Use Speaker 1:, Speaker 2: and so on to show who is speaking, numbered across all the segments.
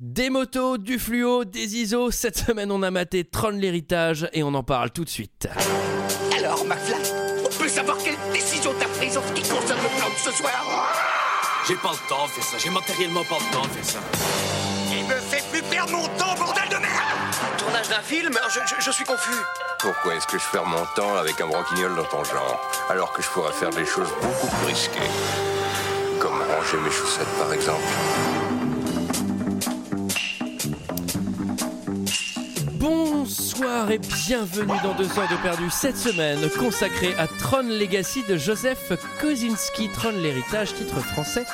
Speaker 1: Des motos, du fluo, des ISO. Cette semaine, on a maté Tron l'héritage et on en parle tout de suite.
Speaker 2: Alors, McFly, on peut savoir quelle décision t'as prise en ce qui concerne le plan de ce soir
Speaker 3: J'ai pas le temps de faire ça, j'ai matériellement pas le temps de faire ça.
Speaker 2: Il me fait plus perdre mon temps, bordel de merde Tournage d'un film je, suis confus.
Speaker 4: Pourquoi est-ce que je perds mon temps avec un broquignol dans ton genre Alors que je pourrais faire des choses beaucoup plus risquées. Comme ranger mes chaussettes par exemple.
Speaker 1: Bonsoir et bienvenue dans deux heures de perdu cette semaine consacrée à Tron Legacy de Joseph Kosinski. Tron l'héritage, titre français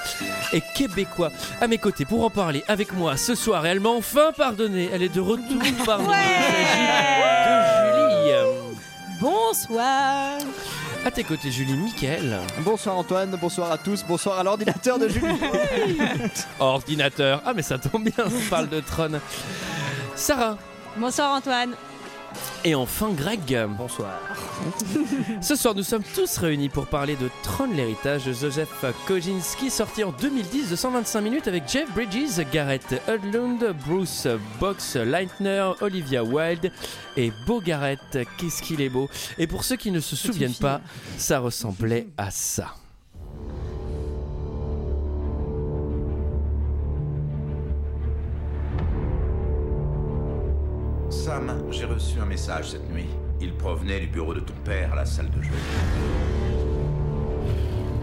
Speaker 1: et québécois. À mes côtés pour en parler avec moi ce soir, et elle m'a enfin pardonné. Elle est de retour parmi nous. Il s'agit de Julie.
Speaker 5: Bonsoir
Speaker 1: À tes côtés, Julie, Mickaël,
Speaker 6: Bonsoir Antoine, bonsoir à tous, bonsoir à l'ordinateur de Julie.
Speaker 1: ordinateur. Ah, mais ça tombe bien, on parle de Tron. Sarah.
Speaker 5: Bonsoir Antoine
Speaker 1: Et enfin Greg. Bonsoir. Ce soir, nous sommes tous réunis pour parler de Tron l'héritage de Joseph Kosinski, sorti en 2010 de 125 minutes avec Jeff Bridges, Garrett Hedlund, Bruce Box Leitner, Olivia Wilde et Beau Garrett. Qu'est-ce qu'il est beau Et pour ceux qui ne se souviennent pas, ça ressemblait à ça.
Speaker 7: Sam, j'ai reçu un message cette nuit. Il provenait du bureau de ton père à la salle de jeu.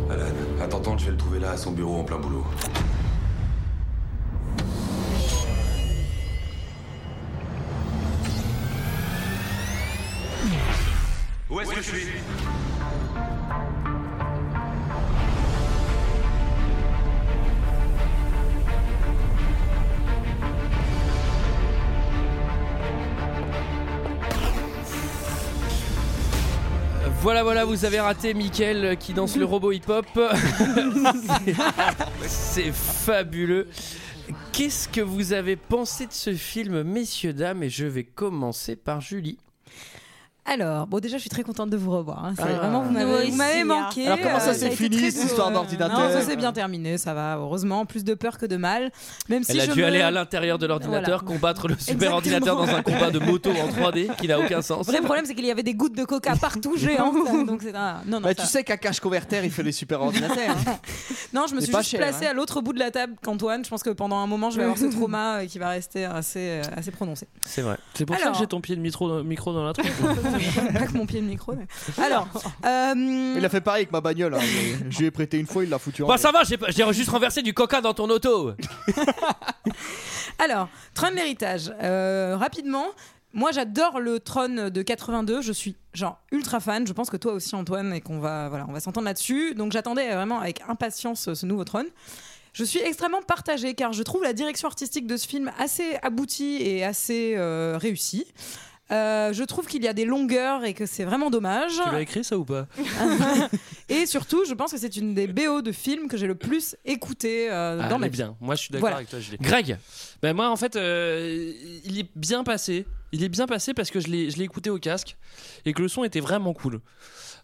Speaker 8: Alan, à t'entendre, je vais le trouver là, à son bureau, en plein boulot.
Speaker 7: Où est-ce que je suis
Speaker 1: Voilà, voilà, vous avez raté Mickaël qui danse le robot hip-hop. C'est fabuleux. Qu'est-ce que vous avez pensé de ce film, messieurs, dames Et je vais commencer par Julie.
Speaker 5: Alors, bon déjà je suis très contente de vous revoir. hein. C'est
Speaker 6: Ah.
Speaker 5: Vraiment, vous m'avez- vous m'avez manqué.
Speaker 6: Alors, comment ça
Speaker 5: Euh,
Speaker 6: s'est
Speaker 5: a été
Speaker 6: fini,
Speaker 5: très
Speaker 6: cette
Speaker 5: douloureux.
Speaker 6: histoire d'ordinateur
Speaker 5: Non, ça s'est bien terminé, ça va, heureusement. Plus de peur que de mal. Même si
Speaker 1: Elle a
Speaker 5: je
Speaker 1: dû
Speaker 5: me-
Speaker 1: aller à l'intérieur de l'ordinateur combattre le super ordinateur dans
Speaker 5: Exactement.
Speaker 1: un combat de moto en 3D qui n'a aucun sens.
Speaker 5: Le vrai problème, c'est qu'il y avait des gouttes de coca partout géantes. donc c'est un... non, non,
Speaker 6: Bah,
Speaker 5: ça-
Speaker 6: tu sais qu'à cache converter, il fait les super ordinateurs. hein.
Speaker 5: non, je me
Speaker 6: c'est
Speaker 5: suis
Speaker 6: pas
Speaker 5: juste
Speaker 6: cher,
Speaker 5: placée
Speaker 6: hein.
Speaker 5: à l'autre bout de la table qu'Antoine. Je pense que pendant un moment, je vais avoir ce trauma euh, qui va rester assez, euh, assez prononcé.
Speaker 1: C'est vrai. Bah,
Speaker 9: C'est pour ça
Speaker 5: Alors.
Speaker 9: que j'ai ton pied de micro, micro dans la tronche.
Speaker 5: Pas que mon pied de micro. mais- Alors, euh,
Speaker 6: Il a fait pareil avec ma bagnole. hein. Je- Je lui ai prêté une fois, il l'a foutu en
Speaker 1: Bah ça va, j'ai pas- j'ai juste renversé du coca dans ton auto.
Speaker 5: Alors, Tron l'héritage. Euh, rapidement, moi j'adore le Tron de 82. Je suis genre ultra fan. Je pense que toi aussi Antoine et qu'on va voilà, on va s'entendre là-dessus. Donc j'attendais euh, vraiment avec impatience euh, ce nouveau Tron. Je suis extrêmement partagée car je trouve la direction artistique de ce film assez aboutie et assez euh, réussie. Euh, je trouve qu'il y a des longueurs et que c'est vraiment dommage.
Speaker 9: Tu l'as écrit ça ou pas
Speaker 5: Et surtout, je pense que c'est une des BO de films que j'ai le plus écouté euh,
Speaker 9: Ah,
Speaker 5: dans
Speaker 9: elle
Speaker 5: ma
Speaker 9: est
Speaker 5: vie.
Speaker 9: bien. Moi, je suis d'accord
Speaker 5: Voilà.
Speaker 9: avec toi, Julie.
Speaker 1: Greg,
Speaker 9: Ben moi en fait euh, il est bien passé. Il est bien passé parce que je l'ai je l'ai écouté au casque et que le son était vraiment cool.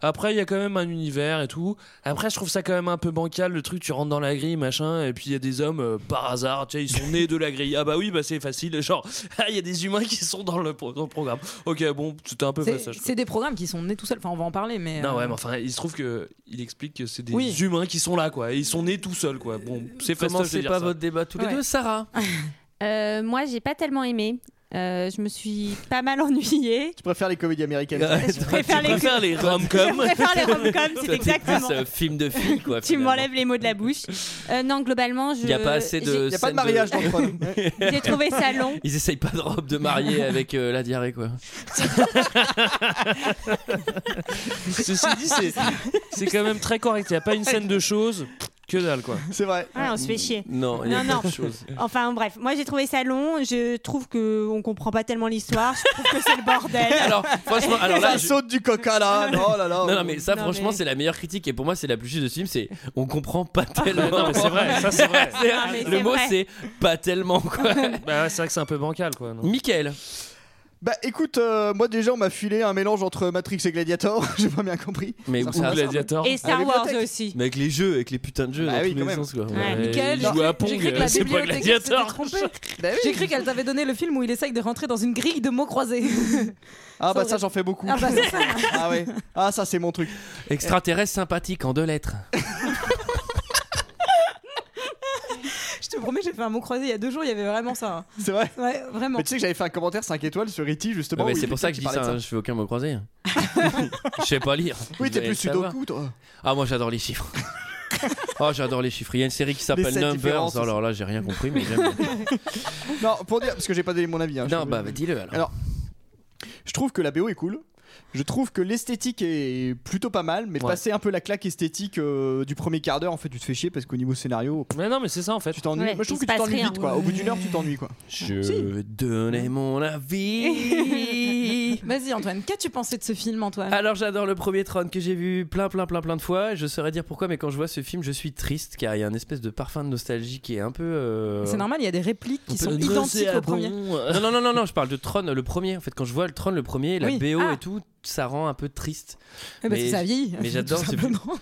Speaker 9: Après il y a quand même un univers et tout. Après je trouve ça quand même un peu bancal le truc tu rentres dans la grille machin et puis il y a des hommes euh, par hasard tu sais ils sont nés de la grille. Ah bah oui bah c'est facile genre ah, il y a des humains qui sont dans le, pro- dans le programme. OK bon c'était un peu
Speaker 5: C'est-
Speaker 9: facile.
Speaker 5: C'est des programmes qui sont nés tout seuls. Enfin, on va en parler, mais.
Speaker 9: Non
Speaker 5: euh,
Speaker 9: ouais mais enfin il se trouve que il explique que c'est des
Speaker 5: Oui.
Speaker 9: humains qui sont là quoi et ils sont nés tout seuls quoi. Bon c'est fastoche de
Speaker 1: commencez
Speaker 9: dire
Speaker 1: pas
Speaker 9: ça.
Speaker 1: votre débat tous les
Speaker 5: Ouais.
Speaker 1: deux, Sarah.
Speaker 10: Euh, moi, j'ai pas tellement aimé. Euh, je me suis pas mal ennuyée.
Speaker 6: Tu préfères les comédies américaines
Speaker 1: Je
Speaker 10: préfère les-
Speaker 1: préfères les
Speaker 10: Je
Speaker 1: rom-coms.
Speaker 10: préfère les rom-coms,
Speaker 1: Toi,
Speaker 10: c'est
Speaker 1: t'es
Speaker 10: exactement.
Speaker 1: plus, euh, film de fille, quoi.
Speaker 10: Tu
Speaker 1: finalement.
Speaker 10: m'enlèves les mots de la bouche. Euh, non, globalement, je.
Speaker 1: Il n'y a pas assez de.
Speaker 6: Il n'y a pas
Speaker 1: scènes
Speaker 6: de mariage dans le film.
Speaker 10: j'ai- J'ai trouvé ça long.
Speaker 1: Ils essayent pas de robe de mariée avec euh, la diarrhée quoi.
Speaker 9: Ceci dit, c'est- c'est quand même très correct. Il n'y a pas une scène de choses que dalle, quoi.
Speaker 6: C'est vrai.
Speaker 5: Ah,
Speaker 10: Ouais, Ah, on se fait chier.
Speaker 1: Non, il y a
Speaker 10: Non, non.
Speaker 1: pas de chose.
Speaker 10: Enfin, bref, moi j'ai trouvé ça long. Je trouve que on comprend pas tellement l'histoire. Je trouve que c'est le bordel.
Speaker 1: Alors franchement, alors là,
Speaker 6: Ça
Speaker 1: je-
Speaker 6: saute du coca là. Non, là, là.
Speaker 1: non, non mais ça
Speaker 10: Non,
Speaker 1: franchement
Speaker 10: mais-
Speaker 1: c'est la meilleure critique et pour moi c'est la plus juste de ce film, c'est on comprend pas
Speaker 10: Ah,
Speaker 1: tellement.
Speaker 9: non, mais Ah, c'est vrai, ça c'est vrai.
Speaker 1: C'est-
Speaker 10: Non, Ah, mais
Speaker 1: le
Speaker 10: c'est
Speaker 1: mot
Speaker 10: vrai.
Speaker 1: c'est pas tellement quoi.
Speaker 9: Bah, ouais, c'est vrai que c'est un peu bancal, quoi. non.
Speaker 1: Michael,
Speaker 6: Bah écoute, euh, moi déjà on m'a filé un mélange entre Matrix et Gladiator, j'ai pas bien compris.
Speaker 1: Mais
Speaker 6: Ça
Speaker 1: où
Speaker 6: ressemble
Speaker 1: ça
Speaker 6: à
Speaker 9: Gladiator
Speaker 10: Et Star
Speaker 6: Allez,
Speaker 10: Wars
Speaker 6: bibliothèque.
Speaker 10: aussi.
Speaker 1: Mais avec les jeux, avec les putains de jeux
Speaker 6: Bah
Speaker 1: dans
Speaker 6: oui,
Speaker 1: tous
Speaker 6: quand
Speaker 1: les
Speaker 6: même.
Speaker 1: sens quoi.
Speaker 10: Ouais,
Speaker 9: Ouais,
Speaker 5: Michael,
Speaker 9: Euh, il
Speaker 5: j'ai
Speaker 9: joue à
Speaker 5: cru-
Speaker 9: Pong,
Speaker 5: j'ai
Speaker 9: euh,
Speaker 5: cru que la
Speaker 9: c'est pas
Speaker 5: bibliothèque s'était
Speaker 9: Gladiator. Ah
Speaker 5: trompée.
Speaker 6: Bah oui.
Speaker 5: J'ai cru qu'elle t'avait donné le film où il essaye de rentrer dans une grille de mots croisés.
Speaker 6: Ah bah
Speaker 5: aurait-
Speaker 6: ça j'en fais beaucoup.
Speaker 5: ah bah c'est ça.
Speaker 6: Ah ouais. Ah ça c'est mon truc.
Speaker 1: Extraterrestre sympathique en deux lettres.
Speaker 5: Je te promets, j'ai fait un mot croisé il y a deux jours, il y avait vraiment ça. hein.
Speaker 6: C'est vrai.
Speaker 5: Ouais, vraiment.
Speaker 6: Mais tu sais que j'avais fait un commentaire 5 étoiles sur E.T. justement.
Speaker 1: mais
Speaker 6: où
Speaker 1: c'est
Speaker 6: il
Speaker 1: pour ça que je dis
Speaker 6: parlait
Speaker 1: ça,
Speaker 6: de
Speaker 1: hein, je fais aucun mot croisé. je sais pas lire.
Speaker 6: Oui,
Speaker 1: Vous
Speaker 6: t'es
Speaker 1: allez
Speaker 6: plus
Speaker 1: le savoir.
Speaker 6: sudoku toi.
Speaker 1: Ah, moi j'adore les chiffres. Oh, j'adore les chiffres. Il y a une série qui
Speaker 6: Les
Speaker 1: s'appelle
Speaker 6: sept
Speaker 1: Numbers.
Speaker 6: différences.
Speaker 1: Alors là, j'ai rien compris, mais j'aime.
Speaker 6: Non, pour dire parce que j'ai pas donné mon avis hein,
Speaker 1: non,
Speaker 6: je-
Speaker 1: bah, bah, dis-le alors.
Speaker 6: Alors- Je trouve que la BO est cool. Je trouve que l'esthétique est plutôt pas mal, mais
Speaker 9: Ouais.
Speaker 6: passer un peu la claque esthétique euh, du premier quart d'heure, en fait, tu te fais chier parce qu'au niveau scénario,
Speaker 9: Mais non, mais c'est ça en fait.
Speaker 6: tu t'ennuies.
Speaker 10: Ouais,
Speaker 6: Moi, je
Speaker 10: il
Speaker 6: trouve
Speaker 10: se
Speaker 6: que tu
Speaker 10: passe
Speaker 6: t'ennuies
Speaker 10: rien.
Speaker 6: vite, quoi. Au bout d'une heure, tu t'ennuies, quoi.
Speaker 1: Je vais donner mon avis.
Speaker 5: Vas-y Antoine, qu'as-tu pensé de ce film Antoine
Speaker 1: Alors j'adore le premier Tron que j'ai vu plein plein plein plein de fois. Je saurais dire pourquoi, mais quand je vois ce film, je suis triste car il y a un espèce de parfum de nostalgie qui est un peu. euh,
Speaker 5: C'est normal, il y a des répliques qui
Speaker 9: On peut
Speaker 5: sont
Speaker 9: le
Speaker 5: identiques
Speaker 9: brosser à
Speaker 5: au premier.
Speaker 9: bon.
Speaker 1: Non non non non non, je parle de Tron le premier. En fait, quand je vois le Tron le premier, la
Speaker 5: Oui.
Speaker 1: BO
Speaker 5: Ah.
Speaker 1: et tout, ça rend un peu triste.
Speaker 5: Mais parce que
Speaker 1: Mais-
Speaker 5: ça vieillit.
Speaker 1: mais j'adore
Speaker 5: tout
Speaker 1: ce film.
Speaker 5: simplement.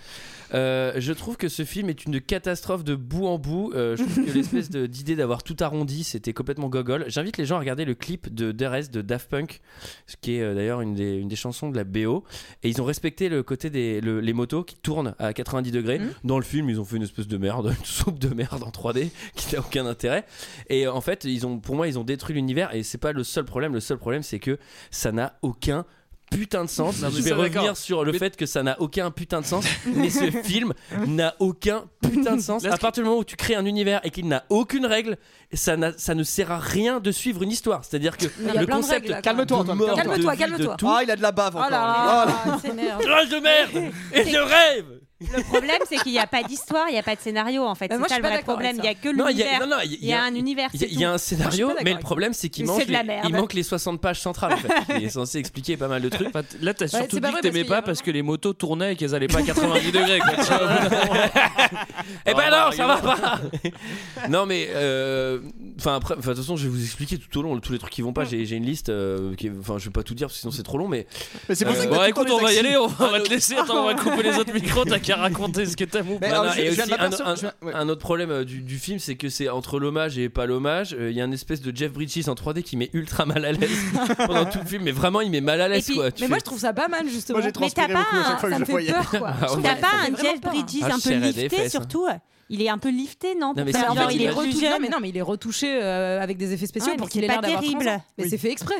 Speaker 1: Euh, je trouve que ce film est une catastrophe de bout en bout. Euh, je trouve que l'espèce de- d'idée d'avoir tout arrondi, c'était complètement gogol. J'invite les gens à regarder le clip de DRS de Daft Punk, ce qui est euh, d'ailleurs une des, une des chansons de la BO. Et ils ont respecté le côté des le- les motos qui tournent à 90 degrés.
Speaker 5: Mhm.
Speaker 1: Dans le film, ils ont fait une espèce de merde, une soupe de merde en 3D qui n'a aucun intérêt. Et euh, en fait, ils ont, pour moi, ils ont détruit l'univers. Et c'est pas le seul problème. Le seul problème, c'est que ça n'a aucun putain de sens.
Speaker 9: Non, mais
Speaker 1: je vais
Speaker 9: ça, d'accord.
Speaker 1: revenir sur le
Speaker 9: Mais-
Speaker 1: fait que ça n'a aucun putain de sens, mais ce film n'a aucun putain de sens.
Speaker 9: La
Speaker 1: À partir du moment où tu crées un univers et qu'il n'a aucune règle, ça, n'a- ça ne sert à rien de suivre une histoire. C'est-à-dire que
Speaker 5: Mais il y a
Speaker 1: le
Speaker 5: plein de
Speaker 1: concept
Speaker 5: règles, là, quand
Speaker 6: Calme-toi,
Speaker 1: de
Speaker 6: Antoine.
Speaker 1: mort,
Speaker 5: calme-toi.
Speaker 1: de vie,
Speaker 5: Calme-toi,
Speaker 1: de tout.
Speaker 6: Ah, il a de la bave encore.
Speaker 5: Oh là
Speaker 6: Oh là.
Speaker 5: là, il s'énerve.
Speaker 1: Rage de merde et de rêve.
Speaker 10: Le problème, c'est qu'il n'y a pas d'histoire, il n'y a pas de scénario en fait.
Speaker 5: Bah, moi,
Speaker 10: c'est ça
Speaker 5: je suis
Speaker 10: le
Speaker 5: pas
Speaker 10: vrai
Speaker 5: d'accord avec
Speaker 10: problème. Il n'y a que
Speaker 1: Non, il y a,
Speaker 10: l'univers.
Speaker 1: non, non, il y a-
Speaker 10: Il y a un univers.
Speaker 1: il y a-
Speaker 10: c'est
Speaker 1: il y a
Speaker 10: tout.
Speaker 1: un scénario,
Speaker 5: Moi, je suis pas
Speaker 1: mais
Speaker 5: d'accord
Speaker 1: le problème c'est qu'il
Speaker 10: Mais
Speaker 1: manque,
Speaker 10: c'est de la
Speaker 1: les-
Speaker 10: merde.
Speaker 1: il manque les 60 pages centrales. En fait. il est censé expliquer pas mal de trucs.
Speaker 9: Enfin, t- là, t'as surtout
Speaker 5: c'est
Speaker 9: dit que
Speaker 5: pas vrai, parce
Speaker 9: t'aimais
Speaker 5: qu'il y a
Speaker 9: pas parce que les motos tournaient et qu'elles allaient pas à 90 degrés. quoi, tu vois, au bout d'un moment.
Speaker 1: Eh ben
Speaker 9: Ah,
Speaker 1: non, ça va pas. non mais euh, enfin après, enfin, de toute façon, je vais vous expliquer tout au long tous les trucs qui vont pas. J'ai j'ai une liste. euh, qui est- Enfin, je vais pas tout dire parce que sinon c'est trop long. Mais
Speaker 6: Mais c'est pour
Speaker 1: Euh,
Speaker 6: ça que
Speaker 9: Bon,
Speaker 6: t'as tout
Speaker 9: écoute,
Speaker 6: le temps
Speaker 9: on
Speaker 6: des
Speaker 9: va y
Speaker 6: actions.
Speaker 9: aller, on va, on va te laisser. Attends, on va couper les autres micros. T'as qu'à raconter ce que t'aimes ou
Speaker 6: Mais
Speaker 9: pas.
Speaker 1: Non,
Speaker 6: alors,
Speaker 1: non,
Speaker 6: je-
Speaker 1: et
Speaker 6: je viens
Speaker 1: aussi
Speaker 6: de
Speaker 1: un,
Speaker 6: m'apercevoir-
Speaker 1: un-
Speaker 6: je viens- ouais.
Speaker 1: un autre problème euh, du, du film, c'est que c'est entre l'hommage et pas l'hommage. euh, Il y a une espèce de Jeff Bridges en 3D qui met ultra mal à l'aise pendant tout le film. Mais vraiment, il met mal à
Speaker 10: Et
Speaker 1: l'aise
Speaker 10: puis-
Speaker 1: quoi.
Speaker 5: Mais moi je trouve ça pas mal justement.
Speaker 6: Moi, j'ai
Speaker 10: Mais t'as
Speaker 6: transpiré beaucoup à
Speaker 10: pas un-
Speaker 6: chaque
Speaker 5: ça
Speaker 6: fois que je
Speaker 5: me
Speaker 6: le
Speaker 5: fait
Speaker 6: voyais.
Speaker 5: peur quoi.
Speaker 1: Ah, ouais.
Speaker 5: Ça fait
Speaker 10: T'as pas un
Speaker 5: vraiment
Speaker 10: Jeff
Speaker 5: peur.
Speaker 10: Bridges
Speaker 1: Ah,
Speaker 10: un
Speaker 1: je
Speaker 10: peu
Speaker 1: serrais des
Speaker 10: lifté
Speaker 1: fesses, hein.
Speaker 10: surtout. Il est un peu lifté, non
Speaker 1: Non, mais
Speaker 10: Parce
Speaker 1: c'est-
Speaker 10: qu'en
Speaker 5: Bah,
Speaker 1: en fait,
Speaker 10: il
Speaker 1: il
Speaker 10: est
Speaker 1: a
Speaker 5: retou-
Speaker 10: retouché.
Speaker 5: non, mais non, mais il est retouché euh, avec des effets spéciaux
Speaker 10: Ouais,
Speaker 5: pour
Speaker 10: mais
Speaker 5: qu'il
Speaker 10: c'est
Speaker 5: ait
Speaker 10: pas
Speaker 5: l'air d'avoir 30
Speaker 10: terrible.
Speaker 5: ans. Mais
Speaker 6: Oui.
Speaker 5: c'est fait exprès.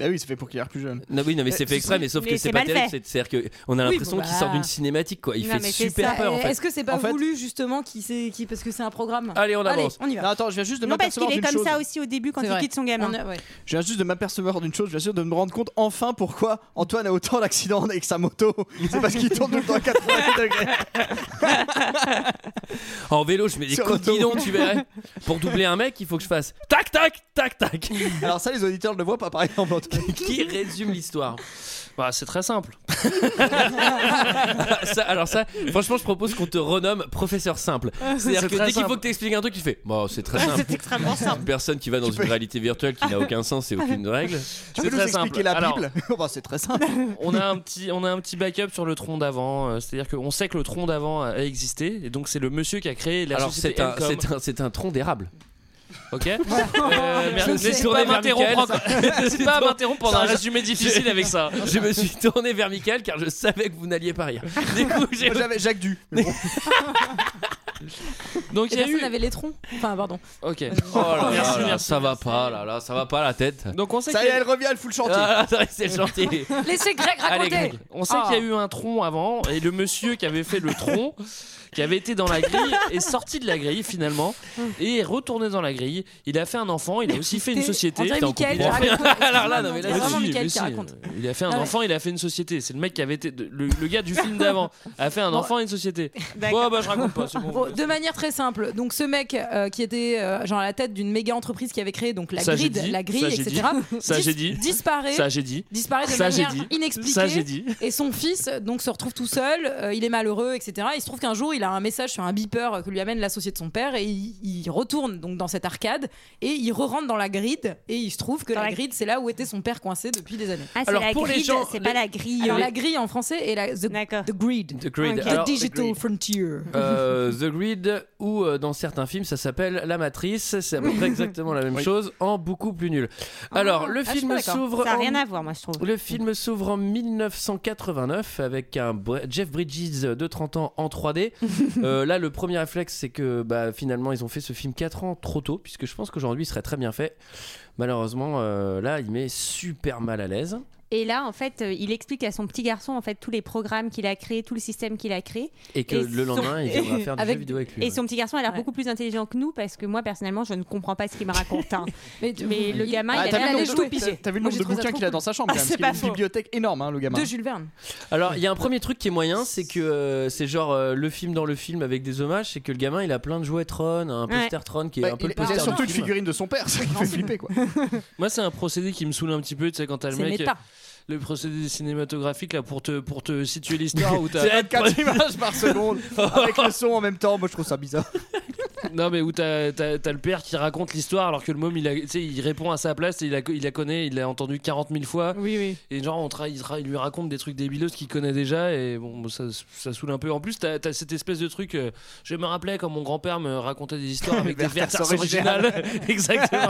Speaker 6: Bah oui, c'est fait pour qu'il y ait l'air plus jeune.
Speaker 1: Non, oui, non, mais c'est fait exprès, mais sauf
Speaker 10: Euh, Mais
Speaker 1: que c'est
Speaker 10: c'est
Speaker 1: pas
Speaker 10: mal
Speaker 1: terrible.
Speaker 10: fait.
Speaker 1: c'est- C'est-à-dire qu'on a
Speaker 10: Oui,
Speaker 1: l'impression
Speaker 10: bon,
Speaker 1: qu'il
Speaker 10: bah.
Speaker 1: sort d'une cinématique, quoi. Il
Speaker 10: Non,
Speaker 1: fait
Speaker 10: mais c'est
Speaker 1: super
Speaker 10: ça.
Speaker 1: peur, en fait.
Speaker 5: Est-ce que c'est pas
Speaker 6: En fait-
Speaker 5: voulu justement qui c'est qui parce que c'est un programme
Speaker 1: Allez, on
Speaker 5: Allez,
Speaker 1: avance.
Speaker 5: on y va.
Speaker 6: Non, attends, je viens juste de
Speaker 10: Non, parce qu'il
Speaker 6: m'apercevoir
Speaker 10: est
Speaker 6: d'une
Speaker 10: comme
Speaker 6: chose.
Speaker 10: ça aussi au début quand
Speaker 5: C'est
Speaker 10: il
Speaker 5: vrai.
Speaker 10: quitte son gamin.
Speaker 5: On est- ouais.
Speaker 6: Je viens juste de m'apercevoir d'une chose, je viens juste de me rendre compte enfin pourquoi Antoine a autant d'accidents avec sa moto. C'est parce qu'il tourne tout le temps à 80 degrés.
Speaker 1: En vélo, je mets des
Speaker 6: Sur
Speaker 1: coups de guidon,
Speaker 6: l'autoroute.
Speaker 1: tu verrais. Pour doubler un mec, il faut que je fasse tac, tac, tac, tac.
Speaker 6: Alors ça, les auditeurs ne le voient pas pareil en Antoine.
Speaker 1: Qui résume l'histoire
Speaker 9: Bah, c'est très simple.
Speaker 1: Ah, ça, Alors, ça, franchement, je propose qu'on te renomme professeur simple. C'est-à-dire que
Speaker 9: C'est
Speaker 1: dès
Speaker 9: très
Speaker 1: qu'il faut
Speaker 9: simple.
Speaker 1: que tu expliques un truc, tu fais Bon, c'est très simple.
Speaker 10: C'est extrêmement simple.
Speaker 1: Une personne qui va dans
Speaker 6: Tu
Speaker 1: une
Speaker 6: peux-
Speaker 1: réalité virtuelle qui n'a aucun sens et aucune règle.
Speaker 6: Tu
Speaker 9: C'est
Speaker 6: peux nous
Speaker 9: très simple.
Speaker 6: expliquer la
Speaker 9: Alors-
Speaker 6: Bible Oh, bah, C'est très simple.
Speaker 9: On a un petit, on a un petit backup sur le tronc d'avant. euh, C'est-à-dire qu'on sait que le tronc d'avant a a existé. Et donc, c'est le monsieur qui a créé la
Speaker 1: Alors,
Speaker 9: société
Speaker 1: c'est un,
Speaker 9: Elcom.
Speaker 1: c'est un, c'est un tronc d'érable.
Speaker 9: Ok. Euh,
Speaker 5: Je
Speaker 9: merde,
Speaker 5: me suis
Speaker 9: N'hésite pas
Speaker 1: tourné
Speaker 9: à
Speaker 1: vers
Speaker 9: m'interrompre.
Speaker 1: Mickaël.
Speaker 9: encore- N'hésite pas à m'interrompre pendant un
Speaker 1: Ça, je-
Speaker 9: résumé difficile avec ça.
Speaker 1: Je me suis tourné vers Michael car je savais que vous n'alliez pas rire. Du coup, j'ai.
Speaker 6: Moi, J'avais Jacques Du. mais bon.
Speaker 9: Donc
Speaker 5: Et
Speaker 9: il y a
Speaker 5: personne
Speaker 9: eu.
Speaker 5: n'avait les troncs. Enfin pardon.
Speaker 9: Ok.
Speaker 1: Oh là là
Speaker 9: Merci,
Speaker 1: là,
Speaker 9: merci,
Speaker 1: ça va pas, là, là, ça va pas la tête.
Speaker 9: Donc on sait
Speaker 6: Ça
Speaker 9: qu'il
Speaker 6: y
Speaker 9: y
Speaker 6: est,
Speaker 9: a-
Speaker 6: elle revient, elle fout le chantier.
Speaker 1: Ah, là, là, c'est gentil.
Speaker 5: Laissez Greg
Speaker 1: Allez,
Speaker 5: raconter.
Speaker 1: Greg.
Speaker 9: On sait
Speaker 5: Ah.
Speaker 9: qu'il y a eu un tronc avant et le monsieur qui avait fait le tronc, qui avait été dans la grille, est sorti de la grille finalement et est retourné dans la grille. Il a fait un enfant, il a aussi fait une
Speaker 5: T'es- On
Speaker 9: société.
Speaker 5: dirait
Speaker 1: Putain, on
Speaker 5: Mickaël qui
Speaker 1: comprend rien.
Speaker 5: raconte.
Speaker 1: Alors là, non, mais là,
Speaker 5: C'est
Speaker 9: Mais
Speaker 5: vraiment
Speaker 9: si,
Speaker 5: Mickaël
Speaker 9: mais
Speaker 5: qui
Speaker 9: si,
Speaker 5: raconte.
Speaker 9: euh, Il a fait un
Speaker 5: Ah ouais.
Speaker 9: enfant, il a fait une société. C'est le mec qui avait été. Le, le gars du film d'avant a fait un
Speaker 5: Bon.
Speaker 9: enfant et une société.
Speaker 10: D'accord.
Speaker 9: Ouais, bah je raconte pas, c'est bon.
Speaker 5: Bon, de manière très simple. Donc ce mec euh, qui était euh, genre à la tête d'une méga entreprise qui avait créé donc la
Speaker 9: Ça, j'ai
Speaker 5: grid,
Speaker 9: dit.
Speaker 5: la grille,
Speaker 9: Ça, j'ai
Speaker 5: etc.
Speaker 9: dit. Ça,
Speaker 5: dis-
Speaker 9: j'ai dit.
Speaker 5: Disparaît.
Speaker 9: Ça, j'ai dit.
Speaker 5: disparaît de
Speaker 9: Ça, j'ai
Speaker 5: manière
Speaker 9: dit.
Speaker 5: inexpliquée.
Speaker 9: Ça, j'ai dit.
Speaker 5: Et son fils donc se retrouve tout seul, euh, il est malheureux, etc. Il se trouve qu'un jour il a un message sur un beeper que lui amène l'associé de son père et il, il retourne donc dans cette arcade et il re-rentre dans la grid et il se trouve que la
Speaker 10: Ouais.
Speaker 5: grid c'est là où était son père coincé depuis des années.
Speaker 10: Ah, c'est
Speaker 1: Alors,
Speaker 10: la
Speaker 1: pour les
Speaker 10: grille,
Speaker 1: gens-
Speaker 10: c'est
Speaker 1: les-
Speaker 10: pas la grille.
Speaker 5: Alors
Speaker 10: euh,
Speaker 5: la grille en français est la the,
Speaker 10: D'accord.
Speaker 5: the grid,
Speaker 1: The Grid.
Speaker 10: Ok.
Speaker 5: the
Speaker 1: Alors,
Speaker 5: digital frontier.
Speaker 1: euh, The Grid, ou euh, dans certains films, ça s'appelle La Matrice. C'est à peu près exactement la même chose, en beaucoup plus nul. Alors,
Speaker 5: Ah,
Speaker 1: le
Speaker 5: ah, je suis
Speaker 1: film
Speaker 5: pas d'accord.
Speaker 1: s'ouvre.
Speaker 10: Ça n'a
Speaker 1: en-
Speaker 10: rien à voir, moi, je trouve.
Speaker 1: Le film s'ouvre en 1989 avec un Br- Jeff Bridges de 30 ans en 3D. Euh, là, le premier réflexe, c'est que bah, finalement, ils ont fait ce film 4 ans trop tôt, puisque je pense qu'aujourd'hui, il serait très bien fait. Malheureusement, euh, là, il met super mal à l'aise.
Speaker 10: Et là, en fait, euh, il explique à son petit garçon en fait tous les programmes qu'il a créés, tout le système qu'il a créé.
Speaker 1: Et que
Speaker 10: Et
Speaker 1: le
Speaker 10: son-
Speaker 1: lendemain, il viendra faire du
Speaker 5: Avec-
Speaker 1: jeu vidéo avec lui.
Speaker 10: Et son petit garçon a l'air
Speaker 5: Ouais.
Speaker 10: beaucoup plus intelligent que nous parce que moi, personnellement, je ne comprends pas ce qu'il me raconte. hein. Mais le gamin,
Speaker 6: Ah,
Speaker 10: il
Speaker 6: t'as
Speaker 10: a
Speaker 6: vu
Speaker 10: l'air
Speaker 6: le
Speaker 10: d'aller
Speaker 6: nombre
Speaker 10: tout
Speaker 6: de-
Speaker 10: piger.
Speaker 6: t'as- T'as vu le
Speaker 5: Moi,
Speaker 6: nombre
Speaker 5: j'ai
Speaker 6: de
Speaker 5: trouvé ça
Speaker 6: bouquins
Speaker 5: trop
Speaker 6: qu'il a dans sa chambre,
Speaker 10: Ah,
Speaker 6: quand même,
Speaker 10: c'est
Speaker 6: parce qu'il a
Speaker 10: pas
Speaker 6: une
Speaker 10: faux.
Speaker 6: bibliothèque énorme, hein, le gamin.
Speaker 5: de Jules Verne.
Speaker 1: Alors, il y a un premier truc qui est moyen, c'est que euh, c'est genre euh, le film dans le film avec des hommages, c'est que le gamin, il a plein de jouets Tron, un
Speaker 10: Ouais.
Speaker 1: poster Tron qui est
Speaker 6: Bah,
Speaker 1: un peu
Speaker 6: il,
Speaker 1: le
Speaker 6: il
Speaker 1: poster
Speaker 6: a
Speaker 1: du
Speaker 6: surtout une
Speaker 1: film.
Speaker 6: figurine de son père, ça qui fait flipper quoi.
Speaker 9: Moi, c'est un procédé qui me saoule un petit peu, tu sais, quand t'as le
Speaker 5: C'est
Speaker 9: mec. euh,
Speaker 5: méta.
Speaker 9: Le procédé cinématographique, là, pour te, pour te situer l'histoire où t'as.
Speaker 6: 24 images par seconde avec le son en même temps, moi je trouve ça bizarre.
Speaker 9: Non, mais où t'as t'as- t'as le père qui raconte l'histoire alors que le môme, il, a, tu sais, il répond à sa place et il la, il la connaît, il l'a entendu 40 000 fois.
Speaker 5: Oui oui.
Speaker 9: Et genre, on tra- il, tra- il lui raconte des trucs débileux qu'il connaît déjà et bon, ça, ça saoule un peu. En plus, t'as as cette espèce de truc. euh, je me rappelais quand mon grand-père me racontait des histoires avec des
Speaker 6: Vertas
Speaker 9: vertas originales. Exactement.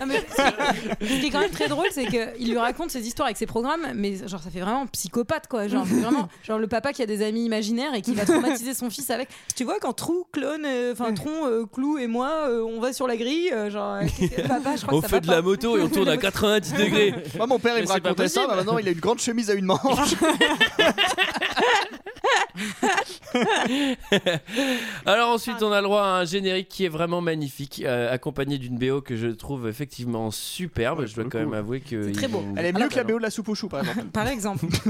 Speaker 5: Ah, mais ce qui- ce qui est quand même très drôle, c'est qu'il lui raconte ses histoires avec ses programmes, mais genre ça fait vraiment psychopathe quoi. Genre, c'est vraiment, genre le papa qui a des amis imaginaires et qui va traumatiser son fils avec. Tu vois, quand Trou, Clone, euh, enfin Tron, euh, Clou et moi, euh, on va sur la grille, euh, genre, euh, qu'est-ce que- papa, je crois
Speaker 1: On
Speaker 5: que ça
Speaker 1: fait
Speaker 5: va
Speaker 1: de
Speaker 5: pas.
Speaker 1: la moto et on tourne à 90 degrés.
Speaker 6: Moi mon père il
Speaker 9: Mais
Speaker 6: me
Speaker 9: c'est pas
Speaker 6: racontait ça,
Speaker 9: possible.
Speaker 6: bah, maintenant il a une grande chemise à une manche.
Speaker 1: Alors ensuite, on a le droit à un générique qui est vraiment magnifique, euh, accompagné d'une BO que je trouve effectivement superbe. je dois quand même avouer que
Speaker 5: C'est très
Speaker 1: ils
Speaker 5: beau.
Speaker 1: ont-
Speaker 6: Elle est mieux que la BO de la soupe au chou par exemple.
Speaker 5: Par exemple. moi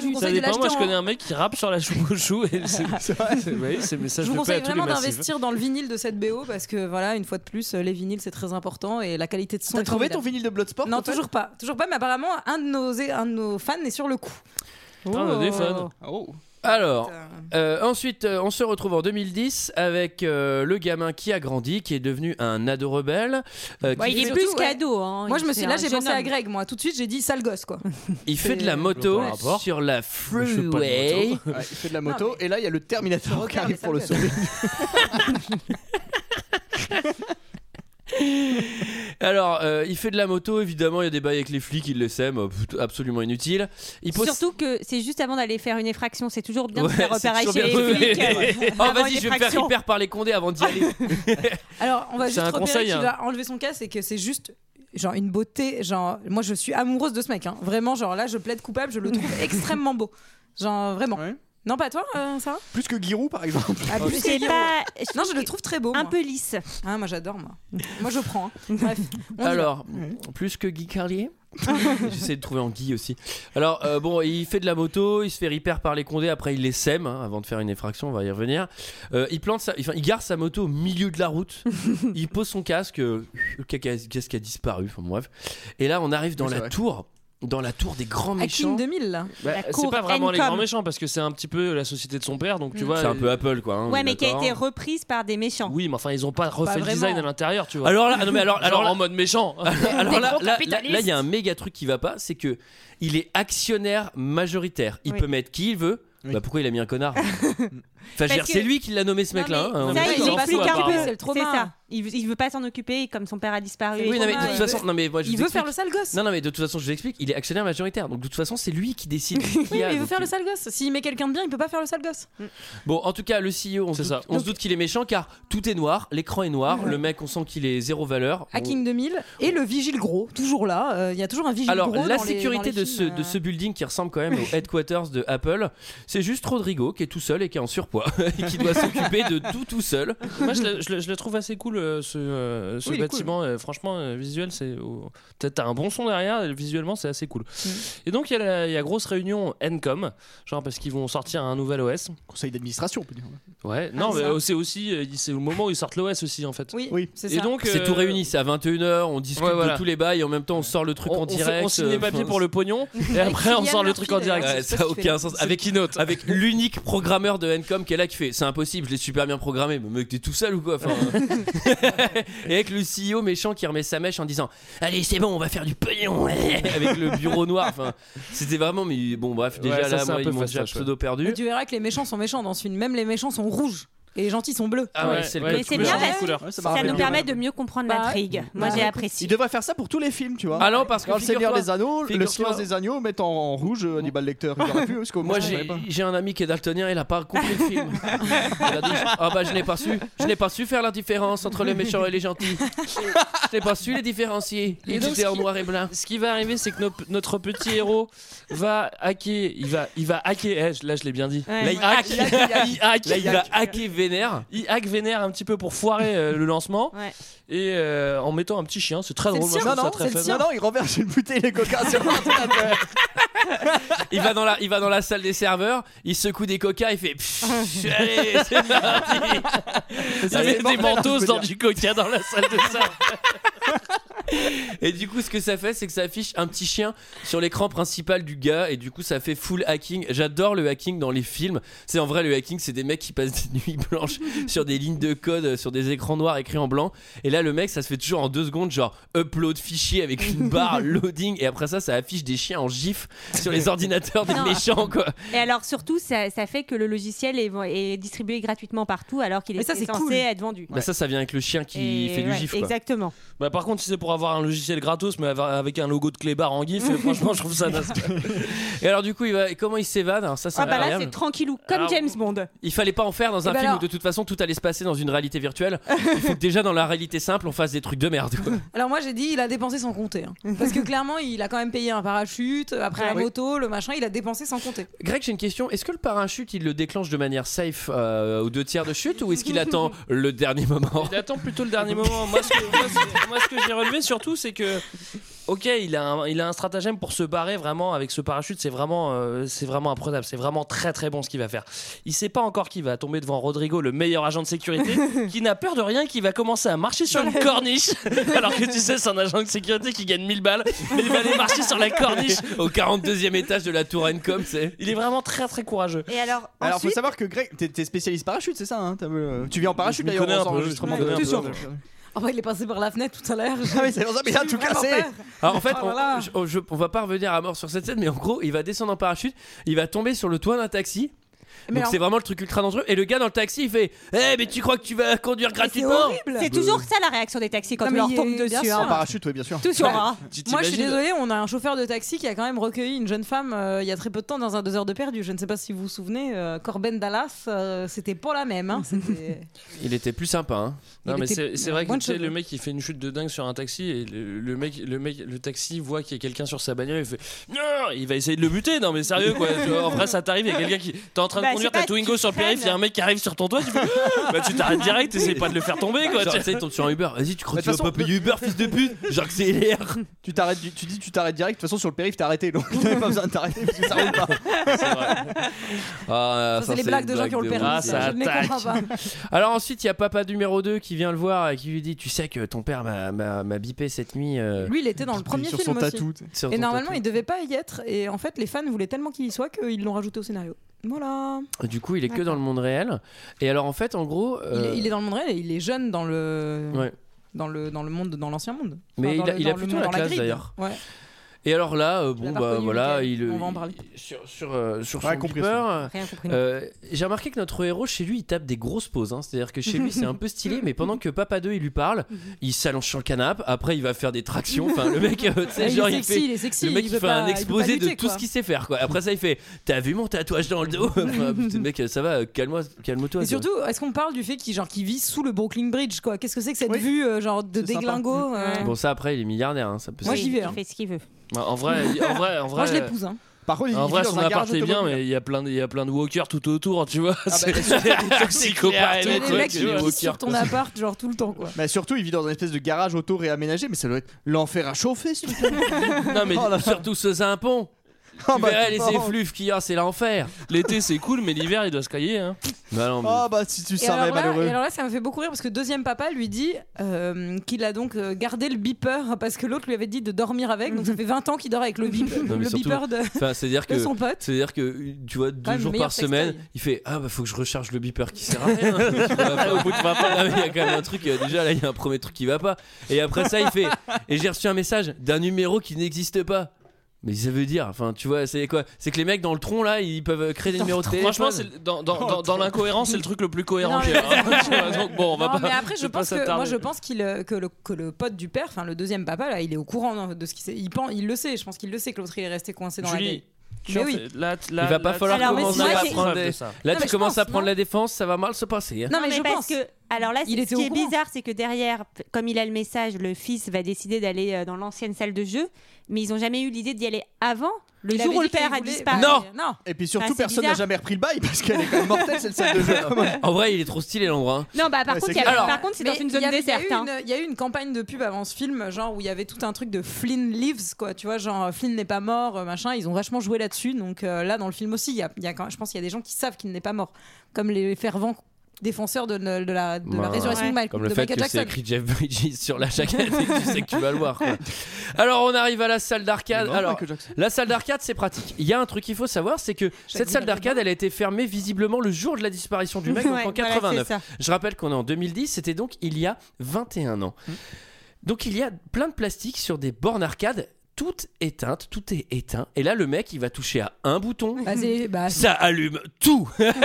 Speaker 5: je vous
Speaker 9: Ça
Speaker 5: conseille de
Speaker 9: dépend. Moi,
Speaker 5: l'acheter.
Speaker 9: je
Speaker 5: en-
Speaker 9: connais un mec qui rappe sur la choucouchou et c'est. c'est- oui, c'est- mais ça,
Speaker 5: Je
Speaker 9: je
Speaker 5: vous
Speaker 9: le fais à
Speaker 5: conseille
Speaker 9: tous les
Speaker 5: vraiment
Speaker 9: massifs.
Speaker 5: d'investir dans le vinyle de cette BO parce que voilà, une fois de plus, euh, les vinyles c'est très important et la qualité de son.
Speaker 6: T'as
Speaker 5: est
Speaker 6: trouvé ton
Speaker 5: formidable.
Speaker 6: vinyle de Bloodsport
Speaker 5: Non,
Speaker 6: en fait
Speaker 5: toujours pas. Toujours pas, mais apparemment, un de nos, un de nos fans est sur le coup.
Speaker 9: Putain, on a des fans.
Speaker 6: Oh.
Speaker 1: Alors,
Speaker 5: Euh,
Speaker 1: euh, ensuite, euh, on se retrouve en 2010 avec euh, le gamin qui a grandi, qui est devenu un ado rebelle. euh, qui
Speaker 10: Ouais, il est
Speaker 1: fait-
Speaker 5: surtout,
Speaker 10: plus qu'ado. hein.
Speaker 5: Moi, je me
Speaker 10: C'est
Speaker 5: suis
Speaker 10: un
Speaker 5: là, j'ai
Speaker 10: jeune
Speaker 5: pensé à
Speaker 10: homme.
Speaker 5: Greg. Moi, tout de suite, j'ai dit sale gosse, quoi.
Speaker 1: il fait de la moto
Speaker 9: Par rapport.
Speaker 1: sur la
Speaker 9: Mais je fais pas de
Speaker 1: freeway.
Speaker 9: moto.
Speaker 6: Ouais, il fait de la moto et là il y a le Terminator qui arrive pour le sauver.
Speaker 1: Alors, euh, il fait de la moto, évidemment, il y a des bails avec les flics, il le sème, euh, absolument inutile. Il pose
Speaker 10: Surtout que c'est juste avant d'aller faire une effraction, c'est toujours bien de
Speaker 1: Ouais,
Speaker 10: faire
Speaker 1: c'est
Speaker 10: repérer
Speaker 1: toujours
Speaker 10: chez
Speaker 1: bien de-
Speaker 10: les flics. euh,
Speaker 1: Oh
Speaker 10: Avant
Speaker 1: vas-y, je
Speaker 10: une
Speaker 1: vais me faire
Speaker 10: effraction.
Speaker 1: hyper par les condés avant d'y aller.
Speaker 5: Alors, on va
Speaker 9: C'est
Speaker 5: juste
Speaker 9: un
Speaker 5: repérer
Speaker 9: conseil,
Speaker 5: qu'il
Speaker 9: hein.
Speaker 5: va enlever son casque et que c'est juste genre une beauté. Genre, moi, je suis amoureuse de ce mec. hein. Vraiment, genre là, je plaide coupable. Je le trouve extrêmement beau. Genre vraiment.
Speaker 6: Ouais.
Speaker 5: Non, pas toi, euh, Sarah
Speaker 6: Plus que Giroud par exemple.
Speaker 5: Ah,
Speaker 1: Oh,
Speaker 5: plus
Speaker 10: C'est
Speaker 5: que-
Speaker 10: pas. je
Speaker 5: Non,
Speaker 10: trouve
Speaker 5: je le
Speaker 10: que-
Speaker 5: trouve très beau.
Speaker 10: un
Speaker 5: moi.
Speaker 10: peu lisse.
Speaker 5: Ah, moi, j'adore moi. moi, je prends. hein. Bref. on y va.
Speaker 1: Alors, plus que Guy Carlier J'essaie de trouver en Guy aussi. Alors, euh, bon, il fait de la moto, il se fait repair par les condés, après il les sème hein, avant de faire une effraction, on va y revenir. Euh, il, plante sa- enfin, il garde sa moto au milieu de la route, il pose son casque, euh, le caca- casque a disparu, enfin bref. Et là, on arrive dans
Speaker 6: Oui, c'est
Speaker 1: la
Speaker 6: vrai.
Speaker 1: tour, dans la tour des grands
Speaker 5: Hakim
Speaker 1: méchants.
Speaker 5: 2000 là.
Speaker 9: Bah,
Speaker 10: La
Speaker 9: c'est
Speaker 10: cour
Speaker 9: pas vraiment les
Speaker 10: Encom.
Speaker 9: grands méchants parce que c'est un petit peu la société de son père, donc tu vois.
Speaker 1: C'est un peu Apple quoi. hein, on
Speaker 10: Ouais,
Speaker 1: est
Speaker 10: mais qui a
Speaker 1: d'accord.
Speaker 10: été reprise par des méchants.
Speaker 9: Oui, mais enfin, ils ont pas refait le
Speaker 5: vraiment.
Speaker 9: design à l'intérieur, tu vois.
Speaker 1: Alors là, non, mais alors,
Speaker 9: alors
Speaker 1: alors là-
Speaker 9: en mode méchant.
Speaker 1: Alors là,
Speaker 10: gros
Speaker 1: là, là,
Speaker 10: capitalistes.
Speaker 1: là, il y a un méga truc qui va pas, c'est que il est actionnaire majoritaire. Il
Speaker 10: Oui.
Speaker 1: peut mettre qui il veut.
Speaker 6: Oui.
Speaker 1: Bah pourquoi il a mis un connard Enfin, je veux dire,
Speaker 10: que-
Speaker 1: c'est lui qui l'a nommé ce
Speaker 10: Non,
Speaker 1: mec-là.
Speaker 10: mais
Speaker 1: hein, on
Speaker 9: mais
Speaker 1: est
Speaker 10: ça,
Speaker 9: d'accord.
Speaker 10: il
Speaker 9: Ils en
Speaker 10: explique
Speaker 9: foutent,
Speaker 10: un peu.
Speaker 9: apparemment.
Speaker 5: C'est le trauma.
Speaker 10: ça. Il, veut- il veut pas s'en occuper, comme son père a disparu.
Speaker 1: Oui, non, mais de
Speaker 5: il
Speaker 1: toute
Speaker 5: veut-
Speaker 1: façon, non mais moi je
Speaker 5: Il
Speaker 1: vous
Speaker 5: veut
Speaker 1: explique.
Speaker 5: faire le sale gosse.
Speaker 1: Non non mais de toute façon, je vous explique. Il est actionnaire majoritaire, donc de toute façon, c'est lui qui décide. qui
Speaker 5: Oui,
Speaker 1: y a,
Speaker 5: mais il veut
Speaker 1: donc
Speaker 5: faire le
Speaker 1: il-
Speaker 5: sale gosse. S'il met quelqu'un de bien, il peut pas faire le sale gosse.
Speaker 1: Bon, en tout cas, le CEO, on, se
Speaker 9: C'est
Speaker 1: doute,
Speaker 9: ça.
Speaker 1: on se doute qu'il est méchant car tout est noir, l'écran est noir, le mec, on sent qu'il est zéro valeur. Bon.
Speaker 5: Hacking 2000 et le vigile gros, toujours là. euh, Il y a toujours un vigile
Speaker 1: Alors,
Speaker 5: gros.
Speaker 1: la
Speaker 5: dans les-
Speaker 1: sécurité
Speaker 5: dans les
Speaker 1: de, ce,
Speaker 5: films, euh.
Speaker 1: de ce building qui ressemble quand même au headquarters de Apple, c'est juste Rodrigo qui est tout seul et qui est en surpoids et qui doit s'occuper de tout tout seul.
Speaker 9: Moi, je le, je le- je le trouve assez cool, euh, ce, euh, ce
Speaker 5: Oui, il est
Speaker 9: bâtiment. euh, franchement, euh, visuel, c'est au- peut-être t'as un bon son derrière. et Visuellement, c'est assez cool.
Speaker 5: Mm.
Speaker 9: Et donc il y, a la- il y a grosse réunion Encom, genre parce qu'ils vont sortir un nouvel OS.
Speaker 6: Conseil d'administration, on peut dire.
Speaker 9: Ouais. Non,
Speaker 5: Ah,
Speaker 9: mais
Speaker 5: ça.
Speaker 9: euh, c'est aussi euh, c'est au moment où ils sortent l'OS aussi en fait.
Speaker 5: euh, Oui,
Speaker 6: Oui.
Speaker 5: c'est
Speaker 9: Et
Speaker 5: ça.
Speaker 9: donc
Speaker 1: C'est tout
Speaker 9: euh,
Speaker 1: réuni, c'est à 21h, on discute
Speaker 9: Ouais, voilà.
Speaker 1: de tous les bails et en même temps on sort le truc
Speaker 9: On,
Speaker 1: en
Speaker 9: on fait-
Speaker 1: direct. euh,
Speaker 9: on signe les papiers
Speaker 1: enfin,
Speaker 9: pour le pognon et
Speaker 5: Avec
Speaker 9: après on
Speaker 5: Kylian
Speaker 9: sort le truc en
Speaker 5: Murphy,
Speaker 9: direct.
Speaker 5: d'ailleurs.
Speaker 1: Ouais,
Speaker 5: C'est
Speaker 1: ça
Speaker 5: ça
Speaker 1: a
Speaker 5: qui fait
Speaker 1: aucun
Speaker 5: le-
Speaker 1: sens.
Speaker 9: Avec
Speaker 1: Avec,
Speaker 9: Keynote.
Speaker 1: avec l'unique programmeur de Encom qui est là qui fait c'est impossible, je l'ai super bien programmé, mais mec, t'es tout seul ou quoi Enfin, euh. Et avec le CEO méchant qui remet sa mèche en disant Allez, c'est bon, on va faire du pognon ouais. Avec le bureau noir. Enfin, c'était vraiment, mais bon, bref, déjà
Speaker 9: Ouais, ça,
Speaker 1: là,
Speaker 9: c'est un
Speaker 1: moi,
Speaker 9: peu
Speaker 1: ils m'ont déjà
Speaker 9: fastoche, ouais.
Speaker 1: pseudo perdu.
Speaker 5: Mais tu verras que les méchants sont méchants dans ce film. Même les méchants sont rouges et les gentils sont bleus.
Speaker 1: Ah ouais, c'est le
Speaker 10: Mais
Speaker 1: coach.
Speaker 10: c'est
Speaker 9: tu peux
Speaker 10: bien
Speaker 9: changer
Speaker 10: parce
Speaker 9: de couleur.
Speaker 6: Ouais, ça m'a
Speaker 10: Ça
Speaker 6: rappelé
Speaker 10: nous
Speaker 6: un-
Speaker 10: permet de mieux comprendre
Speaker 5: Bah,
Speaker 10: l'intrigue.
Speaker 5: bah,
Speaker 10: Moi, j'ai
Speaker 5: écoute,
Speaker 6: Il
Speaker 10: apprécié.
Speaker 6: devrait faire ça pour tous les films, tu vois.
Speaker 1: Ah non, parce que
Speaker 6: Dans le Seigneur
Speaker 1: figure-toi-
Speaker 6: des Anneaux, le
Speaker 1: figure-toi-
Speaker 6: silence des anneaux mettent en, en rouge euh, Hannibal Lecter. Il aurait pu, parce que
Speaker 1: Moi j'ai j'ai un ami qui est daltonien, il a pas compris le film. Il a dit ah bah je n'ai pas su, je n'ai pas su faire la différence entre les méchants et les gentils. Je n'ai pas su les différencier.
Speaker 9: Et
Speaker 1: Ils
Speaker 9: donc,
Speaker 1: étaient
Speaker 9: ce
Speaker 1: en
Speaker 9: qui-
Speaker 1: noir et blanc.
Speaker 9: Ce qui va arriver, c'est que nos- notre petit héros va hacker. Il va, il va hacker. eh, je- là, je l'ai bien dit.
Speaker 10: Ouais.
Speaker 1: Là, il hack,
Speaker 9: Il hack, il hack,
Speaker 1: Là, il
Speaker 9: il
Speaker 1: va hacker Vénère.
Speaker 9: hack Vénère un petit peu pour foirer euh, le lancement.
Speaker 10: Ouais.
Speaker 9: Et euh, en mettant un petit chien, c'est très drôle. moi, je
Speaker 6: non,
Speaker 9: trouve
Speaker 6: non,
Speaker 9: ça très fun.
Speaker 6: Ah non, non, il renverse une bouteille de coca sur l'ordinateur.
Speaker 1: Il va dans la, il va dans la salle des serveurs. Il secoue des coca. Il fait. Pfff, allez, c'est parti.
Speaker 9: Il y
Speaker 6: Ah,
Speaker 9: avait des
Speaker 6: c'est mortel, hein, je
Speaker 9: mentos
Speaker 6: peux
Speaker 9: dans
Speaker 6: dire.
Speaker 9: du coca dans la salle de ça.
Speaker 1: Et du coup, ce que ça fait, c'est que ça affiche un petit chien sur l'écran principal du gars, et du coup, ça fait full hacking. J'adore le hacking dans les films. C'est en vrai le hacking, c'est des mecs qui passent des nuits blanches sur des lignes de code, euh, sur des écrans noirs écrits en blanc. Et là, le mec, ça se fait toujours en deux secondes, genre upload fichier avec une barre loading, et après ça, ça affiche des chiens en gif sur les ordinateurs des
Speaker 10: Non.
Speaker 1: méchants, quoi.
Speaker 10: Et alors, surtout, ça, ça fait que le logiciel est, est distribué gratuitement partout alors qu'il
Speaker 5: Mais
Speaker 10: est
Speaker 5: ça,
Speaker 10: censé
Speaker 5: c'est cool.
Speaker 10: être vendu.
Speaker 1: Bah, ça, ça vient avec le chien qui
Speaker 10: Et
Speaker 1: fait du
Speaker 10: ouais,
Speaker 1: gif, quoi.
Speaker 10: Exactement.
Speaker 9: Bah, par contre, si c'est pour avoir un logiciel gratos, mais av- avec un logo de clébard en gif, euh, franchement, je trouve ça naze.
Speaker 1: Et alors, du coup, il va... comment il s'évade Alors, Ça, c'est
Speaker 10: Ah bah là,
Speaker 1: incroyable.
Speaker 10: c'est tranquillou, comme
Speaker 9: Alors-
Speaker 10: James Bond.
Speaker 1: Il fallait pas en faire dans
Speaker 5: Eh
Speaker 1: un
Speaker 5: ben
Speaker 1: film
Speaker 5: alors-
Speaker 1: où de toute façon tout allait se passer dans une réalité virtuelle. Il faut que déjà dans la réalité simple on fasse des trucs de merde. quoi.
Speaker 5: Alors moi j'ai dit il a dépensé sans compter. hein. Parce que clairement il a quand même payé un parachute, après la
Speaker 10: Ouais.
Speaker 5: moto, le machin, il a dépensé sans compter.
Speaker 1: Greg, j'ai une question. Est-ce que le parachute il le déclenche de manière safe euh, aux deux tiers de chute ou est-ce qu'il attend le dernier moment
Speaker 9: Il attend plutôt le dernier moment. Moi, ce que, moi, ce- moi, ce que j'ai relevé surtout, c'est que, ok, il a, un, il a un stratagème pour se barrer vraiment avec ce parachute. C'est vraiment, euh, c'est vraiment imprenable. C'est vraiment très très bon ce qu'il va faire. Il sait pas encore qu'il va tomber devant Rodrigo, le meilleur agent de sécurité, qui n'a peur de rien, qui va commencer à marcher sur une corniche. Alors que tu sais, c'est un agent de sécurité qui gagne 1000 balles, mais il va aller marcher sur la corniche.
Speaker 1: Au 42e étage de la tour Encom, c'est.
Speaker 9: Il est vraiment très très courageux.
Speaker 10: Et alors,
Speaker 6: Alors, faut
Speaker 10: ensuite,
Speaker 6: savoir que Greg, t'es t'es spécialiste parachute, c'est ça hein T'as vu, euh, Tu viens en parachute
Speaker 9: Je m'y
Speaker 6: d'ailleurs
Speaker 9: connais un
Speaker 6: aux
Speaker 9: peu, je
Speaker 6: enregistrements
Speaker 9: m'y connais
Speaker 6: de-
Speaker 9: un peu.
Speaker 6: de-
Speaker 5: En vrai il est passé par la fenêtre tout à l'heure.
Speaker 6: Ah oui, c'est pour ça, mais il a tout cassé.
Speaker 1: Alors en fait,
Speaker 5: Oh
Speaker 1: on,
Speaker 5: là là.
Speaker 1: je- je- on va pas revenir à mort sur cette scène, mais en gros, il va descendre en parachute, il va tomber sur le toit d'un taxi.
Speaker 5: Mais
Speaker 1: Donc
Speaker 5: alors-
Speaker 1: c'est vraiment le truc ultra dangereux. Et le gars dans le taxi il fait Eh, mais tu crois que tu vas conduire
Speaker 5: C'est
Speaker 1: gratuitement
Speaker 5: horrible.
Speaker 10: c'est toujours ça la réaction des taxis quand
Speaker 5: Non,
Speaker 10: on
Speaker 5: mais
Speaker 10: leur
Speaker 5: il
Speaker 10: tombe
Speaker 5: est- bien
Speaker 10: dessus.
Speaker 5: sûr.
Speaker 10: hein.
Speaker 6: En parachute, oui, bien sûr.
Speaker 5: Tout sur un.
Speaker 9: Tu
Speaker 5: Moi je suis
Speaker 9: t'imagines-
Speaker 5: désolée, on a un chauffeur de taxi qui a quand même recueilli une jeune femme euh, il y a très peu de temps dans un deux heures de perdu. Je ne sais pas si vous vous souvenez, euh, Corben Dallas, euh, c'était pas la même. hein, c'était-
Speaker 1: Il était plus sympa. Hein.
Speaker 9: Non,
Speaker 5: Il
Speaker 9: mais
Speaker 5: était
Speaker 9: c'est c'est vrai que
Speaker 5: moins
Speaker 9: tu sais,
Speaker 5: de
Speaker 9: le
Speaker 5: cheveux.
Speaker 9: mec il fait une chute de dingue sur un taxi et le, le mec, le mec, le taxi voit qu'il y a quelqu'un sur sa bagnole et fait non, il va essayer de le buter. Non, mais sérieux quoi. Tu vois, en vrai, ça t'arrive, il y a quelqu'un qui t'es en train de
Speaker 10: Bah,
Speaker 9: conduire,
Speaker 10: c'est pas
Speaker 9: t'as Twingo
Speaker 10: tu
Speaker 9: sur le périph', il y a un mec qui arrive sur ton toit, tu fais Ah bah tu t'arrêtes direct, t'essayes pas de le faire tomber quoi.
Speaker 1: Genre,
Speaker 9: tu
Speaker 1: tu sais, il tombe sur un Uber. Vas-y, tu crois
Speaker 6: Mais
Speaker 1: que
Speaker 6: Bah, de
Speaker 1: tu vas
Speaker 6: toute
Speaker 1: pas payer Uber, fils de pute J'accélère.
Speaker 6: Tu t'arrêtes, du- tu dis tu t'arrêtes direct. De toute façon, sur le périph, t'es arrêté, donc t'avais pas besoin de t'arrêter parce que ça roule pas.
Speaker 1: Ah,
Speaker 5: Ça, c'est les blagues de gens qui ont le permis.
Speaker 9: Ah,
Speaker 5: ça,
Speaker 9: ça
Speaker 5: je ne les
Speaker 9: attaque.
Speaker 5: comprends pas.
Speaker 1: Alors ensuite, il y a papa numéro 2 qui vient le voir et qui lui dit Tu sais que ton père m'a- m'a m'a bipé cette nuit. euh,
Speaker 5: Lui, il était dans le premier
Speaker 6: sur
Speaker 5: film
Speaker 6: son
Speaker 5: aussi.
Speaker 6: tatou. t'sais.
Speaker 1: sur
Speaker 5: Et
Speaker 1: ton
Speaker 5: normalement, il
Speaker 1: tatou.
Speaker 5: devait pas y être. Et en fait, les fans voulaient tellement qu'il y soit qu'ils l'ont rajouté au scénario. Voilà.
Speaker 1: Du coup, il est que dans le monde réel. Et alors, en fait, en gros.
Speaker 5: Il,
Speaker 1: euh,
Speaker 5: est, il est dans le monde réel et il est jeune dans le.
Speaker 1: Ouais.
Speaker 5: Dans le, dans le monde, dans l'ancien monde.
Speaker 1: Mais
Speaker 5: dans
Speaker 1: il a- il a
Speaker 5: dans
Speaker 1: plutôt
Speaker 5: monde-
Speaker 1: la
Speaker 5: dans
Speaker 1: classe,
Speaker 5: grille.
Speaker 1: d'ailleurs.
Speaker 5: Ouais.
Speaker 1: Et alors là, euh, bon,
Speaker 5: l'avais
Speaker 1: bah
Speaker 5: reconnu,
Speaker 1: voilà,
Speaker 5: Mickaël.
Speaker 1: il.
Speaker 5: On va en parler.
Speaker 1: il- Sur, sur, euh, sur son
Speaker 6: Ouais, compris,
Speaker 1: Uber,
Speaker 10: Rien compris.
Speaker 1: Euh, j'ai remarqué que notre héros chez lui il tape des grosses pauses, hein. c'est-à-dire que chez lui c'est un peu stylé, mais pendant que Papa 2 il lui parle, il s'allonge sur le canapé, après il va faire des tractions, enfin le mec, euh, tu sais,
Speaker 5: Ah, il
Speaker 1: genre
Speaker 5: est
Speaker 1: il
Speaker 5: sexy,
Speaker 1: fait,
Speaker 5: il est sexy.
Speaker 1: le mec il
Speaker 5: veut
Speaker 1: fait
Speaker 5: pas-
Speaker 1: un
Speaker 5: il veut pas
Speaker 1: exposé de
Speaker 5: lutter,
Speaker 1: tout
Speaker 5: quoi.
Speaker 1: ce qu'il sait faire, quoi. Après ça il fait, t'as vu mon tatouage dans le dos, Enfin, putain, mec ça va, euh, calme-moi, calme-toi.
Speaker 5: Et
Speaker 1: quoi.
Speaker 5: surtout, est-ce qu'on parle du fait qu'il genre qu'il vit sous le Brooklyn Bridge quoi Qu'est-ce que c'est que cette
Speaker 6: Oui.
Speaker 5: vue euh, genre de
Speaker 6: C'est sympa.
Speaker 5: déglingo euh,
Speaker 1: Bon ça après il est milliardaire, hein, ça peut.
Speaker 5: Moi,
Speaker 10: Oui,
Speaker 5: j'y vais,
Speaker 10: Il
Speaker 5: hein.
Speaker 10: fait ce qu'il veut.
Speaker 9: Bah, en vrai, en vrai, en vrai.
Speaker 5: Moi je l'épouse. hein.
Speaker 6: Par contre, il
Speaker 9: En
Speaker 6: vit
Speaker 9: vrai,
Speaker 6: dans
Speaker 9: son
Speaker 6: un
Speaker 9: appart
Speaker 6: garage
Speaker 9: est bien,
Speaker 6: automobile.
Speaker 9: mais il y a plein de, il y a plein de walkers tout autour, tu vois. c'est
Speaker 6: bah,
Speaker 9: des psychopathes.
Speaker 5: Il y a des
Speaker 9: ouais,
Speaker 5: mecs
Speaker 9: tu
Speaker 5: qui
Speaker 9: vois.
Speaker 5: pissent sur ton appart, genre tout le temps, quoi.
Speaker 6: Bah, surtout, il vit dans une espèce de garage auto réaménagé, mais ça doit être l'enfer à chauffer, ce truc.
Speaker 1: Non, mais
Speaker 6: Oh là là.
Speaker 1: surtout ce un pont.
Speaker 6: Ah,
Speaker 1: Tu
Speaker 6: bah,
Speaker 1: verrais les
Speaker 6: oh.
Speaker 1: effluves qu'il y a, c'est l'enfer.
Speaker 9: L'été, c'est cool, mais l'hiver, il doit se cailler. Hein.
Speaker 1: Bah non, mais-
Speaker 6: Ah, bah, si tu
Speaker 5: Et
Speaker 6: savais,
Speaker 5: alors, là,
Speaker 6: malheureux.
Speaker 5: et alors là, ça me fait beaucoup rire parce que deuxième papa lui dit euh, qu'il a donc euh, gardé le beeper parce que l'autre lui avait dit de dormir avec. Donc ça fait 20 ans qu'il dort avec le, beep-
Speaker 1: Non, mais
Speaker 5: le
Speaker 1: surtout-
Speaker 5: beeper de,
Speaker 1: Enfin, c'est-à-dire
Speaker 5: de
Speaker 1: que.
Speaker 5: son pote.
Speaker 1: C'est-à-dire que tu vois deux
Speaker 5: même le
Speaker 1: jours
Speaker 5: meilleur
Speaker 1: par semaine,
Speaker 5: sextoy.
Speaker 1: il fait ah bah faut que je recharge le beeper qui sert à rien. Tu vois, après, au bout de 20 pas, là, il y a quand même un truc euh, déjà là il y a un premier truc qui va pas. Et après ça il fait et j'ai reçu un message d'un numéro qui n'existe pas. Mais ça veut dire enfin tu vois c'est quoi C'est que les mecs dans le tronc là ils peuvent euh, créer des numéros de téléphone.
Speaker 9: Franchement, c'est le- dans, dans, dans, dans l'incohérence, c'est le truc le plus cohérent
Speaker 5: Non,
Speaker 9: qu'il y a. hein. Tu vois, Donc bon, on va
Speaker 5: Non,
Speaker 9: pas.
Speaker 5: mais après,
Speaker 9: je
Speaker 5: je
Speaker 9: vais pas
Speaker 5: pense que
Speaker 9: s'attarder.
Speaker 5: moi, je pense qu'il euh, que le que le pote du père, enfin le deuxième papa là, il est au courant hein, de ce qu'il sait. Il pense, il le sait. Je pense qu'il le sait que l'autre il est resté coincé dans la
Speaker 9: Julie,
Speaker 5: vieille.
Speaker 9: tu
Speaker 5: Mais
Speaker 9: en
Speaker 5: oui.
Speaker 9: fais- là, t- là,
Speaker 1: Il va pas
Speaker 9: là,
Speaker 1: falloir
Speaker 9: tu-
Speaker 10: Alors, mais
Speaker 1: commencer
Speaker 10: c'est
Speaker 1: à
Speaker 10: vrai que-
Speaker 1: prendre
Speaker 9: preuve
Speaker 1: des-
Speaker 9: de ça.
Speaker 1: Là
Speaker 5: Non,
Speaker 1: tu
Speaker 5: mais je
Speaker 1: commences à
Speaker 5: pense,
Speaker 1: prendre
Speaker 5: non
Speaker 1: la défense, ça va mal se passer. hein.
Speaker 5: Non, mais, je
Speaker 10: parce
Speaker 5: pense.
Speaker 10: que alors là,
Speaker 5: Il
Speaker 10: c'est-
Speaker 5: était
Speaker 10: ce qui
Speaker 5: au
Speaker 10: est
Speaker 5: courant.
Speaker 10: bizarre, c'est que derrière, p- comme il a le message, le fils va décider d'aller euh, dans l'ancienne salle de jeu, mais ils ont jamais eu l'idée d'y aller avant le
Speaker 5: Il
Speaker 10: jour
Speaker 5: avait
Speaker 10: où le
Speaker 5: dit qu'il
Speaker 10: père a
Speaker 5: voulait-
Speaker 10: disparu.
Speaker 1: Non.
Speaker 5: non.
Speaker 6: Et puis
Speaker 10: Ah,
Speaker 6: surtout,
Speaker 10: c'est
Speaker 6: personne n'a
Speaker 10: bizarre.
Speaker 6: jamais repris le bail parce qu'elle est quand même mortelle, cette salle de jeu.
Speaker 1: En vrai il est trop stylé l'endroit. hein.
Speaker 10: Non, bah par
Speaker 6: Ouais,
Speaker 10: contre,
Speaker 6: c'est
Speaker 10: il y a-
Speaker 1: clair. Alors,
Speaker 10: par contre, c'est dans
Speaker 5: Mais
Speaker 10: une
Speaker 5: il y
Speaker 10: zone
Speaker 5: avait-
Speaker 10: déserte.
Speaker 5: Il y, a eu
Speaker 10: hein.
Speaker 5: une- il y a eu une campagne de pub avant ce film, genre où il y avait tout un truc de Flynn lives, quoi. Tu vois, genre Flynn n'est pas mort, euh, machin. Ils ont vachement joué là-dessus. Donc euh, là, dans le film aussi, il y a, il y a quand même- je pense qu'il y a des gens qui savent qu'il n'est pas mort, comme les fervents défenseurs de, ne- de la, de la
Speaker 1: Ouais.
Speaker 5: résurrection de, Mal-
Speaker 1: Comme le
Speaker 5: de
Speaker 1: fait
Speaker 5: Michael
Speaker 1: que c'est
Speaker 5: Jackson.
Speaker 1: écrit Jeff Bridges sur la jaquette et que tu sais que tu vas le voir. quoi. Alors on arrive à la salle d'arcade. Alors la salle d'arcade c'est pratique. Il y a un truc qu'il faut savoir, c'est que cette salle d'arcade elle a été fermée visiblement le jour de la disparition du mec donc
Speaker 10: Ouais,
Speaker 1: en
Speaker 10: voilà,
Speaker 1: 89.
Speaker 10: c'est ça.
Speaker 1: Je rappelle qu'on est en 2010, c'était donc il y a 21 ans.
Speaker 10: Hum.
Speaker 1: Donc il y a plein de plastique sur des bornes arcade, toutes éteintes, tout est éteint. Et là le mec il va toucher à un bouton.
Speaker 5: Bah, c'est- bah, c'est-
Speaker 1: Ça allume tout
Speaker 5: bah,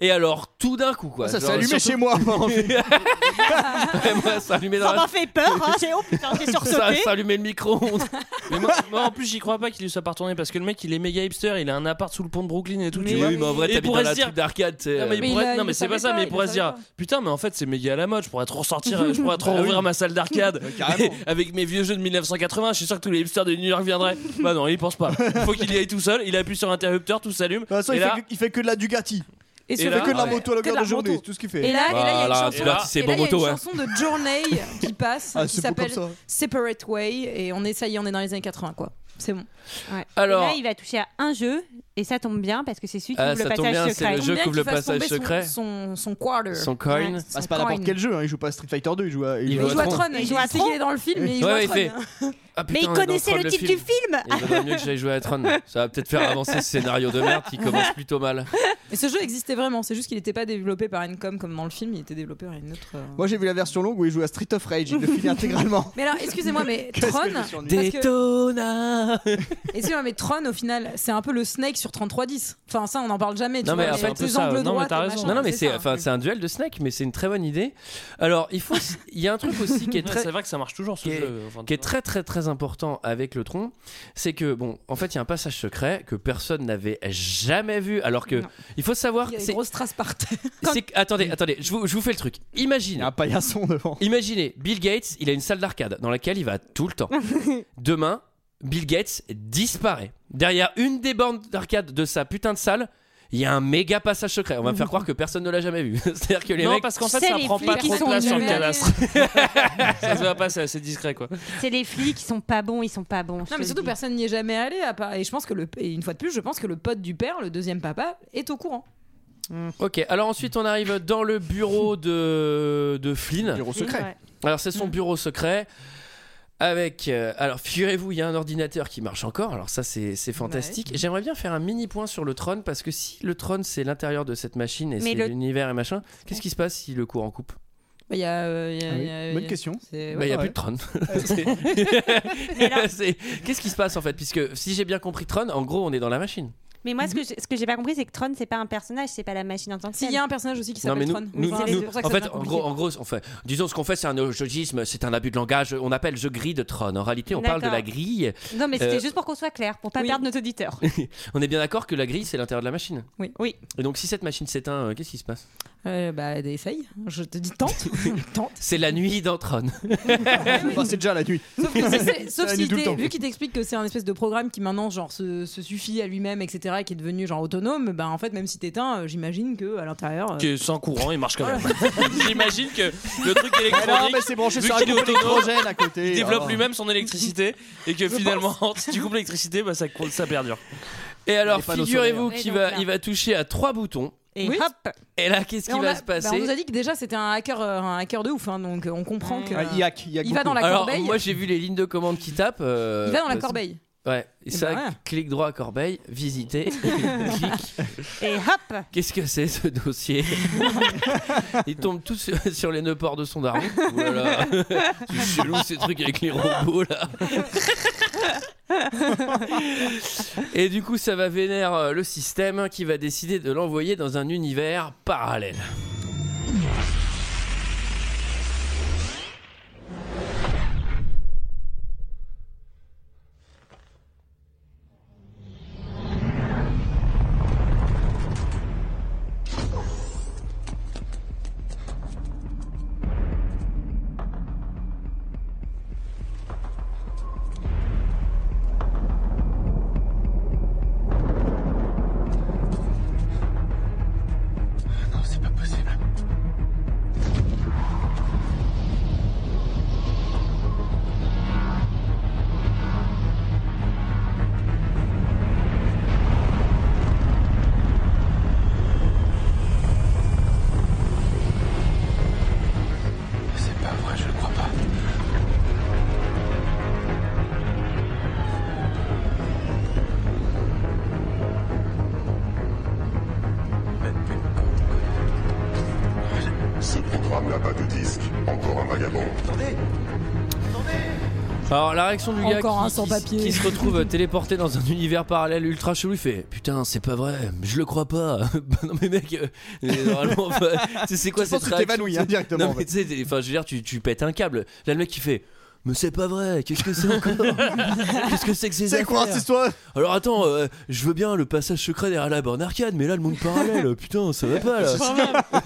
Speaker 1: Et alors tout d'un coup quoi
Speaker 6: Ça s'est
Speaker 1: Genre,
Speaker 6: allumé
Speaker 1: bah, surtout-
Speaker 6: chez moi.
Speaker 1: Ouais, moi, ça allumait dans
Speaker 10: Ça
Speaker 1: la
Speaker 10: m'a fait peur, hein, j'ai oh putain, j'ai
Speaker 1: ça,
Speaker 10: sursauté.
Speaker 1: ça allumait le micro-ondes.
Speaker 9: Mais moi, moi, en plus, j'y crois pas qu'il lui soit pas retourné parce que le mec, il est méga hipster, il a un appart sous le pont de Brooklyn et tout.
Speaker 1: Oui,
Speaker 9: tu vois.
Speaker 1: oui, mais en vrai,
Speaker 9: Et il
Speaker 1: t'habites dans
Speaker 9: pourrait
Speaker 1: la
Speaker 9: se dire-
Speaker 1: truc d'arcade. euh, tu sais.
Speaker 9: Non mais, il
Speaker 5: Mais il
Speaker 9: pourrait-
Speaker 5: a-
Speaker 9: non,
Speaker 5: il
Speaker 9: mais
Speaker 5: le
Speaker 9: c'est pas
Speaker 5: savait
Speaker 9: ça,
Speaker 5: pas,
Speaker 9: mais
Speaker 5: il
Speaker 9: il pourrait
Speaker 5: le
Speaker 9: se dire
Speaker 5: savait pas.
Speaker 9: putain mais en fait c'est méga à la mode, je pourrais trop ressortir, euh, je pourrais
Speaker 1: Bah
Speaker 9: trop rouvrir ma salle d'arcade et- avec mes vieux jeux de 1980, je suis sûr que tous les hipsters de New York viendraient. bah non, il pense pas. Il faut qu'il y aille tout seul, il appuie sur l'interrupteur, tout s'allume.
Speaker 1: Bah,
Speaker 6: De toute façon,
Speaker 9: et
Speaker 6: il,
Speaker 9: là,
Speaker 6: fait que, il fait que de la Dugati.
Speaker 5: et
Speaker 6: Il
Speaker 5: sur-
Speaker 9: là-
Speaker 6: fait que de la
Speaker 5: ouais,
Speaker 6: moto à
Speaker 5: que de
Speaker 6: longueur
Speaker 5: la
Speaker 6: de journée.
Speaker 5: moto.
Speaker 6: c'est tout ce qu'il fait.
Speaker 5: Et là, et là, il y a une
Speaker 1: Voilà,
Speaker 5: chanson,
Speaker 1: là, c'est
Speaker 5: et
Speaker 1: bon
Speaker 5: là, il y a une
Speaker 1: moto, hein.
Speaker 5: chanson de Journey qui passe,
Speaker 6: Ah,
Speaker 5: qui
Speaker 6: c'est beau comme
Speaker 5: s'appelle
Speaker 6: ça.
Speaker 5: Separate Way, et on essaye, on est dans les années 80, quoi. C'est bon.
Speaker 1: Alors-
Speaker 10: Et là, il va toucher à un jeu, et ça tombe bien parce que c'est celui qui
Speaker 1: Ah,
Speaker 10: ouvre
Speaker 1: ça
Speaker 10: le
Speaker 1: tombe bien,
Speaker 10: passage
Speaker 1: c'est le
Speaker 10: secret.
Speaker 1: jeu
Speaker 5: Combien
Speaker 1: couvre
Speaker 5: qu'il fasse
Speaker 1: passage
Speaker 5: tomber son-
Speaker 1: secret.
Speaker 5: Son, son quarter.
Speaker 1: Son coin.
Speaker 10: Ouais.
Speaker 6: Bah, c'est
Speaker 5: Son
Speaker 6: pas n'importe
Speaker 5: coin.
Speaker 6: quel jeu, hein, il joue pas à Street Fighter 2, il joue à.
Speaker 1: Il
Speaker 5: Il joue à Tron,
Speaker 10: Il
Speaker 5: il
Speaker 10: joue
Speaker 5: joue
Speaker 10: à Tron.
Speaker 5: est dans le film, mais il joue
Speaker 1: Ouais,
Speaker 5: à
Speaker 1: il fait.
Speaker 5: Tron.
Speaker 1: Ah, putain,
Speaker 10: Mais il
Speaker 1: dans
Speaker 10: connaissait
Speaker 1: Tron,
Speaker 10: le titre du film
Speaker 1: Il vaudrait mieux que j'aille jouer à Tron. Ça va peut-être faire avancer ce scénario de merde qui commence plutôt mal.
Speaker 5: Et ce jeu existait vraiment, c'est juste qu'il n'était pas développé par Encom comme dans le film, il était développé par une autre. euh.
Speaker 6: Moi j'ai vu la version longue où il joue à Street of Rage, il le finit intégralement.
Speaker 5: Mais alors, excusez-moi, mais
Speaker 6: Qu'est-ce que
Speaker 5: Tron,
Speaker 6: je suis ennuyé.
Speaker 5: Parce que-
Speaker 1: Détona
Speaker 5: excusez-moi, mais Tron au final, c'est un peu le Snake sur 3310. Enfin, ça, on n'en parle jamais. Tu
Speaker 1: Non, mais
Speaker 5: vois,
Speaker 1: en
Speaker 5: les-
Speaker 1: fait,
Speaker 5: les
Speaker 9: c'est ça.
Speaker 5: angles
Speaker 9: Non, mais
Speaker 5: droits,
Speaker 9: t'as
Speaker 5: les
Speaker 9: raison.
Speaker 5: machins,
Speaker 1: Non, non, mais c'est
Speaker 5: ça.
Speaker 1: enfin, c'est un duel de snack, mais c'est une très bonne idée. Alors, il faut. Il y a un truc aussi qui est très.
Speaker 9: c'est vrai que ça marche toujours ce
Speaker 1: qui est-
Speaker 9: jeu. enfin,
Speaker 1: qui est très très très important avec le tronc, c'est que bon, en fait, il y a un passage secret que personne n'avait jamais vu, alors que
Speaker 10: Non.
Speaker 1: il faut savoir,
Speaker 5: Il y a
Speaker 1: c'est-
Speaker 5: des grosses traces par terre.
Speaker 1: c'est que- attendez, attendez, je vous, je vous fais le truc.
Speaker 6: Il y a
Speaker 1: Imagine,
Speaker 6: un paillasson devant.
Speaker 1: imaginez, Bill Gates, il a une salle d'arcade dans laquelle il va tout le temps. Demain, Bill Gates disparaît derrière une des bornes d'arcade de sa putain de salle. Il y a un méga passage secret. On va me faire croire que personne ne l'a jamais vu. C'est-à-dire que les
Speaker 9: non
Speaker 1: mecs,
Speaker 9: parce qu'en fait
Speaker 10: C'est
Speaker 9: ça
Speaker 10: Ah, les
Speaker 9: prend pas
Speaker 10: flics qui
Speaker 9: trop de
Speaker 10: sont
Speaker 9: place sur le
Speaker 10: jamais allés.
Speaker 9: cadastre. ça se voit pas, c'est assez discret quoi.
Speaker 10: C'est les flics, ils sont pas bons, ils sont pas bons. je
Speaker 5: Non,
Speaker 10: te
Speaker 5: mais
Speaker 10: le
Speaker 5: surtout,
Speaker 10: dis.
Speaker 5: personne n'y est jamais allé. À part... Et je pense que, le... et une fois de plus, je pense que le pote du père, le deuxième papa, est au courant.
Speaker 1: ok. Alors ensuite, on arrive dans le bureau de de Flynn.
Speaker 6: Bureau
Speaker 10: Oui,
Speaker 6: secret.
Speaker 10: ouais.
Speaker 1: Alors c'est
Speaker 5: Mm.
Speaker 1: son bureau secret. Avec, euh, alors figurez-vous, il y a un ordinateur qui marche encore. Alors ça, c'est c'est fantastique. J'aimerais bien faire un mini point sur le Tron parce que si le Tron c'est l'intérieur de cette machine et
Speaker 10: Mais
Speaker 1: c'est
Speaker 10: le-
Speaker 1: l'univers et machin, qu'est-ce qui se passe si le courant coupe
Speaker 5: Bah, Il y a. euh, il y a-
Speaker 6: Ah oui,
Speaker 5: il y a- il y
Speaker 6: Bonne
Speaker 5: a-
Speaker 6: question.
Speaker 1: Bah,
Speaker 5: c'est-
Speaker 1: Il
Speaker 5: ouais.
Speaker 1: n'y a
Speaker 6: ouais.
Speaker 1: plus de Tron. C'est- C'est- Qu'est-ce qui se passe en fait Puisque si j'ai bien compris Tron, en gros, on est dans la machine.
Speaker 10: Mais moi, ce que j'ai- ce que j'ai pas compris, c'est que Tron, c'est pas un personnage, c'est pas la machine en tant que
Speaker 5: S'il
Speaker 10: telle.
Speaker 5: y a un personnage aussi qui
Speaker 1: Non mais
Speaker 5: s'appelle
Speaker 1: nous,
Speaker 5: Tron,
Speaker 1: nous-
Speaker 5: Enfin,
Speaker 1: nous-
Speaker 5: c'est pour ça que
Speaker 1: en
Speaker 5: ça
Speaker 1: fait,
Speaker 5: devient
Speaker 1: en
Speaker 5: compliqué.
Speaker 1: gros, en gros, on fait- disons ce qu'on fait, c'est un néologisme, c'est un abus de langage. On appelle je grille de Tron. En réalité, on parle de
Speaker 10: D'accord.
Speaker 1: la grille.
Speaker 10: Non, mais c'était
Speaker 1: Euh,
Speaker 10: juste pour qu'on soit clair, pour pas
Speaker 5: oui.
Speaker 10: perdre notre auditeur.
Speaker 1: On est bien d'accord que la grille, c'est l'intérieur de la machine.
Speaker 10: Oui.
Speaker 1: Et donc, si cette machine s'éteint, euh, qu'est-ce qui se passe
Speaker 5: Euh, bah, essaye. Je te dis, tente. tente.
Speaker 1: C'est la nuit dans Tron.
Speaker 6: Enfin, c'est déjà la nuit.
Speaker 5: Sauf que si c'est-
Speaker 6: Ça
Speaker 5: sauf
Speaker 6: va
Speaker 5: si
Speaker 6: aller tout le
Speaker 5: t'es-
Speaker 6: temps.
Speaker 5: vu qu'il t'explique que c'est un espèce de programme qui maintenant genre se, se suffit à lui-même, etc., et qui est devenu genre autonome, bah en fait même si t'éteins, euh, j'imagine que à l'intérieur. euh,
Speaker 9: Qui est sans courant, il marche quand même. J'imagine que le truc
Speaker 6: Mais non,
Speaker 9: électronique
Speaker 6: mais c'est branché
Speaker 9: vu
Speaker 6: sur un
Speaker 9: qu'il est
Speaker 6: groupe
Speaker 9: autonome,
Speaker 6: électrogène à côté.
Speaker 9: il
Speaker 6: Ah.
Speaker 9: développe lui-même son électricité et que finalement, si tu coupes l'électricité, bah, ça, ça perdure.
Speaker 1: Et alors,
Speaker 6: Les panneaux
Speaker 1: figurez-vous
Speaker 10: solaires.
Speaker 1: qu'il
Speaker 10: Et donc
Speaker 1: va,
Speaker 10: là.
Speaker 1: il va toucher à trois boutons.
Speaker 10: Et
Speaker 5: Oui.
Speaker 10: hop
Speaker 1: Et là, qu'est-ce
Speaker 5: et
Speaker 1: qui
Speaker 5: on
Speaker 1: va
Speaker 5: a-
Speaker 1: se
Speaker 5: bah,
Speaker 1: passer
Speaker 5: on nous a dit que déjà c'était un hacker, euh, un hacker de ouf, hein, donc euh, on comprend
Speaker 1: Mmh.
Speaker 5: que.
Speaker 6: Ah, il hack, il hack
Speaker 5: il va
Speaker 6: beaucoup.
Speaker 5: dans la
Speaker 1: Alors,
Speaker 5: corbeille.
Speaker 1: moi, j'ai vu les lignes de commande qui tapent. euh,
Speaker 5: il va dans la
Speaker 1: parce-
Speaker 5: corbeille.
Speaker 1: Ouais, et
Speaker 5: Eh
Speaker 1: ça,
Speaker 5: ben ouais.
Speaker 1: clic droit à corbeille, visiter, clic.
Speaker 10: Et hop
Speaker 1: Qu'est-ce que c'est ce dossier Il tombe tout sur, sur les nœuds ports de son daron. Voilà. C'est chelou ces trucs avec les robots là. Et du coup, ça va vénère euh, le système qui va décider de l'envoyer dans un univers parallèle.
Speaker 7: Non, c'est pas possible. C'est pas vrai, je le crois pas.
Speaker 4: Ce programme n'a pas de disque. Encore un vagabond.
Speaker 1: Alors, la réaction du gars
Speaker 5: Encore
Speaker 1: qui,
Speaker 5: un sans
Speaker 1: qui-
Speaker 5: papier.
Speaker 1: qui se retrouve euh, téléporté dans un univers parallèle ultra chelou, il fait Putain, c'est pas vrai, je le crois pas. Bah non, mais mec, euh, normalement, enfin, tu sais, c'est quoi
Speaker 6: Je
Speaker 1: cette
Speaker 6: pense que tu
Speaker 1: réaction
Speaker 6: t'évanouis hein, directement.
Speaker 1: Non,
Speaker 6: en
Speaker 1: mais
Speaker 6: fait.
Speaker 1: tu sais, t'es- enfin, je veux dire, tu, tu pètes un câble. Là, le mec, qui fait. Mais c'est pas vrai, qu'est-ce que c'est encore Qu'est-ce que c'est que ces
Speaker 6: C'est quoi
Speaker 1: affaires
Speaker 6: cette histoire
Speaker 1: Alors attends, euh, je veux bien le passage secret derrière la borne arcade, mais là le monde parallèle, euh, putain, ça va pas là Ça a pas la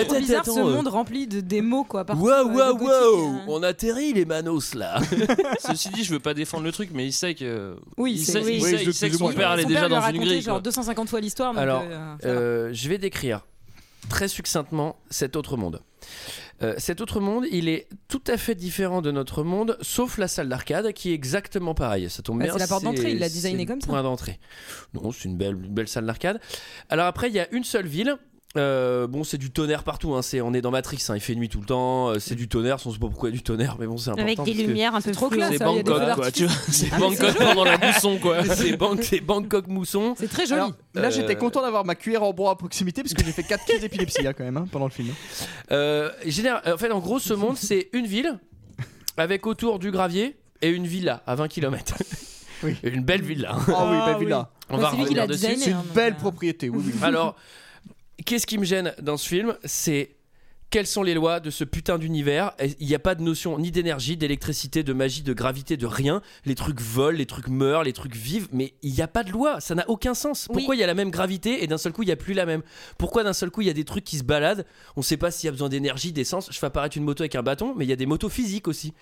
Speaker 5: C'est
Speaker 1: tête,
Speaker 5: bizarre
Speaker 1: attends
Speaker 5: ce
Speaker 1: euh.
Speaker 5: monde rempli de démos quoi. partout, euh,
Speaker 1: Waouh,
Speaker 5: de
Speaker 1: waouh,
Speaker 5: boutiques,
Speaker 1: waouh
Speaker 5: euh.
Speaker 1: On atterrit les manos là
Speaker 9: Ceci dit, je veux pas défendre le truc, mais il sait que.
Speaker 5: Oui,
Speaker 9: il
Speaker 5: c'est-
Speaker 9: sait,
Speaker 5: oui.
Speaker 9: il
Speaker 6: Oui,
Speaker 9: sait-
Speaker 6: je
Speaker 9: il
Speaker 6: le
Speaker 9: sait
Speaker 6: plus
Speaker 9: que
Speaker 6: ou
Speaker 9: son
Speaker 6: moins.
Speaker 9: père elle est
Speaker 5: Son père
Speaker 9: déjà
Speaker 5: lui
Speaker 9: dans
Speaker 5: a
Speaker 9: une
Speaker 5: raconté,
Speaker 9: grille.
Speaker 5: genre
Speaker 9: quoi.
Speaker 5: 250 fois l'histoire. donc,
Speaker 1: Alors,
Speaker 5: euh, ça va.
Speaker 1: Euh, je vais décrire très succinctement cet autre monde. Euh, cet autre monde, il est tout à fait différent de notre monde, sauf la salle d'arcade qui est exactement pareille. Ça tombe
Speaker 5: Bah,
Speaker 1: bien.
Speaker 5: c'est la porte d'entrée, il l'a
Speaker 1: c'est
Speaker 5: designée
Speaker 1: le
Speaker 5: comme ça.
Speaker 1: Point d'entrée. Non, c'est une belle, une belle salle d'arcade. Alors après, il y a une seule ville. Euh, bon, c'est du tonnerre partout. hein. C'est, on est dans Matrix. hein. Il fait nuit tout le temps. euh, C'est du tonnerre. On ne sait pas pourquoi il y a du tonnerre, mais bon, c'est important.
Speaker 10: Avec des
Speaker 1: parce que-
Speaker 10: lumières un peu
Speaker 5: trop
Speaker 10: trop
Speaker 5: classe.
Speaker 10: claires.
Speaker 9: C'est
Speaker 5: ça, il y a des feux
Speaker 9: Bangkok, quoi, tu vois.
Speaker 5: Ah,
Speaker 9: C'est Bangkok pendant la mousson, quoi.
Speaker 1: c'est, Bang- c'est Bangkok mousson.
Speaker 5: C'est très joli.
Speaker 6: Alors, Là,
Speaker 1: Euh,
Speaker 6: j'étais content d'avoir ma cuillère en bois à proximité parce que j'ai fait 4 crises d'épilepsie hein, quand même hein, pendant le film.
Speaker 1: Euh, général- en fait, en gros, ce monde, c'est une ville avec autour du gravier et une villa à 20 km.
Speaker 6: Oui.
Speaker 1: Une belle villa. hein.
Speaker 6: Ah, oui, bah vu là.
Speaker 1: On
Speaker 5: Ouais,
Speaker 1: va
Speaker 5: c'est lui qui
Speaker 1: revenir
Speaker 5: l'a
Speaker 1: dessus.
Speaker 5: designé.
Speaker 6: C'est une
Speaker 5: donc,
Speaker 6: belle
Speaker 5: euh,
Speaker 6: propriété. Oui, oui.
Speaker 1: Alors, qu'est-ce qui me gêne dans ce film C'est quelles sont les lois de ce putain d'univers Et Il n'y a pas de notion ni d'énergie, d'électricité, de magie, de gravité, de rien. Les trucs volent, les trucs meurent, les trucs vivent, mais il n'y a pas de loi. Ça n'a aucun sens.
Speaker 10: Oui.
Speaker 1: Pourquoi il y a la même gravité et d'un seul coup il n'y a plus la même Pourquoi d'un seul coup il y a des trucs qui se baladent On ne sait pas s'il y a besoin d'énergie, d'essence. Je fais apparaître une moto avec un bâton, mais il y a des motos physiques aussi.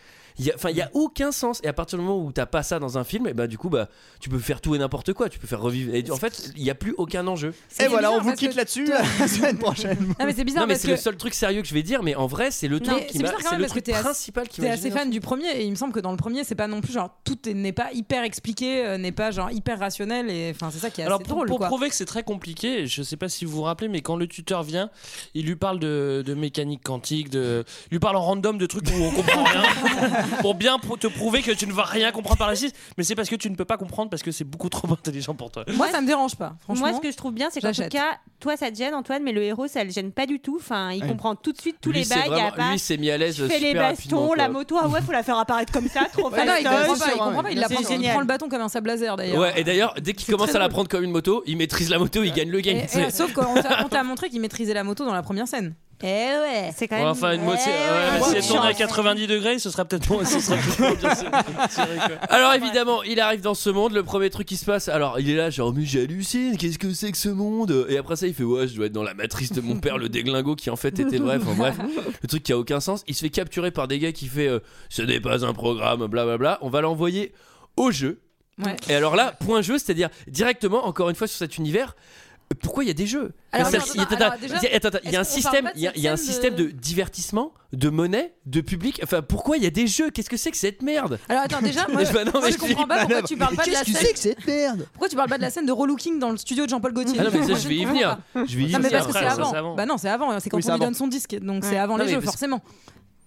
Speaker 1: Il y a- Enfin, il n'y a aucun sens. Et à partir du moment où t'as pas ça dans un film, et ben du coup, bah, tu peux faire tout et n'importe quoi. Tu peux faire revivre. Et en fait, il n'y a plus aucun enjeu.
Speaker 5: c'est
Speaker 6: Et voilà, on
Speaker 5: bizarre
Speaker 6: vous
Speaker 5: parce
Speaker 6: quitte
Speaker 5: que-
Speaker 6: là-dessus. à La semaine prochaine.
Speaker 5: Non mais c'est bizarre
Speaker 1: Non mais
Speaker 5: parce
Speaker 1: c'est
Speaker 5: que
Speaker 1: le seul truc sérieux que je vais dire, mais en vrai c'est le
Speaker 10: Non,
Speaker 1: truc
Speaker 10: mais
Speaker 1: qui
Speaker 5: c'est
Speaker 1: m'a-
Speaker 5: bizarre quand
Speaker 1: c'est
Speaker 5: même
Speaker 1: le
Speaker 5: parce que
Speaker 1: truc
Speaker 5: t'es assez-
Speaker 1: principal qui
Speaker 5: T'es
Speaker 1: m'a
Speaker 5: assez
Speaker 1: gêné.
Speaker 5: fan du premier et il me semble que dans le premier c'est pas non plus genre tout est- n'est pas hyper expliqué, euh, n'est pas genre hyper rationnel et enfin c'est ça qui est
Speaker 9: Alors
Speaker 5: assez
Speaker 9: pour,
Speaker 5: drôle
Speaker 9: pour
Speaker 5: quoi.
Speaker 9: prouver que c'est très compliqué, je sais pas si vous vous rappelez, mais quand le tuteur vient, il lui parle de, de mécanique quantique, de, il lui parle en random de trucs où on comprend rien, pour bien pro- te prouver que tu ne vas rien comprendre par la suite. Mais c'est parce que tu ne peux pas comprendre parce que c'est beaucoup trop intelligent pour toi.
Speaker 5: Moi ça me dérange pas, franchement.
Speaker 10: Moi, ce que je trouve bien, c'est qu'en tout
Speaker 5: j'achète.
Speaker 10: cas, toi, ça te gêne, Antoine, mais le héros, ça le gêne pas du tout. Enfin, il
Speaker 6: Ouais.
Speaker 10: comprend tout de suite tous
Speaker 1: Lui,
Speaker 10: les
Speaker 1: c'est
Speaker 10: bails. Il y a
Speaker 1: vraiment-
Speaker 10: pas.
Speaker 1: lui s'est mis à l'aise
Speaker 10: Tu fais les
Speaker 1: super rapidement,
Speaker 10: bastons,
Speaker 1: quoi.
Speaker 10: la moto. Ah ouais, faut la faire apparaître comme ça, trop
Speaker 5: Ah non, il
Speaker 10: fastoche.
Speaker 5: comprend pas,
Speaker 6: c'est
Speaker 5: il
Speaker 6: vrai.
Speaker 5: comprend pas, il, la
Speaker 10: C'est
Speaker 5: prend, il
Speaker 10: génial.
Speaker 5: prend le bâton comme un sable laser d'ailleurs.
Speaker 1: Ouais, et d'ailleurs dès qu'il
Speaker 5: C'est
Speaker 1: commence
Speaker 5: très
Speaker 1: à la
Speaker 5: drôle.
Speaker 1: prendre comme une moto, il maîtrise la moto, il gagne le
Speaker 5: Et-
Speaker 1: game.
Speaker 5: et-
Speaker 1: C'est-
Speaker 5: sauf qu'on t'a on t'a montré qu'il maîtrisait la moto dans la première scène.
Speaker 10: Eh ouais. C'est quand
Speaker 9: Ouais,
Speaker 10: même.
Speaker 9: enfin, une moitié.
Speaker 10: Eh
Speaker 9: ouais,
Speaker 10: ouais.
Speaker 9: mais si elle tournait à 90 degrés, ce serait peut-être moins. ce serait peut-être moins bien c'est- c'est vrai, quoi.
Speaker 1: Alors évidemment, il arrive dans ce monde, le premier truc qui se passe, alors il est là genre mais j'hallucine, qu'est-ce que c'est que ce monde Et après ça il fait ouais je dois être dans la matrice de mon père le déglingo qui en fait était vrai, enfin bref, le truc qui a aucun sens, il se fait capturer par des gars qui fait euh, ce n'est pas un programme, blablabla, on va l'envoyer au jeu.
Speaker 5: Ouais.
Speaker 1: Et alors là, point jeu, c'est-à-dire directement, encore une fois sur cet univers, euh, pourquoi il y a des jeux
Speaker 5: Alors,
Speaker 1: C'est-à-dire
Speaker 5: attends,
Speaker 1: qu'il y a-
Speaker 5: alors, déjà,
Speaker 1: il y a- attends, attends, il y a un
Speaker 5: est-ce qu'on parle
Speaker 1: système,
Speaker 5: pas de
Speaker 1: il y a- il y a un
Speaker 5: système
Speaker 1: système
Speaker 5: de-
Speaker 1: de divertissement, de monnaie, de public. Enfin, pourquoi il y a des jeux Qu'est-ce que c'est que cette merde
Speaker 5: Alors attends, déjà, moi,
Speaker 1: Bah non,
Speaker 5: moi,
Speaker 1: mais
Speaker 5: je
Speaker 1: je
Speaker 5: comprends
Speaker 1: dis,
Speaker 5: pas pourquoi
Speaker 6: non,
Speaker 5: tu parles
Speaker 6: mais
Speaker 5: pas de la
Speaker 6: qu'est-ce que
Speaker 5: scène.
Speaker 6: c'est que cette merde
Speaker 5: Pourquoi tu parles pas de la scène de relooking dans le studio de Jean-Paul Gaultier
Speaker 1: Ah non, mais ça,
Speaker 5: Moi,
Speaker 1: je vais y
Speaker 5: comprends
Speaker 1: venir.
Speaker 5: pas.
Speaker 1: Je vais y
Speaker 5: Non, mais
Speaker 1: venir.
Speaker 5: parce que
Speaker 9: après, ça,
Speaker 5: c'est
Speaker 9: c'est
Speaker 5: avant.
Speaker 9: avant.
Speaker 5: Bah non, c'est avant. C'est quand
Speaker 6: Oui, c'est
Speaker 5: on lui
Speaker 6: avant.
Speaker 5: donne son disque, donc
Speaker 10: Ouais.
Speaker 5: c'est avant
Speaker 1: Non,
Speaker 5: les
Speaker 1: mais
Speaker 5: jeux,
Speaker 1: parce-
Speaker 5: forcément.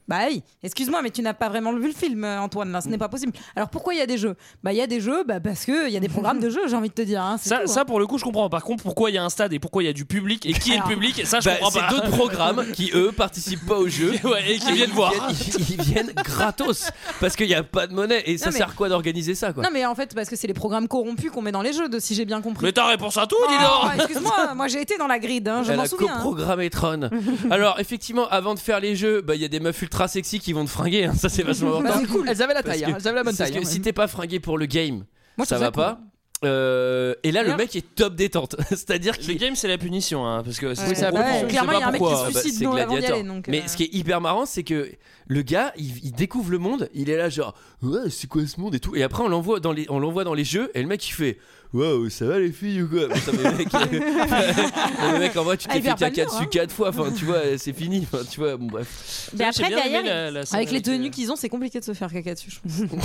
Speaker 5: Bah oui, excuse-moi, mais tu n'as pas vraiment vu le film, euh, Antoine. Là, ce n'est pas possible. Alors pourquoi il y a des jeux Bah il y a des jeux, bah parce que il y a des programmes de jeux. J'ai envie de te dire. hein, c'est
Speaker 9: Ça,
Speaker 5: tout, hein.
Speaker 9: ça, pour le coup, je comprends. Par contre, pourquoi il y a un stade et pourquoi il y a du public et qui est le
Speaker 5: Alors.
Speaker 9: public, ça, je
Speaker 1: Bah,
Speaker 9: comprends
Speaker 1: c'est
Speaker 9: pas.
Speaker 1: d'autres programmes qui eux participent pas au jeu
Speaker 9: Ouais, et qui viennent voir.
Speaker 1: Ils, ils viennent gratos parce qu'il n'y a pas de monnaie et ça
Speaker 5: mais-
Speaker 1: sert quoi d'organiser ça quoi
Speaker 5: Non mais en fait parce que c'est les programmes corrompus qu'on met dans les jeux, de, si j'ai bien compris.
Speaker 9: Mais ta réponse à tout, dis
Speaker 5: Ah,
Speaker 9: donc
Speaker 5: Excuse-moi, moi j'ai été dans la grid, hein, je
Speaker 1: Elle
Speaker 5: m'en
Speaker 1: a
Speaker 5: souviens. hein.
Speaker 1: coprogrammé Tron. Alors effectivement, avant de faire les jeux, bah il y a des meufs ultra sexy qui vont te fringuer. hein, Ça c'est vachement important.
Speaker 5: c'est cool.
Speaker 6: Elles avaient la
Speaker 1: Parce
Speaker 6: taille,
Speaker 1: que-
Speaker 6: hein, elles avaient la bonne
Speaker 1: Parce
Speaker 6: taille.
Speaker 1: que
Speaker 6: hein.
Speaker 1: si t'es pas fringué pour le game,
Speaker 5: Moi, je
Speaker 1: ça
Speaker 5: trouve
Speaker 1: va pas. Euh, et là, le
Speaker 5: Merde.
Speaker 1: mec est top détente, c'est-à-dire
Speaker 9: Le
Speaker 1: qu'il
Speaker 9: game, c'est la punition, hein, parce que c'est
Speaker 5: Ouais.
Speaker 9: ce qu'on
Speaker 5: Ah bah
Speaker 9: comprend,
Speaker 5: ouais,
Speaker 9: je sais
Speaker 5: clairement,
Speaker 9: pas
Speaker 5: il y a un mec qui
Speaker 9: pourquoi.
Speaker 5: se
Speaker 1: Ah bah,
Speaker 5: suicide
Speaker 1: c'est
Speaker 5: non, avant d'y
Speaker 1: gladiateur.
Speaker 5: aller, donc,
Speaker 1: Mais
Speaker 5: euh.
Speaker 1: ce qui est hyper marrant, c'est que le gars, il, il découvre le monde, il est là genre ouais, c'est quoi ce monde et tout. Et après on l'envoie dans les on l'envoie dans les jeux et le mec il fait waouh ça va les filles ou quoi. Putain, mais mec, euh, le mec en vrai tu
Speaker 5: Ah,
Speaker 1: t'es
Speaker 5: il
Speaker 1: fait
Speaker 5: perd pas le
Speaker 1: caca
Speaker 5: nord,
Speaker 1: dessus
Speaker 5: hein.
Speaker 1: quatre fois. Enfin tu vois euh, c'est fini. Enfin, tu vois bon bref.
Speaker 10: Mais
Speaker 9: J'ai
Speaker 10: après,
Speaker 9: bien aimé
Speaker 10: derrière,
Speaker 9: la- la scène
Speaker 5: Avec les
Speaker 9: euh,
Speaker 5: tenues qu'ils ont, c'est compliqué de se faire caca dessus. je trouve.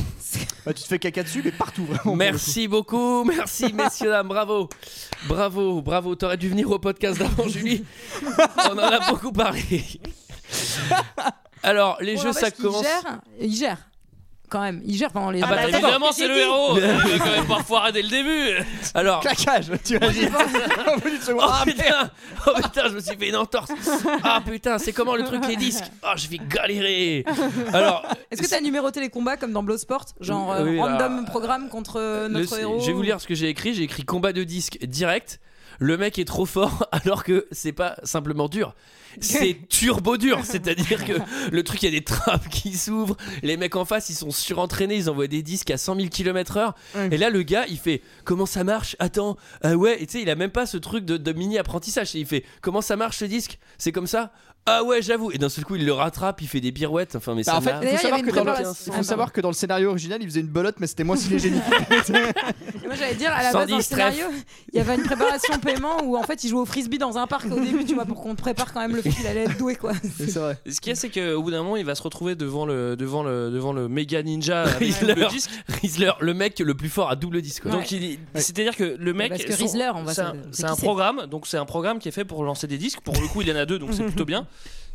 Speaker 6: Bah, tu te fais caca dessus, mais partout vraiment.
Speaker 1: Merci beaucoup, merci messieurs dames, bravo, bravo, bravo. T'aurais dû venir au podcast d'avant Julie. On en a beaucoup parlé. Alors les
Speaker 5: Bon,
Speaker 1: jeux ça
Speaker 5: n'empêche qu'il
Speaker 1: commence.
Speaker 5: gère- Oh, Il gère, quand même. Il gère pendant les.
Speaker 9: Ah
Speaker 10: Ah
Speaker 9: bah,
Speaker 10: bah, attends,
Speaker 9: évidemment,
Speaker 10: qu'est-ce
Speaker 9: c'est
Speaker 10: que
Speaker 9: le
Speaker 10: j'ai dit
Speaker 9: héros! Il est quand même pas foiré dès le début!
Speaker 1: Alors
Speaker 6: Claquage, tu imagines Au bout d'une seconde.
Speaker 5: Ah,
Speaker 1: Oh putain Oh putain, je me suis fait une entorse Ah putain, c'est comment le truc les disques Oh, je vais galérer Alors,
Speaker 9: hein.
Speaker 5: Est-ce que t'as numéroté les combats comme dans Blowsport Genre euh,
Speaker 1: Oui,
Speaker 5: random
Speaker 1: alors,
Speaker 5: programme contre euh,
Speaker 1: le-
Speaker 5: notre héros
Speaker 1: je vais vous lire ce que j'ai écrit. J'ai écrit combat de disques direct. Le mec est trop fort alors que c'est pas simplement dur, c'est turbo dur. C'est-à-dire que le truc, il y a des trappes qui s'ouvrent. Les mecs en face, ils sont surentraînés, ils envoient des disques à 100 000 km/h. Et là, le gars, il fait comment ça marche Attends, ah ouais. Et tu sais, il a même pas ce truc de, de mini apprentissage. Il fait comment ça marche ce disque C'est comme ça Ah ouais, j'avoue. Et d'un seul coup, il le rattrape, il fait des pirouettes. Enfin, mais
Speaker 6: Bah,
Speaker 1: ça
Speaker 6: en fait,
Speaker 1: n'a-
Speaker 5: D'ailleurs, il y
Speaker 6: faut, savoir
Speaker 5: avait
Speaker 6: que,
Speaker 5: une
Speaker 6: dans le,
Speaker 5: préparation.
Speaker 6: faut
Speaker 5: Ah, pardon.
Speaker 6: savoir que dans le scénario original, il faisait une belote, mais c'était moi si les génies.
Speaker 5: Moi j'allais dire à la base dans le
Speaker 1: 110 trèfles.
Speaker 5: scénario, il y avait une préparation paiement où en fait il jouait au frisbee dans un parc au début, tu vois, pour qu'on te prépare quand même le fait qu'il allait être doué quoi.
Speaker 6: C'est vrai.
Speaker 9: Ce qu'il y a, c'est qu'au bout d'un moment, il va se retrouver devant le, devant le, devant le méga ninja avec
Speaker 1: Riddler.
Speaker 9: le disque.
Speaker 1: Rizzler, le mec le plus fort à double disque. quoi.
Speaker 9: Donc, il est- c'est-à-dire que le mec.
Speaker 5: Parce que
Speaker 9: son-
Speaker 5: Rizzler, on va
Speaker 9: C'est
Speaker 5: se-
Speaker 9: un,
Speaker 5: on sait
Speaker 9: c'est
Speaker 5: qui
Speaker 9: un
Speaker 5: c'est.
Speaker 9: programme, donc c'est un programme qui est fait pour lancer des disques. Pour le coup, il y en a deux, donc c'est plutôt bien.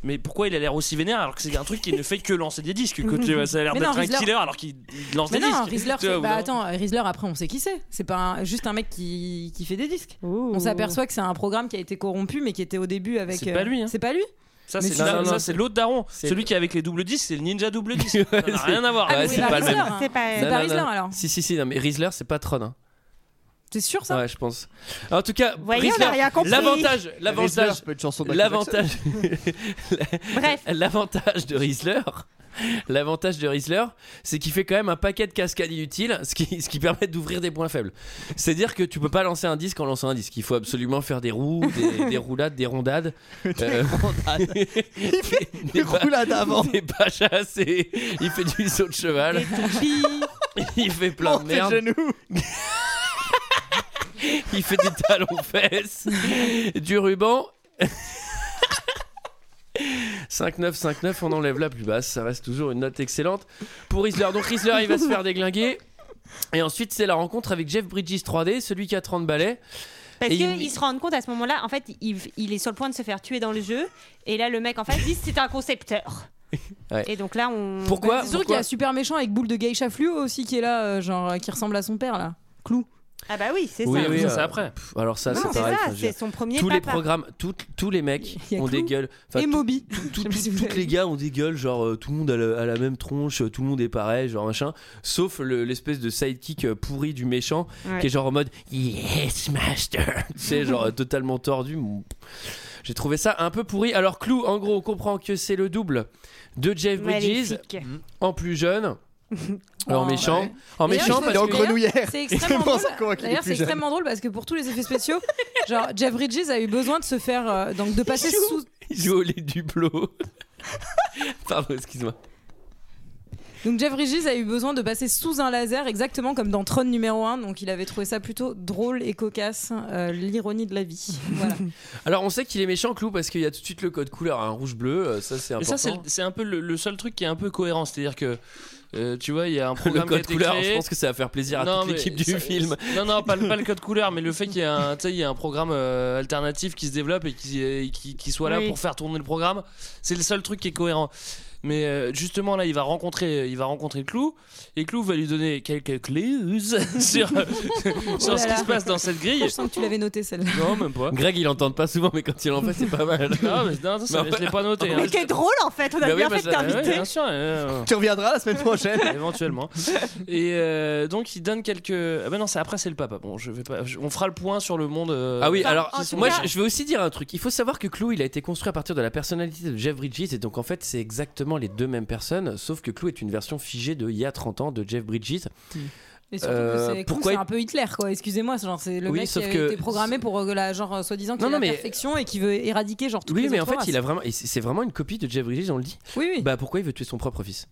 Speaker 9: Mais pourquoi il a l'air aussi vénère alors que c'est un truc qui ne fait que lancer des disques que tu vois, Ça a l'air
Speaker 5: Mais
Speaker 9: d'être
Speaker 5: non,
Speaker 9: un
Speaker 5: Riddler-
Speaker 9: killer alors qu'il il lance
Speaker 5: Mais
Speaker 9: des
Speaker 5: non,
Speaker 9: disques.
Speaker 5: Rizzler,
Speaker 9: Tu vois,
Speaker 5: fait-
Speaker 9: au bout
Speaker 5: bah
Speaker 9: d'un
Speaker 5: attends, Rizzler après on sait qui c'est. C'est pas un- juste un mec qui, qui fait des disques.
Speaker 10: Ouh.
Speaker 5: On s'aperçoit que c'est un programme qui a été corrompu mais qui était au début avec. euh,
Speaker 9: C'est pas lui, hein.
Speaker 5: C'est pas lui
Speaker 9: Ça,
Speaker 5: Mais
Speaker 9: c'est
Speaker 5: tu-
Speaker 9: la-
Speaker 1: non, non,
Speaker 9: ça,
Speaker 1: non,
Speaker 9: c'est l'autre daron.
Speaker 1: c'est-
Speaker 9: Celui qui est avec les doubles disques, c'est le ninja double disque. Ça n'a rien à voir.
Speaker 1: Ah,
Speaker 5: mais
Speaker 1: Ouais, c'est pas le
Speaker 5: Rizzler,
Speaker 1: même.
Speaker 5: hein.
Speaker 10: C'est pas.
Speaker 5: C'est
Speaker 1: Non,
Speaker 5: pas
Speaker 1: non,
Speaker 5: Rizzler
Speaker 1: non.
Speaker 5: alors.
Speaker 1: Si, si, si, non, mais Rizzler, c'est pas Tron. hein.
Speaker 5: T'es sûr ça
Speaker 1: Ouais, je pense. En tout cas,
Speaker 10: Voyez, on
Speaker 1: Rizzler,
Speaker 10: n'a rien compris.
Speaker 1: l'avantage, l'avantage,
Speaker 6: Peut être chanson de Michael Jackson.
Speaker 1: l'avantage,
Speaker 10: Bref.
Speaker 1: l'avantage de Rizzler. L'avantage de Rizzler, c'est qu'il fait quand même un paquet de cascades inutiles, ce qui, ce qui permet d'ouvrir des points faibles. C'est-à-dire que tu peux pas lancer un disque en lançant un disque. Il faut absolument faire des roues, des, des roulades, des rondades. Euh,
Speaker 6: Il fait
Speaker 1: des
Speaker 6: une roulade avant.
Speaker 1: Il est pas chassé, il fait du saut de cheval, il fait plein de
Speaker 6: Monte les
Speaker 1: merde.
Speaker 6: genoux.
Speaker 1: Il fait des talons fesses, du ruban. 5-9, 5-9, on enlève la plus basse, ça reste toujours une note excellente. Pour Isler, donc Isler il va se faire déglinguer. Et ensuite, c'est la rencontre avec Jeff Bridges 3D, celui qui a 30 balais.
Speaker 10: Parce
Speaker 1: Et il-
Speaker 10: qu'ils se rendent compte à ce moment-là, en fait, il, il est sur le point de se faire tuer dans le jeu. Et là, le mec en face dit c'est un concepteur.
Speaker 1: Ouais.
Speaker 10: Et donc là, on.
Speaker 1: Pourquoi,
Speaker 5: C'est sûr Bah, qu'il y
Speaker 1: pourquoi
Speaker 5: a super méchant avec boule de geisha fluo aussi qui est là, euh, genre euh, qui ressemble à son père là. Clou.
Speaker 10: Ah bah oui, c'est
Speaker 1: Oui,
Speaker 10: ça.
Speaker 1: oui,
Speaker 9: Ça,
Speaker 1: euh,
Speaker 9: c'est après.
Speaker 1: Pff, Alors, ça,
Speaker 10: Non,
Speaker 1: c'est
Speaker 10: c'est
Speaker 1: pareil.
Speaker 10: ça,
Speaker 1: enfin, je veux
Speaker 10: c'est
Speaker 1: dire,
Speaker 10: son premier
Speaker 1: Tous les
Speaker 10: papa.
Speaker 1: programmes, tout- tous les mecs
Speaker 5: Il y a
Speaker 1: ont des
Speaker 5: Clou
Speaker 1: gueules. Enfin,
Speaker 5: et
Speaker 1: tout-
Speaker 5: Moby.
Speaker 1: tout-
Speaker 5: Je sais pas si vous
Speaker 1: toutes
Speaker 5: avez
Speaker 1: les
Speaker 5: vu.
Speaker 1: gars ont des gueules, genre euh, tout le monde a, le- a la même tronche, euh, tout le monde est pareil, genre machin, sauf le- l'espèce de sidekick euh, pourri du méchant
Speaker 10: Ouais.
Speaker 1: qui est genre en mode Yes, master, tu sais, genre euh, totalement tordu. Bon, pff. J'ai trouvé ça un peu pourri. Alors, Clou, en gros, on comprend que c'est le double de Jeff Bridges
Speaker 10: Maléfique.
Speaker 1: en plus jeune. En
Speaker 5: Oh,
Speaker 1: méchant,
Speaker 6: ouais.
Speaker 1: en
Speaker 5: Mais
Speaker 1: méchant parce
Speaker 5: d'ailleurs, je
Speaker 6: en
Speaker 5: veux
Speaker 1: que
Speaker 5: dire,
Speaker 6: grenouillère.
Speaker 5: C'est
Speaker 6: C'est
Speaker 5: extrêmement
Speaker 6: pour
Speaker 5: drôle.
Speaker 6: ça qu'on voit qu'il est
Speaker 5: D'ailleurs,
Speaker 6: plus
Speaker 5: c'est
Speaker 6: jeune.
Speaker 5: extrêmement drôle parce que pour tous les effets spéciaux, genre Jeff Bridges a eu besoin de se faire euh, donc de passer sous.
Speaker 1: il joue au lait du blot. Pardon, excuse-moi.
Speaker 5: Donc Jeff Bridges a eu besoin de passer sous un laser exactement comme dans Tron numéro 1 Donc il avait trouvé ça plutôt drôle et cocasse, euh, l'ironie de la vie. Voilà.
Speaker 1: Alors, on sait qu'il est méchant, Clou, parce qu'il y a tout de suite le code couleur, un rouge-bleu. euh, Ça, c'est
Speaker 9: Et
Speaker 1: important.
Speaker 9: ça, c'est c'est un peu le, le seul truc qui est un peu cohérent. C'est-à-dire que, euh, tu vois, il y a un
Speaker 1: le
Speaker 9: programme
Speaker 1: code
Speaker 9: qui a été
Speaker 1: couleur,
Speaker 9: créé.
Speaker 1: je pense que ça va faire plaisir à
Speaker 9: Non,
Speaker 1: toute
Speaker 9: mais
Speaker 1: l'équipe du
Speaker 9: ça-
Speaker 1: film.
Speaker 9: Non, non, pas, le- pas le code couleur, mais le fait qu'il y ait un, tu sais, il y ait un programme euh, alternatif qui se développe et qui, euh, qui, qui soit là
Speaker 10: Oui.
Speaker 9: pour faire tourner le programme, c'est le seul truc qui est cohérent. Mais euh, justement, là, il va rencontrer, il va rencontrer Clou, et Clou va lui donner quelques clés sur,
Speaker 10: Oh
Speaker 9: sur
Speaker 5: Oh là
Speaker 9: ce
Speaker 5: là.
Speaker 9: qui se passe dans cette
Speaker 5: Je
Speaker 9: grille.
Speaker 5: sens que tu l'avais noté celle-là.
Speaker 9: Non, même pas.
Speaker 1: Greg, il entend pas souvent, mais quand il en fait, c'est pas mal.
Speaker 9: Non, mais non, ça,
Speaker 1: Non,
Speaker 9: je l'ai pas noté. hein.
Speaker 10: Mais quel drôle en fait, on
Speaker 1: Bah
Speaker 10: a
Speaker 1: oui,
Speaker 10: bien
Speaker 1: bah
Speaker 10: fait de
Speaker 1: ça-
Speaker 9: Ah ouais,
Speaker 10: t'inviter.
Speaker 9: bien sûr. euh,
Speaker 6: Tu reviendras la semaine prochaine.
Speaker 9: éventuellement. Et euh, donc il donne quelques. Ah bah non, c'est après c'est le papa. Bon, je vais pas. je- On fera le point sur le monde. euh,
Speaker 1: Ah oui,
Speaker 10: Enfin,
Speaker 1: alors
Speaker 10: en tout
Speaker 1: moi
Speaker 10: cas-
Speaker 1: je, je vais aussi dire un truc. Il faut savoir que Clou il a été construit à partir de la personnalité de Jeff Bridges et donc en fait c'est exactement les deux mêmes personnes, sauf que Clou est une version figée de il y a 30 ans de Jeff Bridges.
Speaker 5: Et surtout
Speaker 1: Euh,
Speaker 5: que c'est Clou,
Speaker 1: pourquoi-
Speaker 5: c'est un peu Hitler, quoi. Excusez-moi, c'est genre c'est le
Speaker 1: Oui,
Speaker 5: mec qui
Speaker 1: sauf
Speaker 5: a
Speaker 1: que-
Speaker 5: été programmé pour euh, la genre euh, soi-disant qu'il
Speaker 1: Non,
Speaker 5: a
Speaker 1: non,
Speaker 5: la
Speaker 1: mais-
Speaker 5: perfection et qui veut éradiquer genre toutes
Speaker 1: oui,
Speaker 5: les
Speaker 1: mais en
Speaker 5: autres
Speaker 1: fait
Speaker 5: races.
Speaker 1: il a vraiment, et c'est c'est vraiment une copie de Jeff Bridges, on le dit.
Speaker 5: Oui, oui. Bah,
Speaker 1: Bah pourquoi il veut tuer son propre fils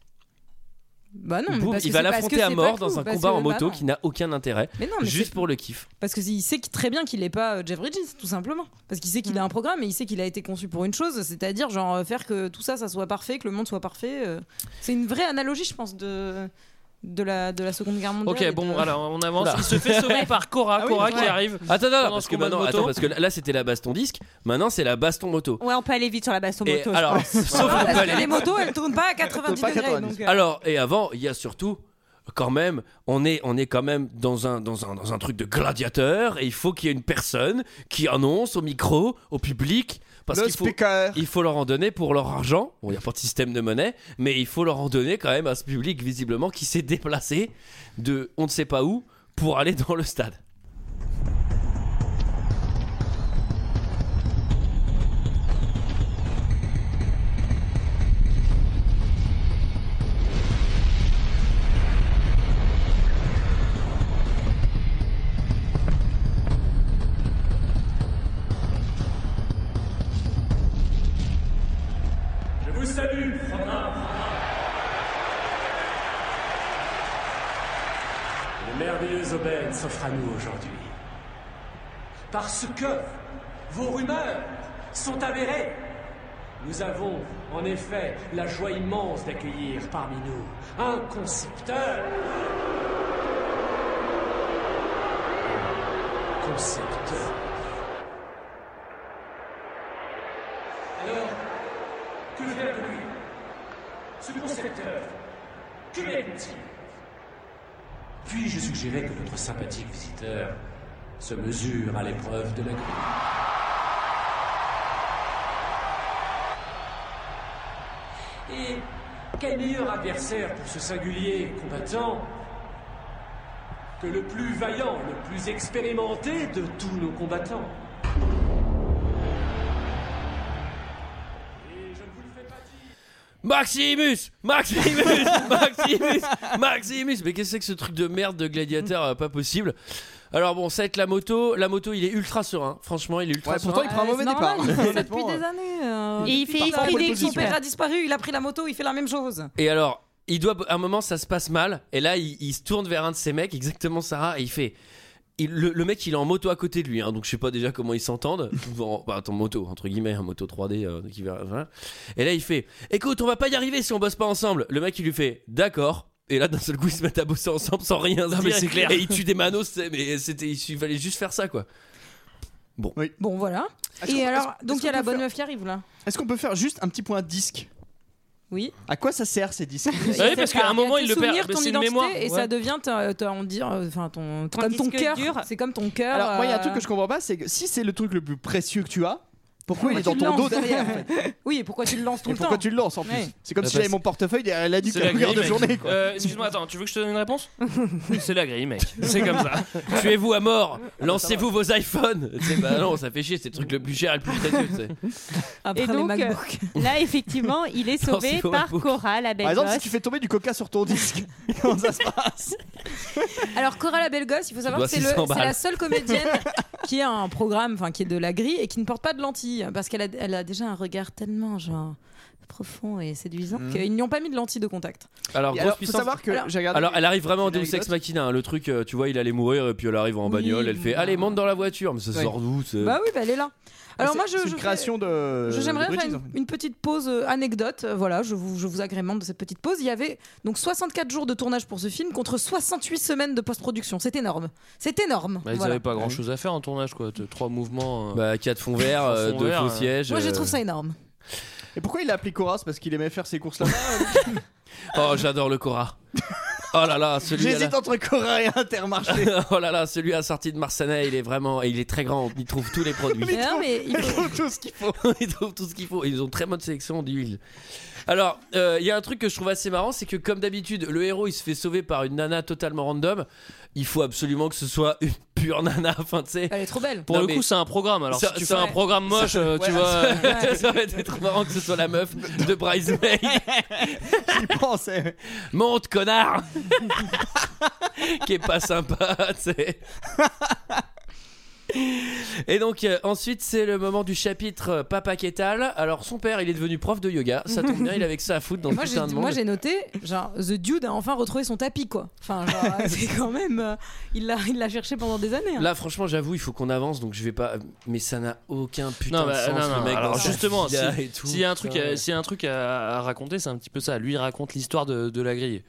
Speaker 5: non, mais
Speaker 1: Boum,
Speaker 5: parce
Speaker 1: Il
Speaker 5: que
Speaker 1: va
Speaker 5: c'est- parce que
Speaker 1: l'affronter à
Speaker 5: c'est
Speaker 1: mort
Speaker 5: pas
Speaker 1: dans
Speaker 5: Clou,
Speaker 1: un
Speaker 5: parce
Speaker 1: combat
Speaker 5: que-
Speaker 1: en
Speaker 5: bah
Speaker 1: moto
Speaker 5: non.
Speaker 1: qui n'a aucun intérêt,
Speaker 5: Mais non, mais
Speaker 1: juste
Speaker 5: c'est-
Speaker 1: pour le kiff.
Speaker 5: parce que il sait très bien qu'il n'est pas euh, Jeff Bridges, tout simplement. Parce qu'il sait
Speaker 1: Mm.
Speaker 5: qu'il a un programme et il sait qu'il a été conçu pour une chose, c'est-à-dire genre euh, faire que tout ça, ça soit parfait, que le monde soit parfait. euh. C'est une vraie analogie, je pense, de de la de la Seconde Guerre mondiale.
Speaker 9: Ok,
Speaker 5: et de-
Speaker 9: bon, alors on avance.
Speaker 1: Oula.
Speaker 9: Il se fait sauver par Cora,
Speaker 6: Ah oui,
Speaker 9: Cora
Speaker 6: c'est
Speaker 9: qui
Speaker 6: vrai.
Speaker 9: arrive.
Speaker 1: Attends, attends,
Speaker 9: Pendant
Speaker 1: parce
Speaker 9: ce
Speaker 1: que
Speaker 9: combat de
Speaker 1: maintenant,
Speaker 9: moto.
Speaker 1: attends, parce que là c'était la baston disque, maintenant c'est la baston moto.
Speaker 10: Ouais, on peut aller vite sur la baston
Speaker 1: Et
Speaker 10: moto. je
Speaker 1: alors,
Speaker 10: pense.
Speaker 1: sauf
Speaker 5: Ah,
Speaker 1: qu'on peut
Speaker 5: parce
Speaker 1: aller
Speaker 5: que les motos, elles tournent pas à 90
Speaker 6: Elles tournent pas à
Speaker 5: degrés.
Speaker 6: 90.
Speaker 5: donc, euh,
Speaker 1: Alors, et avant, il y a surtout, quand même, on est, on est quand même dans un, dans, un, dans un truc de gladiateur et il faut qu'il y ait une personne qui annonce au micro, au public, parce
Speaker 6: Le
Speaker 1: qu'il faut.
Speaker 6: speaker.
Speaker 1: Il faut leur en donner pour leur argent. Bon, il n'y a pas de système de monnaie, mais il faut leur en donner quand même à ce public, visiblement, qui s'est déplacé de on ne sait pas où pour aller dans le stade.
Speaker 3: Une merveilleuse aubaine s'offre à nous aujourd'hui. Parce que vos rumeurs sont avérées. Nous avons en effet la joie immense d'accueillir parmi nous un concepteur. Concepteur. Alors, que faire de lui Ce concepteur, que mérite-t-il puis-je suggérer que notre sympathique visiteur se mesure à l'épreuve de la grille Et quel meilleur adversaire pour ce singulier combattant que le plus vaillant, le plus expérimenté de tous nos combattants
Speaker 1: Maximus Maximus Maximus Maximus Mais qu'est-ce que c'est que ce truc de merde de gladiateur euh, Pas possible. Alors bon, ça va être la moto. La moto, il est ultra serein. Franchement, il est ultra
Speaker 6: Ouais,
Speaker 1: serein.
Speaker 6: pourtant, il prend un
Speaker 5: Ouais,
Speaker 6: mauvais
Speaker 5: Euh, c'est
Speaker 6: départ.
Speaker 5: normal, il fait ça depuis
Speaker 6: Honnêtement,
Speaker 5: des années. euh,
Speaker 10: Et il
Speaker 5: depuis
Speaker 10: fait
Speaker 5: qu'il part
Speaker 10: esprit
Speaker 5: en Pologne, Son
Speaker 10: d'équipe.
Speaker 5: père a disparu, il a pris la moto, il fait la même chose.
Speaker 1: Et alors, il doit à un moment ça se passe mal et là il, il se tourne vers un de ses mecs, exactement Sarah, et il fait il- le, le mec il est en moto à côté de lui, hein, donc je sais pas déjà comment ils s'entendent. Bon, bah, attends, moto, entre guillemets, un moto 3D euh, qui va. voilà. Et là il fait Écoute, on va pas y arriver si on bosse pas ensemble. Le mec il lui fait D'accord. Et là d'un seul coup ils se mettent à bosser ensemble sans rien se
Speaker 9: Non, mais
Speaker 1: dire.
Speaker 9: c'est clair.
Speaker 1: Et ils tuent des manos, c'est- mais c'était, il su- fallait juste faire ça quoi.
Speaker 5: Bon, voilà.
Speaker 6: Est-ce
Speaker 5: Et
Speaker 6: qu'on-
Speaker 5: alors,
Speaker 6: est-ce-
Speaker 5: donc
Speaker 6: est-ce
Speaker 5: il y a
Speaker 6: qu'on
Speaker 5: la
Speaker 6: peut
Speaker 5: bonne
Speaker 6: faire-
Speaker 5: meuf qui arrive là.
Speaker 6: Est-ce qu'on peut faire juste un petit point disque
Speaker 5: Oui.
Speaker 6: À quoi ça sert ces disques
Speaker 9: Ah oui, parce
Speaker 10: c'est
Speaker 9: qu'à
Speaker 10: pas-
Speaker 9: un moment,
Speaker 5: Tu
Speaker 9: il le perd.
Speaker 5: souvenir
Speaker 9: mais
Speaker 5: ton
Speaker 9: C'est une
Speaker 5: identité
Speaker 9: mémoire. Ouais.
Speaker 5: et ça devient ta- ta- on dit, euh, enfin ton,
Speaker 10: Ton
Speaker 5: comme ton
Speaker 10: disque
Speaker 5: cœur.
Speaker 10: dur.
Speaker 5: C'est comme ton cœur.
Speaker 6: Alors, moi, il y a un
Speaker 5: euh,
Speaker 6: truc que je comprends pas, c'est que si c'est le truc le plus précieux que tu as, Pourquoi il est
Speaker 5: tu
Speaker 6: dans
Speaker 5: le
Speaker 6: ton dos
Speaker 5: lances
Speaker 6: derrière en fait
Speaker 5: Oui, et pourquoi tu le lances tout
Speaker 6: Et
Speaker 5: le temps
Speaker 6: pourquoi tu le lances en plus
Speaker 5: Ouais.
Speaker 6: C'est comme
Speaker 9: Bah,
Speaker 6: si j'avais
Speaker 9: parce-
Speaker 6: mon portefeuille derrière la nuque
Speaker 9: C'est
Speaker 6: à la
Speaker 9: la grille,
Speaker 6: longueur de
Speaker 9: mec.
Speaker 6: journée. quoi.
Speaker 9: Euh, Excuse-moi, attends, tu veux que je te donne une réponse C'est la grille, mec. C'est comme ça.
Speaker 1: Tuez-vous à mort,
Speaker 5: Ah,
Speaker 1: lancez-vous vos iPhones. Tu sais, bah non, ça fait chier, c'est le truc le plus cher et le plus précieux. tu sais.
Speaker 5: Après
Speaker 10: Et
Speaker 5: les
Speaker 10: donc, euh,
Speaker 5: MacBooks.
Speaker 10: Là, effectivement, il est
Speaker 1: Non, c'est
Speaker 10: sauvé
Speaker 1: pas
Speaker 10: par
Speaker 1: beau.
Speaker 10: Cora, la belle
Speaker 6: Par exemple, si
Speaker 10: gosse.
Speaker 6: tu fais tomber du coca sur ton disque, comment ça se passe
Speaker 5: Alors Cora la belle gosse, il faut savoir
Speaker 1: dois
Speaker 5: que c'est le-
Speaker 1: 600
Speaker 5: c'est
Speaker 1: balles.
Speaker 5: la seule comédienne qui a un programme, enfin qui est de la grille et qui ne porte pas de lentilles parce qu'elle a, elle a déjà un regard tellement genre profond et séduisant
Speaker 6: Mhm.
Speaker 5: qu'ils n'y ont pas mis de lentilles de contact.
Speaker 1: Alors,
Speaker 6: Et
Speaker 1: grosse
Speaker 6: Alors, faut
Speaker 1: puissance.
Speaker 6: savoir que
Speaker 5: Alors-
Speaker 6: j'ai regardé.
Speaker 1: Alors, elle arrive vraiment en
Speaker 6: C'est une
Speaker 1: Deus Ex
Speaker 6: anecdote.
Speaker 1: Machina. hein. Le truc, euh, tu vois, il allait mourir et puis elle arrive en
Speaker 5: Oui,
Speaker 1: bagnole. Elle fait
Speaker 5: bah.
Speaker 1: Allez, monte dans la voiture. Mais ça
Speaker 6: Ouais.
Speaker 1: sort d'où c'est-
Speaker 5: Bah oui, bah elle est là. Alors
Speaker 6: Euh. Ah, C'est-
Speaker 5: moi je,
Speaker 6: c'est
Speaker 5: je
Speaker 6: une
Speaker 5: fais-
Speaker 6: création de.
Speaker 5: je-
Speaker 6: de
Speaker 5: J'aimerais faire
Speaker 6: Bridges, en
Speaker 5: une,
Speaker 6: fait.
Speaker 5: une petite pause euh, anecdote. Euh, Voilà, je vous, je vous agrémente de cette petite pause. Il y avait donc 64 jours de tournage pour ce film contre 68 semaines de post-production. C'est énorme. C'est énorme.
Speaker 9: Bah, ils
Speaker 5: Voilà.
Speaker 9: avaient pas grand chose à faire en tournage, quoi. T- Trois mouvements. euh.
Speaker 1: Bah, quatre fonds verts, euh,
Speaker 9: Fonds
Speaker 1: deux
Speaker 9: verts,
Speaker 1: faux
Speaker 9: euh.
Speaker 1: sièges.
Speaker 5: Moi je
Speaker 1: euh.
Speaker 5: trouve ça énorme.
Speaker 6: Et pourquoi il a appelé Coras Parce qu'il aimait faire ses courses là-bas.
Speaker 1: Oh, j'adore le Cora. Oh là là, celui là.
Speaker 6: J'hésite entre Cora et Intermarché.
Speaker 1: Oh là là, celui à sortie de Marsanais, il est vraiment, et il est très grand. On y trouve tous les produits.
Speaker 5: Mais non, mais il faut-
Speaker 6: Ils font tout ce qu'il faut.
Speaker 1: ils trouvent tout ce qu'il faut. Ils ont très bonne sélection d'huile. Alors, euh, il y a un truc que je trouve assez marrant, c'est que comme d'habitude, le héros il se fait sauver par une nana totalement random. Il faut absolument que ce soit une pure nana. Enfin, tu sais.
Speaker 5: elle est trop belle.
Speaker 9: Pour
Speaker 1: Non,
Speaker 9: le
Speaker 1: mais-
Speaker 9: coup, c'est un programme. Alors,
Speaker 1: Ça-
Speaker 9: si tu
Speaker 1: ça-
Speaker 9: fais un programme moche, euh, tu
Speaker 6: ouais,
Speaker 9: vois. euh,
Speaker 1: ça aurait été trop marrant que ce soit la meuf de Bridesmaid.
Speaker 6: Il pensait.
Speaker 1: Monte, connard Qui est pas sympa, tu sais. Et donc, euh, ensuite, c'est le moment du chapitre euh, Papa Kétal. Alors, son père, il est devenu prof de yoga. Ça tombe bien, il avait que ça à foutre dans
Speaker 5: Moi
Speaker 1: tout
Speaker 5: j'ai,
Speaker 1: un monde.
Speaker 5: moi j'ai noté, genre, The Dude a enfin retrouvé son tapis quoi. Enfin, genre, c'est quand même. euh, il, l'a, il l'a cherché pendant des années. hein.
Speaker 1: Là, franchement, j'avoue, il faut qu'on avance, donc je vais pas. Mais ça n'a aucun putain
Speaker 9: Non,
Speaker 1: de
Speaker 9: bah,
Speaker 1: sens,
Speaker 9: non,
Speaker 1: le
Speaker 9: non,
Speaker 1: mec.
Speaker 9: alors,
Speaker 1: dans sa
Speaker 9: justement,
Speaker 1: villa
Speaker 9: si-
Speaker 1: et tout,
Speaker 9: S'il y a un truc,
Speaker 1: putain.
Speaker 9: à, s'il y a un truc à, à raconter, c'est un petit peu ça. Lui, il raconte l'histoire de, de la grille.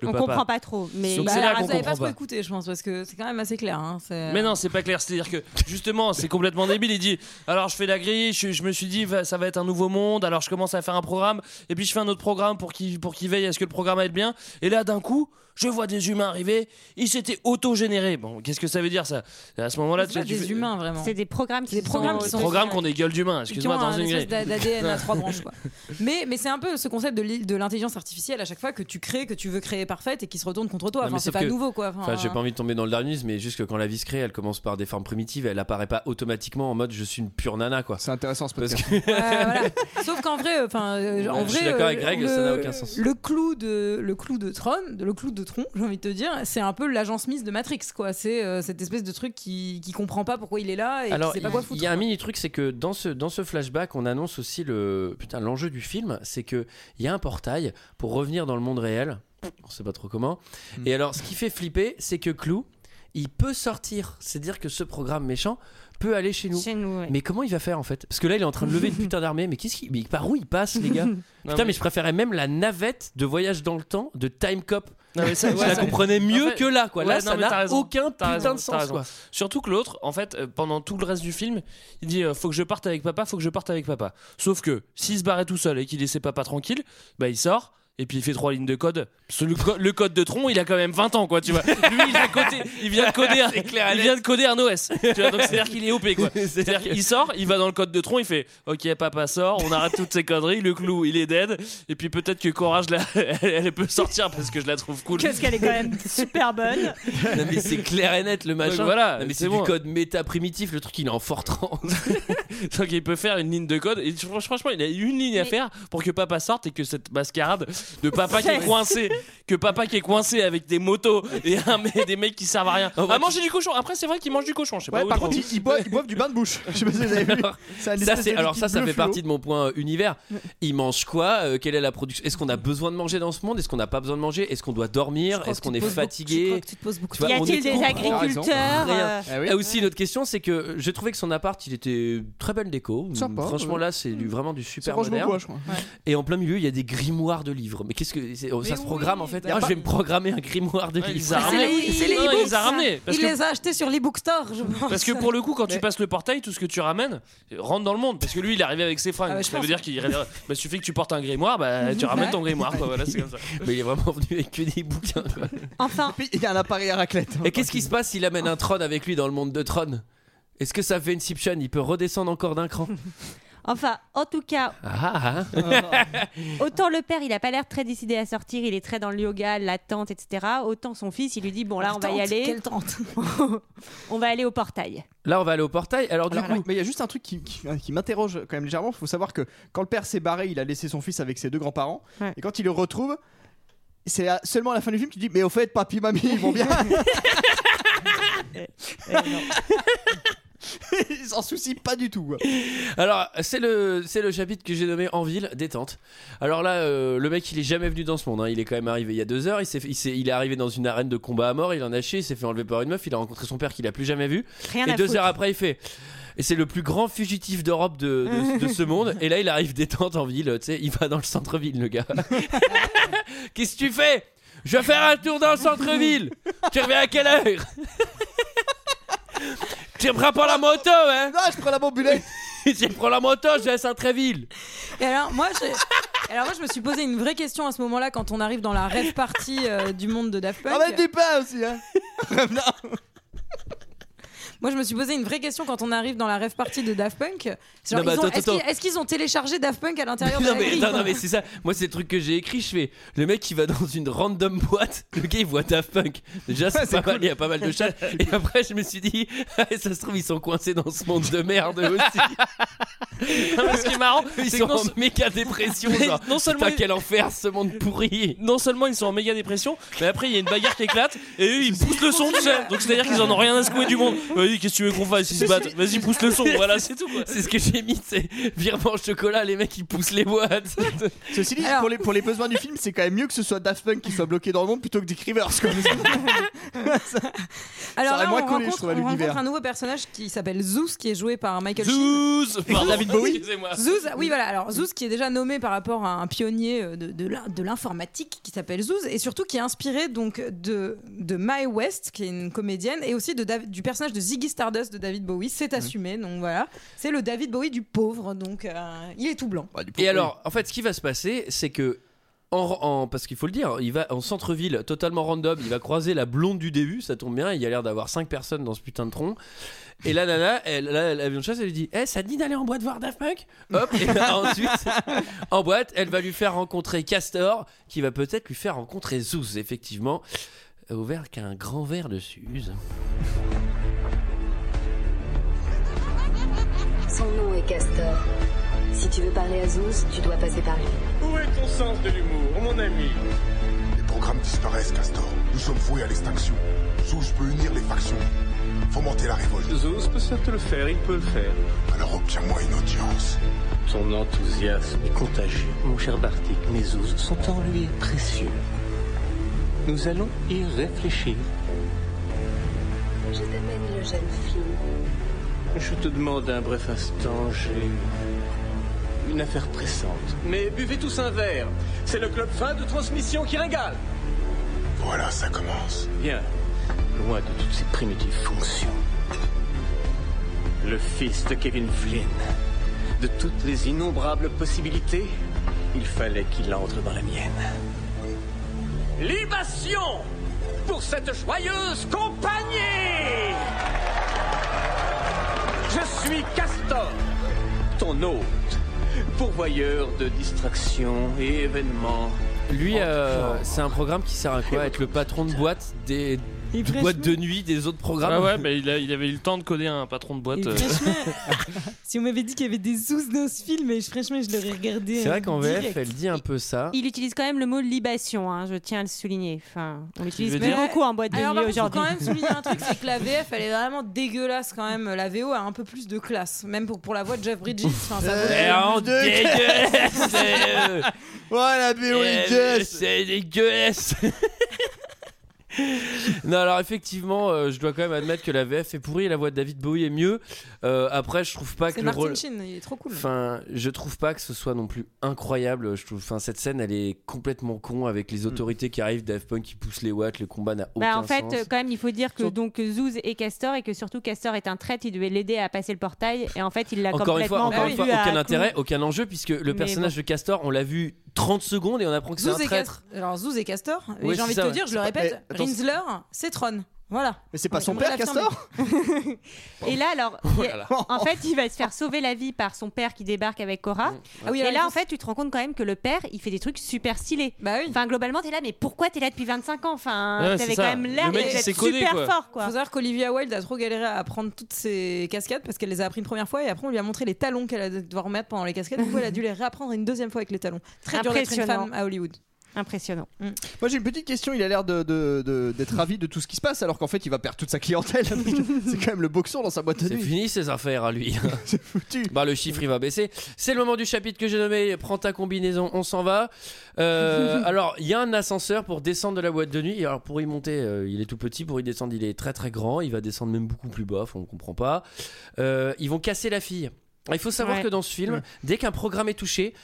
Speaker 9: Le
Speaker 10: On
Speaker 9: papa.
Speaker 10: comprend pas trop, mais
Speaker 9: Donc,
Speaker 5: Bah,
Speaker 9: c'est là
Speaker 5: alors,
Speaker 9: qu'on
Speaker 5: vous avez
Speaker 9: comprend
Speaker 5: pas trop
Speaker 9: pas.
Speaker 5: écouté, je pense, parce que c'est quand même assez clair. hein, c'est-
Speaker 9: Mais non, c'est pas clair. C'est-à-dire que justement, c'est complètement débile. Il dit alors je fais la grille, je, je me suis dit va- ça va être un nouveau monde. Alors je commence à faire un programme et puis je fais un autre programme pour qu'il pour qu'il veille à ce que le programme aille bien. Et là d'un coup, je vois des humains arriver. Ils s'étaient auto-générés. Bon, qu'est-ce que ça veut dire ça À ce moment-là,
Speaker 5: c'est
Speaker 9: tu
Speaker 5: pas
Speaker 9: tu
Speaker 5: des
Speaker 9: fais-
Speaker 5: humains vraiment.
Speaker 10: c'est des programmes qui
Speaker 5: Des
Speaker 10: sont-
Speaker 5: programmes qui sont-
Speaker 9: Programme qu'on des gueules d'humains.
Speaker 5: Qui ont
Speaker 9: Excuse-moi, dans
Speaker 5: un
Speaker 9: une
Speaker 5: espèce
Speaker 9: grille.
Speaker 5: d'a- d'ADN à trois branches quoi. Mais, mais c'est un peu ce concept de l'i- de l'intelligence artificielle à chaque fois que tu crées, que tu veux créer parfaite et qui se retourne contre toi.
Speaker 1: Non, mais
Speaker 5: Enfin, c'est
Speaker 1: sauf
Speaker 5: pas
Speaker 1: que-
Speaker 5: nouveau quoi. Enfin,
Speaker 1: Enfin, j'ai pas envie de tomber dans le darwinisme, mais juste que quand la vie se crée, elle commence par des formes primitives, elle apparaît pas automatiquement en mode je suis une pure nana, quoi.
Speaker 6: C'est intéressant ce
Speaker 1: Parce
Speaker 6: podcast.
Speaker 5: Ouais, Euh, voilà. Sauf qu'en vrai, euh, enfin,
Speaker 1: Ouais,
Speaker 5: en
Speaker 1: je
Speaker 5: vrai,
Speaker 1: suis d'accord
Speaker 5: euh,
Speaker 1: avec Greg,
Speaker 5: le-
Speaker 1: ça n'a aucun sens.
Speaker 5: Le clou de le clou de Tron, de- le clou de Tron, j'ai envie de te dire, c'est un peu l'agent Smith de Matrix, quoi. C'est euh, cette espèce de truc qui qui comprend pas pourquoi il est là et
Speaker 1: Alors,
Speaker 5: qui sait pas
Speaker 1: il-
Speaker 5: quoi foutre.
Speaker 1: il y a un mini truc, c'est que dans ce, dans ce flashback, on annonce aussi le putain l'enjeu du film, c'est que il y a un portail pour revenir dans le monde réel. On sait pas trop comment.
Speaker 6: Hmm.
Speaker 1: Et alors, ce qui fait flipper, c'est que Clou, il peut sortir. C'est-à-dire que ce programme méchant peut aller chez nous.
Speaker 10: chez nous. ouais.
Speaker 1: Mais comment il va faire en fait Parce que là, il est en train de lever une putain d'armée. Mais qu'est-ce qui, mais par où il passe, les gars
Speaker 9: Non,
Speaker 1: Putain, mais
Speaker 9: mais-
Speaker 1: je préférais même la navette de voyage dans le temps de Time Cop.
Speaker 9: non, mais ça-
Speaker 1: Je la
Speaker 9: ça-
Speaker 1: comprenais mieux
Speaker 9: en fait-
Speaker 1: que là, quoi. Là,
Speaker 9: Ouais, non,
Speaker 1: ça
Speaker 9: mais t'as
Speaker 1: n'a
Speaker 9: raison.
Speaker 1: aucun
Speaker 9: T'as
Speaker 1: putain
Speaker 9: raison,
Speaker 1: de
Speaker 9: t'as
Speaker 1: sens,
Speaker 9: raison.
Speaker 1: quoi.
Speaker 9: Surtout que l'autre, en fait, euh, pendant tout le reste du film, il dit euh, faut que je parte avec papa, faut que je parte avec papa. Sauf que s'il se barrait tout seul et qu'il laissait papa tranquille, bah il sort. Et puis il fait trois lignes de code. Parce que le, co- le code de Tron, il a quand même 20 ans, quoi, tu vois. Lui, il, a codé- il vient de coder, un- il vient de coder un OS. Tu vois, donc c'est-à-dire qu'il est OP, quoi. C'est-à-dire qu'il sort, il va dans le code de Tron, il fait Ok, papa sort, on arrête toutes ces conneries, le clou, il est dead. Et puis peut-être que Courage, là, elle, elle peut sortir parce que je la trouve cool.
Speaker 10: Parce qu'elle est quand même super bonne.
Speaker 1: Non, mais c'est clair et net le
Speaker 9: Donc
Speaker 1: machin.
Speaker 9: voilà,
Speaker 1: Non, mais
Speaker 9: c'est
Speaker 1: c'est
Speaker 9: bon.
Speaker 1: du code méta primitif, le truc il est en Fortran.
Speaker 9: Donc il peut faire une ligne de code et fr- franchement il a une ligne à
Speaker 10: Mais-
Speaker 9: faire pour que papa sorte et que cette mascarade de papa qui est
Speaker 10: C'est-
Speaker 9: coincé, que papa qui est coincé avec des motos et un mec- des mecs qui servent à rien.
Speaker 1: En vrai,
Speaker 9: À manger du cochon. Après c'est vrai qu'il mange du cochon. Je sais pas
Speaker 6: Ouais,
Speaker 9: où
Speaker 6: par
Speaker 9: il trouve.
Speaker 6: contre, ils, ils boivent, ils boivent du bain de bouche. Je sais pas si vous avez vu.
Speaker 1: Alors,
Speaker 6: C'est un
Speaker 1: ça
Speaker 6: espèce
Speaker 1: c'est
Speaker 6: de
Speaker 1: alors ça
Speaker 6: liquide
Speaker 1: ça
Speaker 6: bleu
Speaker 1: fait
Speaker 6: fluo.
Speaker 1: partie de mon point euh, univers. Il mange quoi Euh, Quelle est la production Est-ce qu'on a besoin de manger dans ce monde Est-ce qu'on n'a pas besoin de manger Est-ce qu'on doit dormir Est-ce qu'on est fatigué
Speaker 5: Tu te poses beaucoup.
Speaker 1: Tu vois,
Speaker 10: y
Speaker 1: on
Speaker 10: a-t-il
Speaker 1: est
Speaker 10: des
Speaker 1: con.
Speaker 10: agriculteurs
Speaker 1: Rien.
Speaker 10: euh,
Speaker 6: Ah oui.
Speaker 1: Ah, aussi une autre question, c'est que euh, j'ai trouvé que son appart, il était euh, très belle déco.
Speaker 6: Sympa,
Speaker 1: Franchement
Speaker 6: ouais.
Speaker 1: là, c'est
Speaker 9: Mm.
Speaker 1: du, vraiment du
Speaker 6: C'est
Speaker 1: super
Speaker 6: franchement
Speaker 1: moderne.
Speaker 6: quoi, je crois.
Speaker 1: Et en plein milieu, il y a des grimoires de livres. Mais qu'est-ce que c'est- oh, ça
Speaker 5: Mais
Speaker 1: se programme
Speaker 5: oui,
Speaker 1: en fait
Speaker 5: bah,
Speaker 1: Ah,
Speaker 5: pas-
Speaker 1: Je vais me programmer un grimoire de
Speaker 9: Ouais,
Speaker 1: livres.
Speaker 9: ils a
Speaker 5: C'est
Speaker 9: ramené.
Speaker 5: les- c'est les
Speaker 9: Non,
Speaker 5: e-books,
Speaker 9: ils a ramené. Parce
Speaker 5: Il
Speaker 9: que,
Speaker 5: les a achetés sur l'ebook store, je pense.
Speaker 9: parce que pour le coup, quand tu passes le portail, tout ce que tu ramènes rentre dans le monde. Parce que lui, il est arrivé avec ses fringues.
Speaker 5: Ah, bah, je
Speaker 9: ça veut
Speaker 5: pense.
Speaker 9: dire qu'il bah, suffit que tu portes un grimoire, bah, tu ramènes ton grimoire. Quoi, voilà, c'est comme ça.
Speaker 1: Mais il est vraiment venu avec que des bouquins. quoi.
Speaker 10: Enfin,
Speaker 6: Puis il y a un appareil à raclette.
Speaker 1: Et qu'est-ce qui se passe s'il amène un trône avec lui dans le monde de trône Est-ce que ça fait Inception Il peut redescendre encore d'un cran.
Speaker 10: Enfin, en tout cas, autant le père, il a pas l'air très décidé à sortir, il est très dans le yoga, l'attente, etc. Autant son fils, il lui dit bon là, on va y
Speaker 5: L'attente,
Speaker 10: aller.
Speaker 5: quelle
Speaker 10: on va aller au portail.
Speaker 1: Là, on va aller au portail. Alors,
Speaker 6: du coup. Mais il y a juste un truc qui, qui- qui m'interroge quand même légèrement. Il faut savoir que quand le père s'est barré, il a laissé son fils avec ses deux grands-parents. Et quand il le retrouve, c'est à- seulement à la fin du film qu'il dit Mais au fait, papy, mamie, ils vont bien. Eh, Ils s'en soucient pas du tout. quoi.
Speaker 1: Alors, c'est le, c'est le chapitre que j'ai nommé En ville, détente. Alors là, euh, le mec, il est jamais venu dans ce monde. hein. Il est quand même arrivé il y a deux heures. Il, s'est, il, s'est- il est arrivé dans une arène de combat à mort. Il en a chié. Il s'est fait enlever par une meuf. Il a rencontré son père qu'il a plus jamais vu.
Speaker 10: Rien
Speaker 1: et
Speaker 10: à
Speaker 1: deux
Speaker 10: foutre.
Speaker 1: heures après, il fait. Et c'est le plus grand fugitif d'Europe de, de- de ce monde. Et là, il arrive détente en ville. Tu sais, il va dans le centre-ville, le gars. Qu'est-ce que tu fais Je vais faire un tour dans le centre-ville. tu reviens à quelle heure Tu prends pas la moto, hein
Speaker 6: Non, je prends la bombulette.
Speaker 1: je prends la moto, je vais à Saint-Tréville.
Speaker 5: Et alors moi, je... alors moi, je me suis posé une vraie question à ce moment-là quand on arrive dans la rêve partie euh, du monde de Daft Punk.
Speaker 6: Ah, bah, dis pas aussi, hein.
Speaker 5: Moi, je me suis posé une vraie question quand on arrive dans la rêve partie de Daft Punk. C'est genre,
Speaker 1: Non, mais
Speaker 5: ils ont-
Speaker 1: attends,
Speaker 5: Est-ce qu'ils
Speaker 1: attends.
Speaker 5: est-ce qu'ils ont téléchargé Daft Punk à l'intérieur de
Speaker 1: non,
Speaker 5: la
Speaker 1: mais,
Speaker 5: grille
Speaker 1: non, non, mais c'est ça. Moi, c'est le truc que j'ai écrit. Je fais le mec il va dans une random boîte. Le gars il voit Daft Punk. Déjà, c'est pas mal. Il y a pas mal de chats. Et après, je me suis dit, ah, ça se trouve, ils sont coincés dans ce monde de merde aussi.
Speaker 9: Ce qui est marrant,
Speaker 1: Ils
Speaker 9: c'est
Speaker 1: sont
Speaker 9: que non-
Speaker 1: en méga dépression.
Speaker 9: Mais
Speaker 1: genre,
Speaker 9: non seulement
Speaker 1: Putain,
Speaker 9: ils-
Speaker 1: quel enfer ce monde pourri.
Speaker 9: non seulement ils sont en méga dépression, mais après il y a une bagarre qui éclate et eux ils poussent le son, tu sais. Donc c'est à dire qu'ils en ont rien à secouer du monde. Vas-y, qu'est-ce que tu veux qu'on fasse Ils se battent. Vas-y, pousse le son. Voilà, c'est tout quoi.
Speaker 1: C'est ce que j'ai mis, c'est virement chocolat, les mecs ils poussent les boîtes.
Speaker 6: Ceci dit,
Speaker 5: Alors-
Speaker 6: pour, les, pour les besoins du film, c'est quand même mieux que ce soit Daft Punk qui soit bloqué dans le monde plutôt que Dick Rivers. quoi.
Speaker 5: Alors
Speaker 6: aurait
Speaker 5: là, on,
Speaker 6: moins collé, je
Speaker 5: rencontre,
Speaker 6: trouve, à
Speaker 5: on rencontre
Speaker 6: l'univers.
Speaker 5: un nouveau personnage qui s'appelle Zeus, qui est joué par Michael Sheen.
Speaker 9: Zouz Pardon,
Speaker 6: David Bowie.
Speaker 9: excusez-moi.
Speaker 5: Zouz, oui voilà, alors Zouz qui est déjà nommé par rapport à un pionnier euh, de, de l'in- de l'informatique qui s'appelle Zouz et surtout qui est inspiré donc de, de Mae West qui est une comédienne et aussi de Dav- du personnage de Ziggy Stardust de David Bowie, c'est assumé donc voilà, c'est le David Bowie du pauvre donc euh, il est tout blanc.
Speaker 6: Bah, du coup,
Speaker 1: Et alors, en fait, ce qui va se passer, c'est que. En, en- parce qu'il faut le dire, il va en centre-ville totalement random, il va croiser la blonde du début, ça tombe bien, il y a l'air d'avoir 5 personnes dans ce putain de tronc. Et la nana, elle, la- l'avion de chasse, elle lui dit Eh, ça te dit d'aller en boîte voir Daft Punk Hop, et bah, ensuite, en boîte, elle va lui faire rencontrer Castor, qui va peut-être lui faire rencontrer Zeus, effectivement. Ouvert qu'un grand verre de Suze.
Speaker 11: Son nom est Castor. Si tu veux parler à Zeus, tu dois passer par lui.
Speaker 2: Où est ton sens de l'humour, mon ami
Speaker 12: Les programmes disparaissent, Castor. Nous sommes voués à l'extinction. Zeus peut unir les factions, fomenter la révolte.
Speaker 2: Zeus peut certes le faire, il peut le faire.
Speaker 12: Alors obtiens-moi une audience.
Speaker 2: Ton enthousiasme est contagieux, mon cher Bartik. Mes Zeus sont en lui précieux. Nous allons y réfléchir.
Speaker 11: Je t'amène le jeune fille.
Speaker 2: Je te demande un bref instant, j'ai une affaire pressante. Mais buvez tous un verre. C'est le club fin de transmission qui régale.
Speaker 12: Voilà, ça commence.
Speaker 2: Bien, loin de toutes ces primitives fonctions. Le fils de Kevin Flynn, de toutes les innombrables possibilités, il fallait qu'il entre dans la mienne. Libation pour cette joyeuse compagnie Je suis Castor, ton hôte, pourvoyeur de distractions et événements.
Speaker 1: Lui, euh, c'est un programme qui sert à quoi Être le patron de boîte des
Speaker 5: fraîchement-
Speaker 1: boîtes de nuit des autres programmes
Speaker 9: Ah ouais, bah, il, a- il avait eu le temps de coder un patron de boîte. euh.
Speaker 5: si on m'avait dit qu'il y avait des Zeus dans ce film, et franchement je l'aurais regardé. euh,
Speaker 1: C'est vrai qu'en VF, elle dit un peu ça.
Speaker 10: Il utilise quand même le mot libation, hein, je tiens à le souligner. Enfin, on l'utilise
Speaker 9: veut
Speaker 10: plus
Speaker 9: dire-
Speaker 10: beaucoup en boîte de
Speaker 5: Alors,
Speaker 10: nuit
Speaker 5: par contre, faut
Speaker 10: aujourd'hui.
Speaker 5: quand même souligner un truc, c'est que la VF, elle est vraiment dégueulasse quand même. La VO a un peu plus de classe, même pour, pour la voix de Jeff Bridges. Enfin, ça vaut-
Speaker 1: Eh, on
Speaker 6: de-
Speaker 1: dégueulasse euh,
Speaker 6: Voilà, mais
Speaker 2: Eh,
Speaker 6: oui,
Speaker 1: euh,
Speaker 6: yes.
Speaker 1: C'est dégueulasse Non, alors effectivement, euh, je dois quand même admettre que la VF est pourrie et la voix de David Bowie est mieux. Euh, après, je trouve pas que
Speaker 5: C'est
Speaker 1: le
Speaker 5: Martin
Speaker 1: rôle.
Speaker 5: Sheen, il est trop cool.
Speaker 1: Enfin, je trouve pas que ce soit non plus incroyable. Je trouve, enfin, cette scène, elle est complètement con avec les autorités qui arrivent, Daft Punk qui pousse les watts, le combat n'a aucun
Speaker 10: Bah, en fait,
Speaker 1: sens.
Speaker 10: euh, quand même, il faut dire que
Speaker 1: Surtout-
Speaker 10: donc Zouz est Castor et que surtout Castor est un traître. Il devait l'aider à passer le portail et en fait, il l'a
Speaker 1: Encore une fois,
Speaker 10: complètement
Speaker 1: encore une fois,
Speaker 10: vendu à
Speaker 1: aucun
Speaker 10: coup-
Speaker 1: intérêt, aucun enjeu, puisque le
Speaker 10: Mais
Speaker 1: personnage de Castor, on l'a vu 30 secondes et on apprend que c'est un
Speaker 5: Zouz et
Speaker 1: traître.
Speaker 5: Castor. Alors Zouz et Castor, mais
Speaker 1: Ouais,
Speaker 5: j'ai
Speaker 1: c'est
Speaker 5: envie
Speaker 1: ça,
Speaker 5: de te
Speaker 1: ouais.
Speaker 5: dire, je le
Speaker 6: pas-
Speaker 5: répète,
Speaker 6: mais attends,
Speaker 5: Rinsler, c'est Tron. Voilà.
Speaker 6: Mais c'est pas
Speaker 5: On est-
Speaker 6: son
Speaker 5: on
Speaker 6: père,
Speaker 5: est affirmé.
Speaker 6: Castor
Speaker 10: Et là, alors,
Speaker 6: Oh
Speaker 10: il-
Speaker 6: là là.
Speaker 10: en fait, il va se faire sauver la vie par son père qui débarque avec Cora.
Speaker 5: Ah oui,
Speaker 10: et
Speaker 5: alors,
Speaker 10: là,
Speaker 5: il
Speaker 10: en fait, tu te rends compte quand même que le père, il fait des trucs super stylés.
Speaker 1: Bah
Speaker 10: Enfin, globalement, t'es là, mais pourquoi t'es là depuis 25 ans Enfin,
Speaker 9: Ouais,
Speaker 10: t'avais
Speaker 9: c'est
Speaker 10: quand
Speaker 9: ça.
Speaker 10: même l'air
Speaker 9: Le mec, il
Speaker 10: d'être
Speaker 9: s'est
Speaker 10: super
Speaker 9: codé, quoi.
Speaker 10: fort, quoi.
Speaker 5: Faut savoir qu'Olivia Wilde a trop galéré à apprendre toutes ses cascades parce qu'elle les a apprises une première fois et après on lui a montré les talons qu'elle a devoir remettre pendant les cascades. Du coup, elle a dû les réapprendre une deuxième fois avec les talons. Très dur d'être une
Speaker 10: Impressionnant.
Speaker 5: femme à Hollywood.
Speaker 10: Impressionnant.
Speaker 6: Moi j'ai une petite question, il a l'air de- de- de- d'être ravi de tout ce qui se passe alors qu'en fait il va perdre toute sa clientèle. c'est quand même le boxon dans sa boîte de
Speaker 1: C'est
Speaker 6: nuit.
Speaker 1: fini ces affaires à lui. C'est foutu. Bah le chiffre il va baisser. C'est le moment du chapitre que j'ai nommé Prends ta combinaison, on s'en va. Euh, alors il y a un ascenseur pour descendre de la boîte de nuit. Et Alors pour y monter, euh, il est tout petit. Pour y descendre, il est très très grand. Il va descendre même beaucoup plus bas. On ne comprend pas. Euh, ils vont casser la fille. Il faut savoir
Speaker 9: Ouais.
Speaker 1: que dans ce film,
Speaker 9: Ouais.
Speaker 1: dès qu'un programme est touché,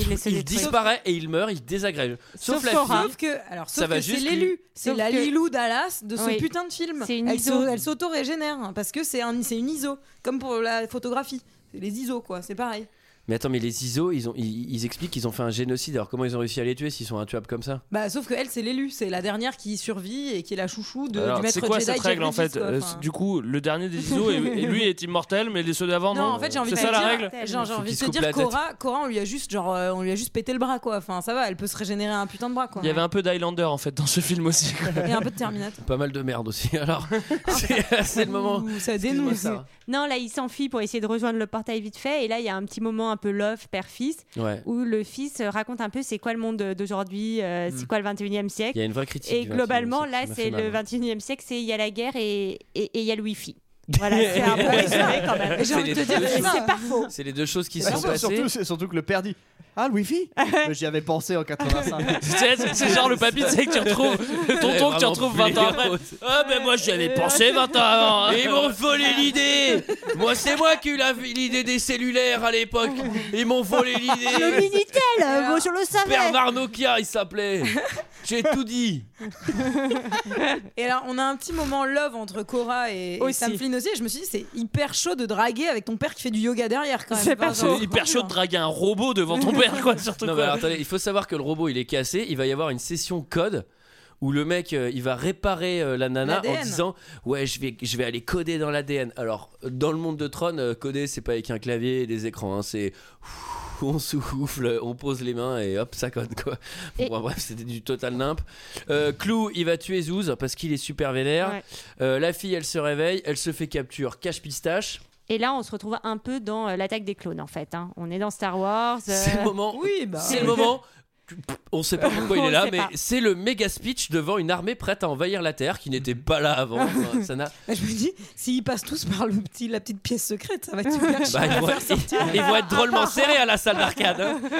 Speaker 1: il,
Speaker 10: détruire.
Speaker 1: disparaît et il meurt, il désagrège. Sauf, la
Speaker 5: Cora.
Speaker 1: fille.
Speaker 5: Sauf que, alors, sauf
Speaker 1: ça va
Speaker 5: que c'est
Speaker 1: juste
Speaker 5: l'élu.
Speaker 1: lui-
Speaker 5: C'est
Speaker 10: Sauf
Speaker 5: la
Speaker 10: que-
Speaker 5: Lilou Dallas de ce
Speaker 10: Oui.
Speaker 5: putain de film.
Speaker 10: C'est une
Speaker 5: elle
Speaker 10: ISO.
Speaker 5: se- elle s'auto-régénère hein, parce que c'est un, c'est une ISO. Comme pour la photographie. C'est les ISO, quoi. C'est pareil.
Speaker 1: Mais attends, mais les ISO, ils, ont, ils, ils expliquent qu'ils ont fait un génocide. Alors comment ils ont réussi à les tuer s'ils sont intuables comme ça
Speaker 5: Bah, sauf que elle, c'est l'élu. C'est la dernière qui survit et qui est la chouchou de,
Speaker 9: Alors,
Speaker 5: du maître
Speaker 9: c'est quoi
Speaker 5: Jedi.
Speaker 9: cette
Speaker 5: Jeff
Speaker 9: règle en
Speaker 5: Bridges,
Speaker 9: fait
Speaker 5: quoi.
Speaker 9: Euh,
Speaker 5: Enfin,
Speaker 9: Du coup, le dernier des ISO, et, et lui est immortel, mais les ceux d'avant, non,
Speaker 5: Non, en fait, j'ai envie de
Speaker 9: C'est
Speaker 5: te
Speaker 9: ça la
Speaker 5: dire,
Speaker 9: règle
Speaker 5: Genre, j'ai
Speaker 9: Faut
Speaker 5: envie
Speaker 9: qu'il
Speaker 5: de
Speaker 9: se
Speaker 5: te
Speaker 9: coupe
Speaker 5: dire,
Speaker 9: la tête.
Speaker 5: Cora, Cora, on lui a juste, genre, euh, on lui a juste pété le bras, quoi. Enfin, ça va, elle peut se régénérer un putain de bras, quoi.
Speaker 9: Il y avait un peu d'Highlander en fait dans ce film aussi.
Speaker 5: Et un peu de Terminator.
Speaker 1: Pas mal de merde aussi. Alors, c'est c'est le moment.
Speaker 5: Ça
Speaker 1: Excuse-moi, Sarah.
Speaker 10: Non, là, il s'enfuit pour essayer de rejoindre le portail vite fait. Et là, il y a un petit moment un peu love, père-fils,
Speaker 1: Ouais.
Speaker 10: où le fils euh, raconte un peu c'est quoi le monde euh, d'aujourd'hui, euh, c'est quoi le 21e
Speaker 1: Hmm.
Speaker 10: siècle.
Speaker 1: Il y a une vraie critique
Speaker 10: Et
Speaker 1: du 21e
Speaker 10: globalement,
Speaker 1: siècle
Speaker 10: là,
Speaker 1: qui m'a
Speaker 10: c'est
Speaker 1: fait mal. hein.
Speaker 10: le 21e siècle, c'est il y a la guerre et et- et il y a le wifi. Voilà, c'est un peu résumé quand même.
Speaker 5: Et j'ai envie de
Speaker 1: les
Speaker 5: te dire,
Speaker 1: deux
Speaker 5: c'est
Speaker 1: choses-
Speaker 5: ça. pas faux.
Speaker 1: C'est les deux choses qui
Speaker 6: Et
Speaker 1: se sont
Speaker 6: surtout-
Speaker 1: passées.
Speaker 6: surtout, c'est surtout que le père dit Ah, le wifi Mais J'y avais pensé en 85.
Speaker 9: C'est- c'est- c'est genre le papy, tu sais, que tu retrouves, le tonton que tu retrouves 20 ans après. Ah, ben moi j'y avais pensé 20 ans avant. hein.
Speaker 1: Ils m'ont volé l'idée Moi, c'est moi qui ai eu la- l'idée des cellulaires à l'époque Ils m'ont volé
Speaker 10: Le
Speaker 1: l'idée
Speaker 10: Minitel, euh, bon, je le savais.
Speaker 1: Bernard Nokia, il s'appelait J'ai tout dit
Speaker 5: Et alors, on a un petit moment love entre Cora et, et
Speaker 1: Aussi.
Speaker 5: Sam Flynn aussi. Et je me suis dit, c'est hyper chaud de draguer avec ton père qui fait du yoga derrière, quand même. Enfin, genre-
Speaker 9: C'est hyper chaud de draguer un robot devant ton père, quoi, surtout.
Speaker 1: Non, mais
Speaker 9: quoi.
Speaker 1: alors, attendez, il faut savoir que le robot il est cassé, il va y avoir une session code où le mec euh, il va réparer euh, la nana en
Speaker 9: L'ADN.
Speaker 1: disant ouais je vais je vais aller coder dans l'ADN. Alors euh, dans le monde de Tron euh, coder c'est pas avec un clavier et des écrans hein, c'est on souffle, on pose les mains et hop ça code quoi. Bon,
Speaker 10: Et-
Speaker 1: bah, bref c'était du total nimp. Euh, Clou il va tuer Zouz parce qu'il est super vénère.
Speaker 10: Ouais.
Speaker 1: Euh, la fille elle se réveille, elle se fait capture cache pistache.
Speaker 10: Et là, on se retrouve un peu dans euh, l'attaque des clones, en fait. hein. On est dans Star Wars. euh,
Speaker 1: C'est le moment.
Speaker 5: bah.
Speaker 1: C'est le moment. On sait pas pourquoi il
Speaker 10: On
Speaker 1: est là,
Speaker 10: sait
Speaker 1: mais
Speaker 10: pas.
Speaker 1: c'est le méga speech devant une armée prête à envahir la Terre qui n'était pas là avant. Enfin, ça n'a-
Speaker 5: Je me dis, s'ils passent tous par le petit, la petite pièce secrète, ça va être hyper chaud.
Speaker 1: Bah, ils, vont, ils vont être drôlement serrés à la salle d'arcade. hein.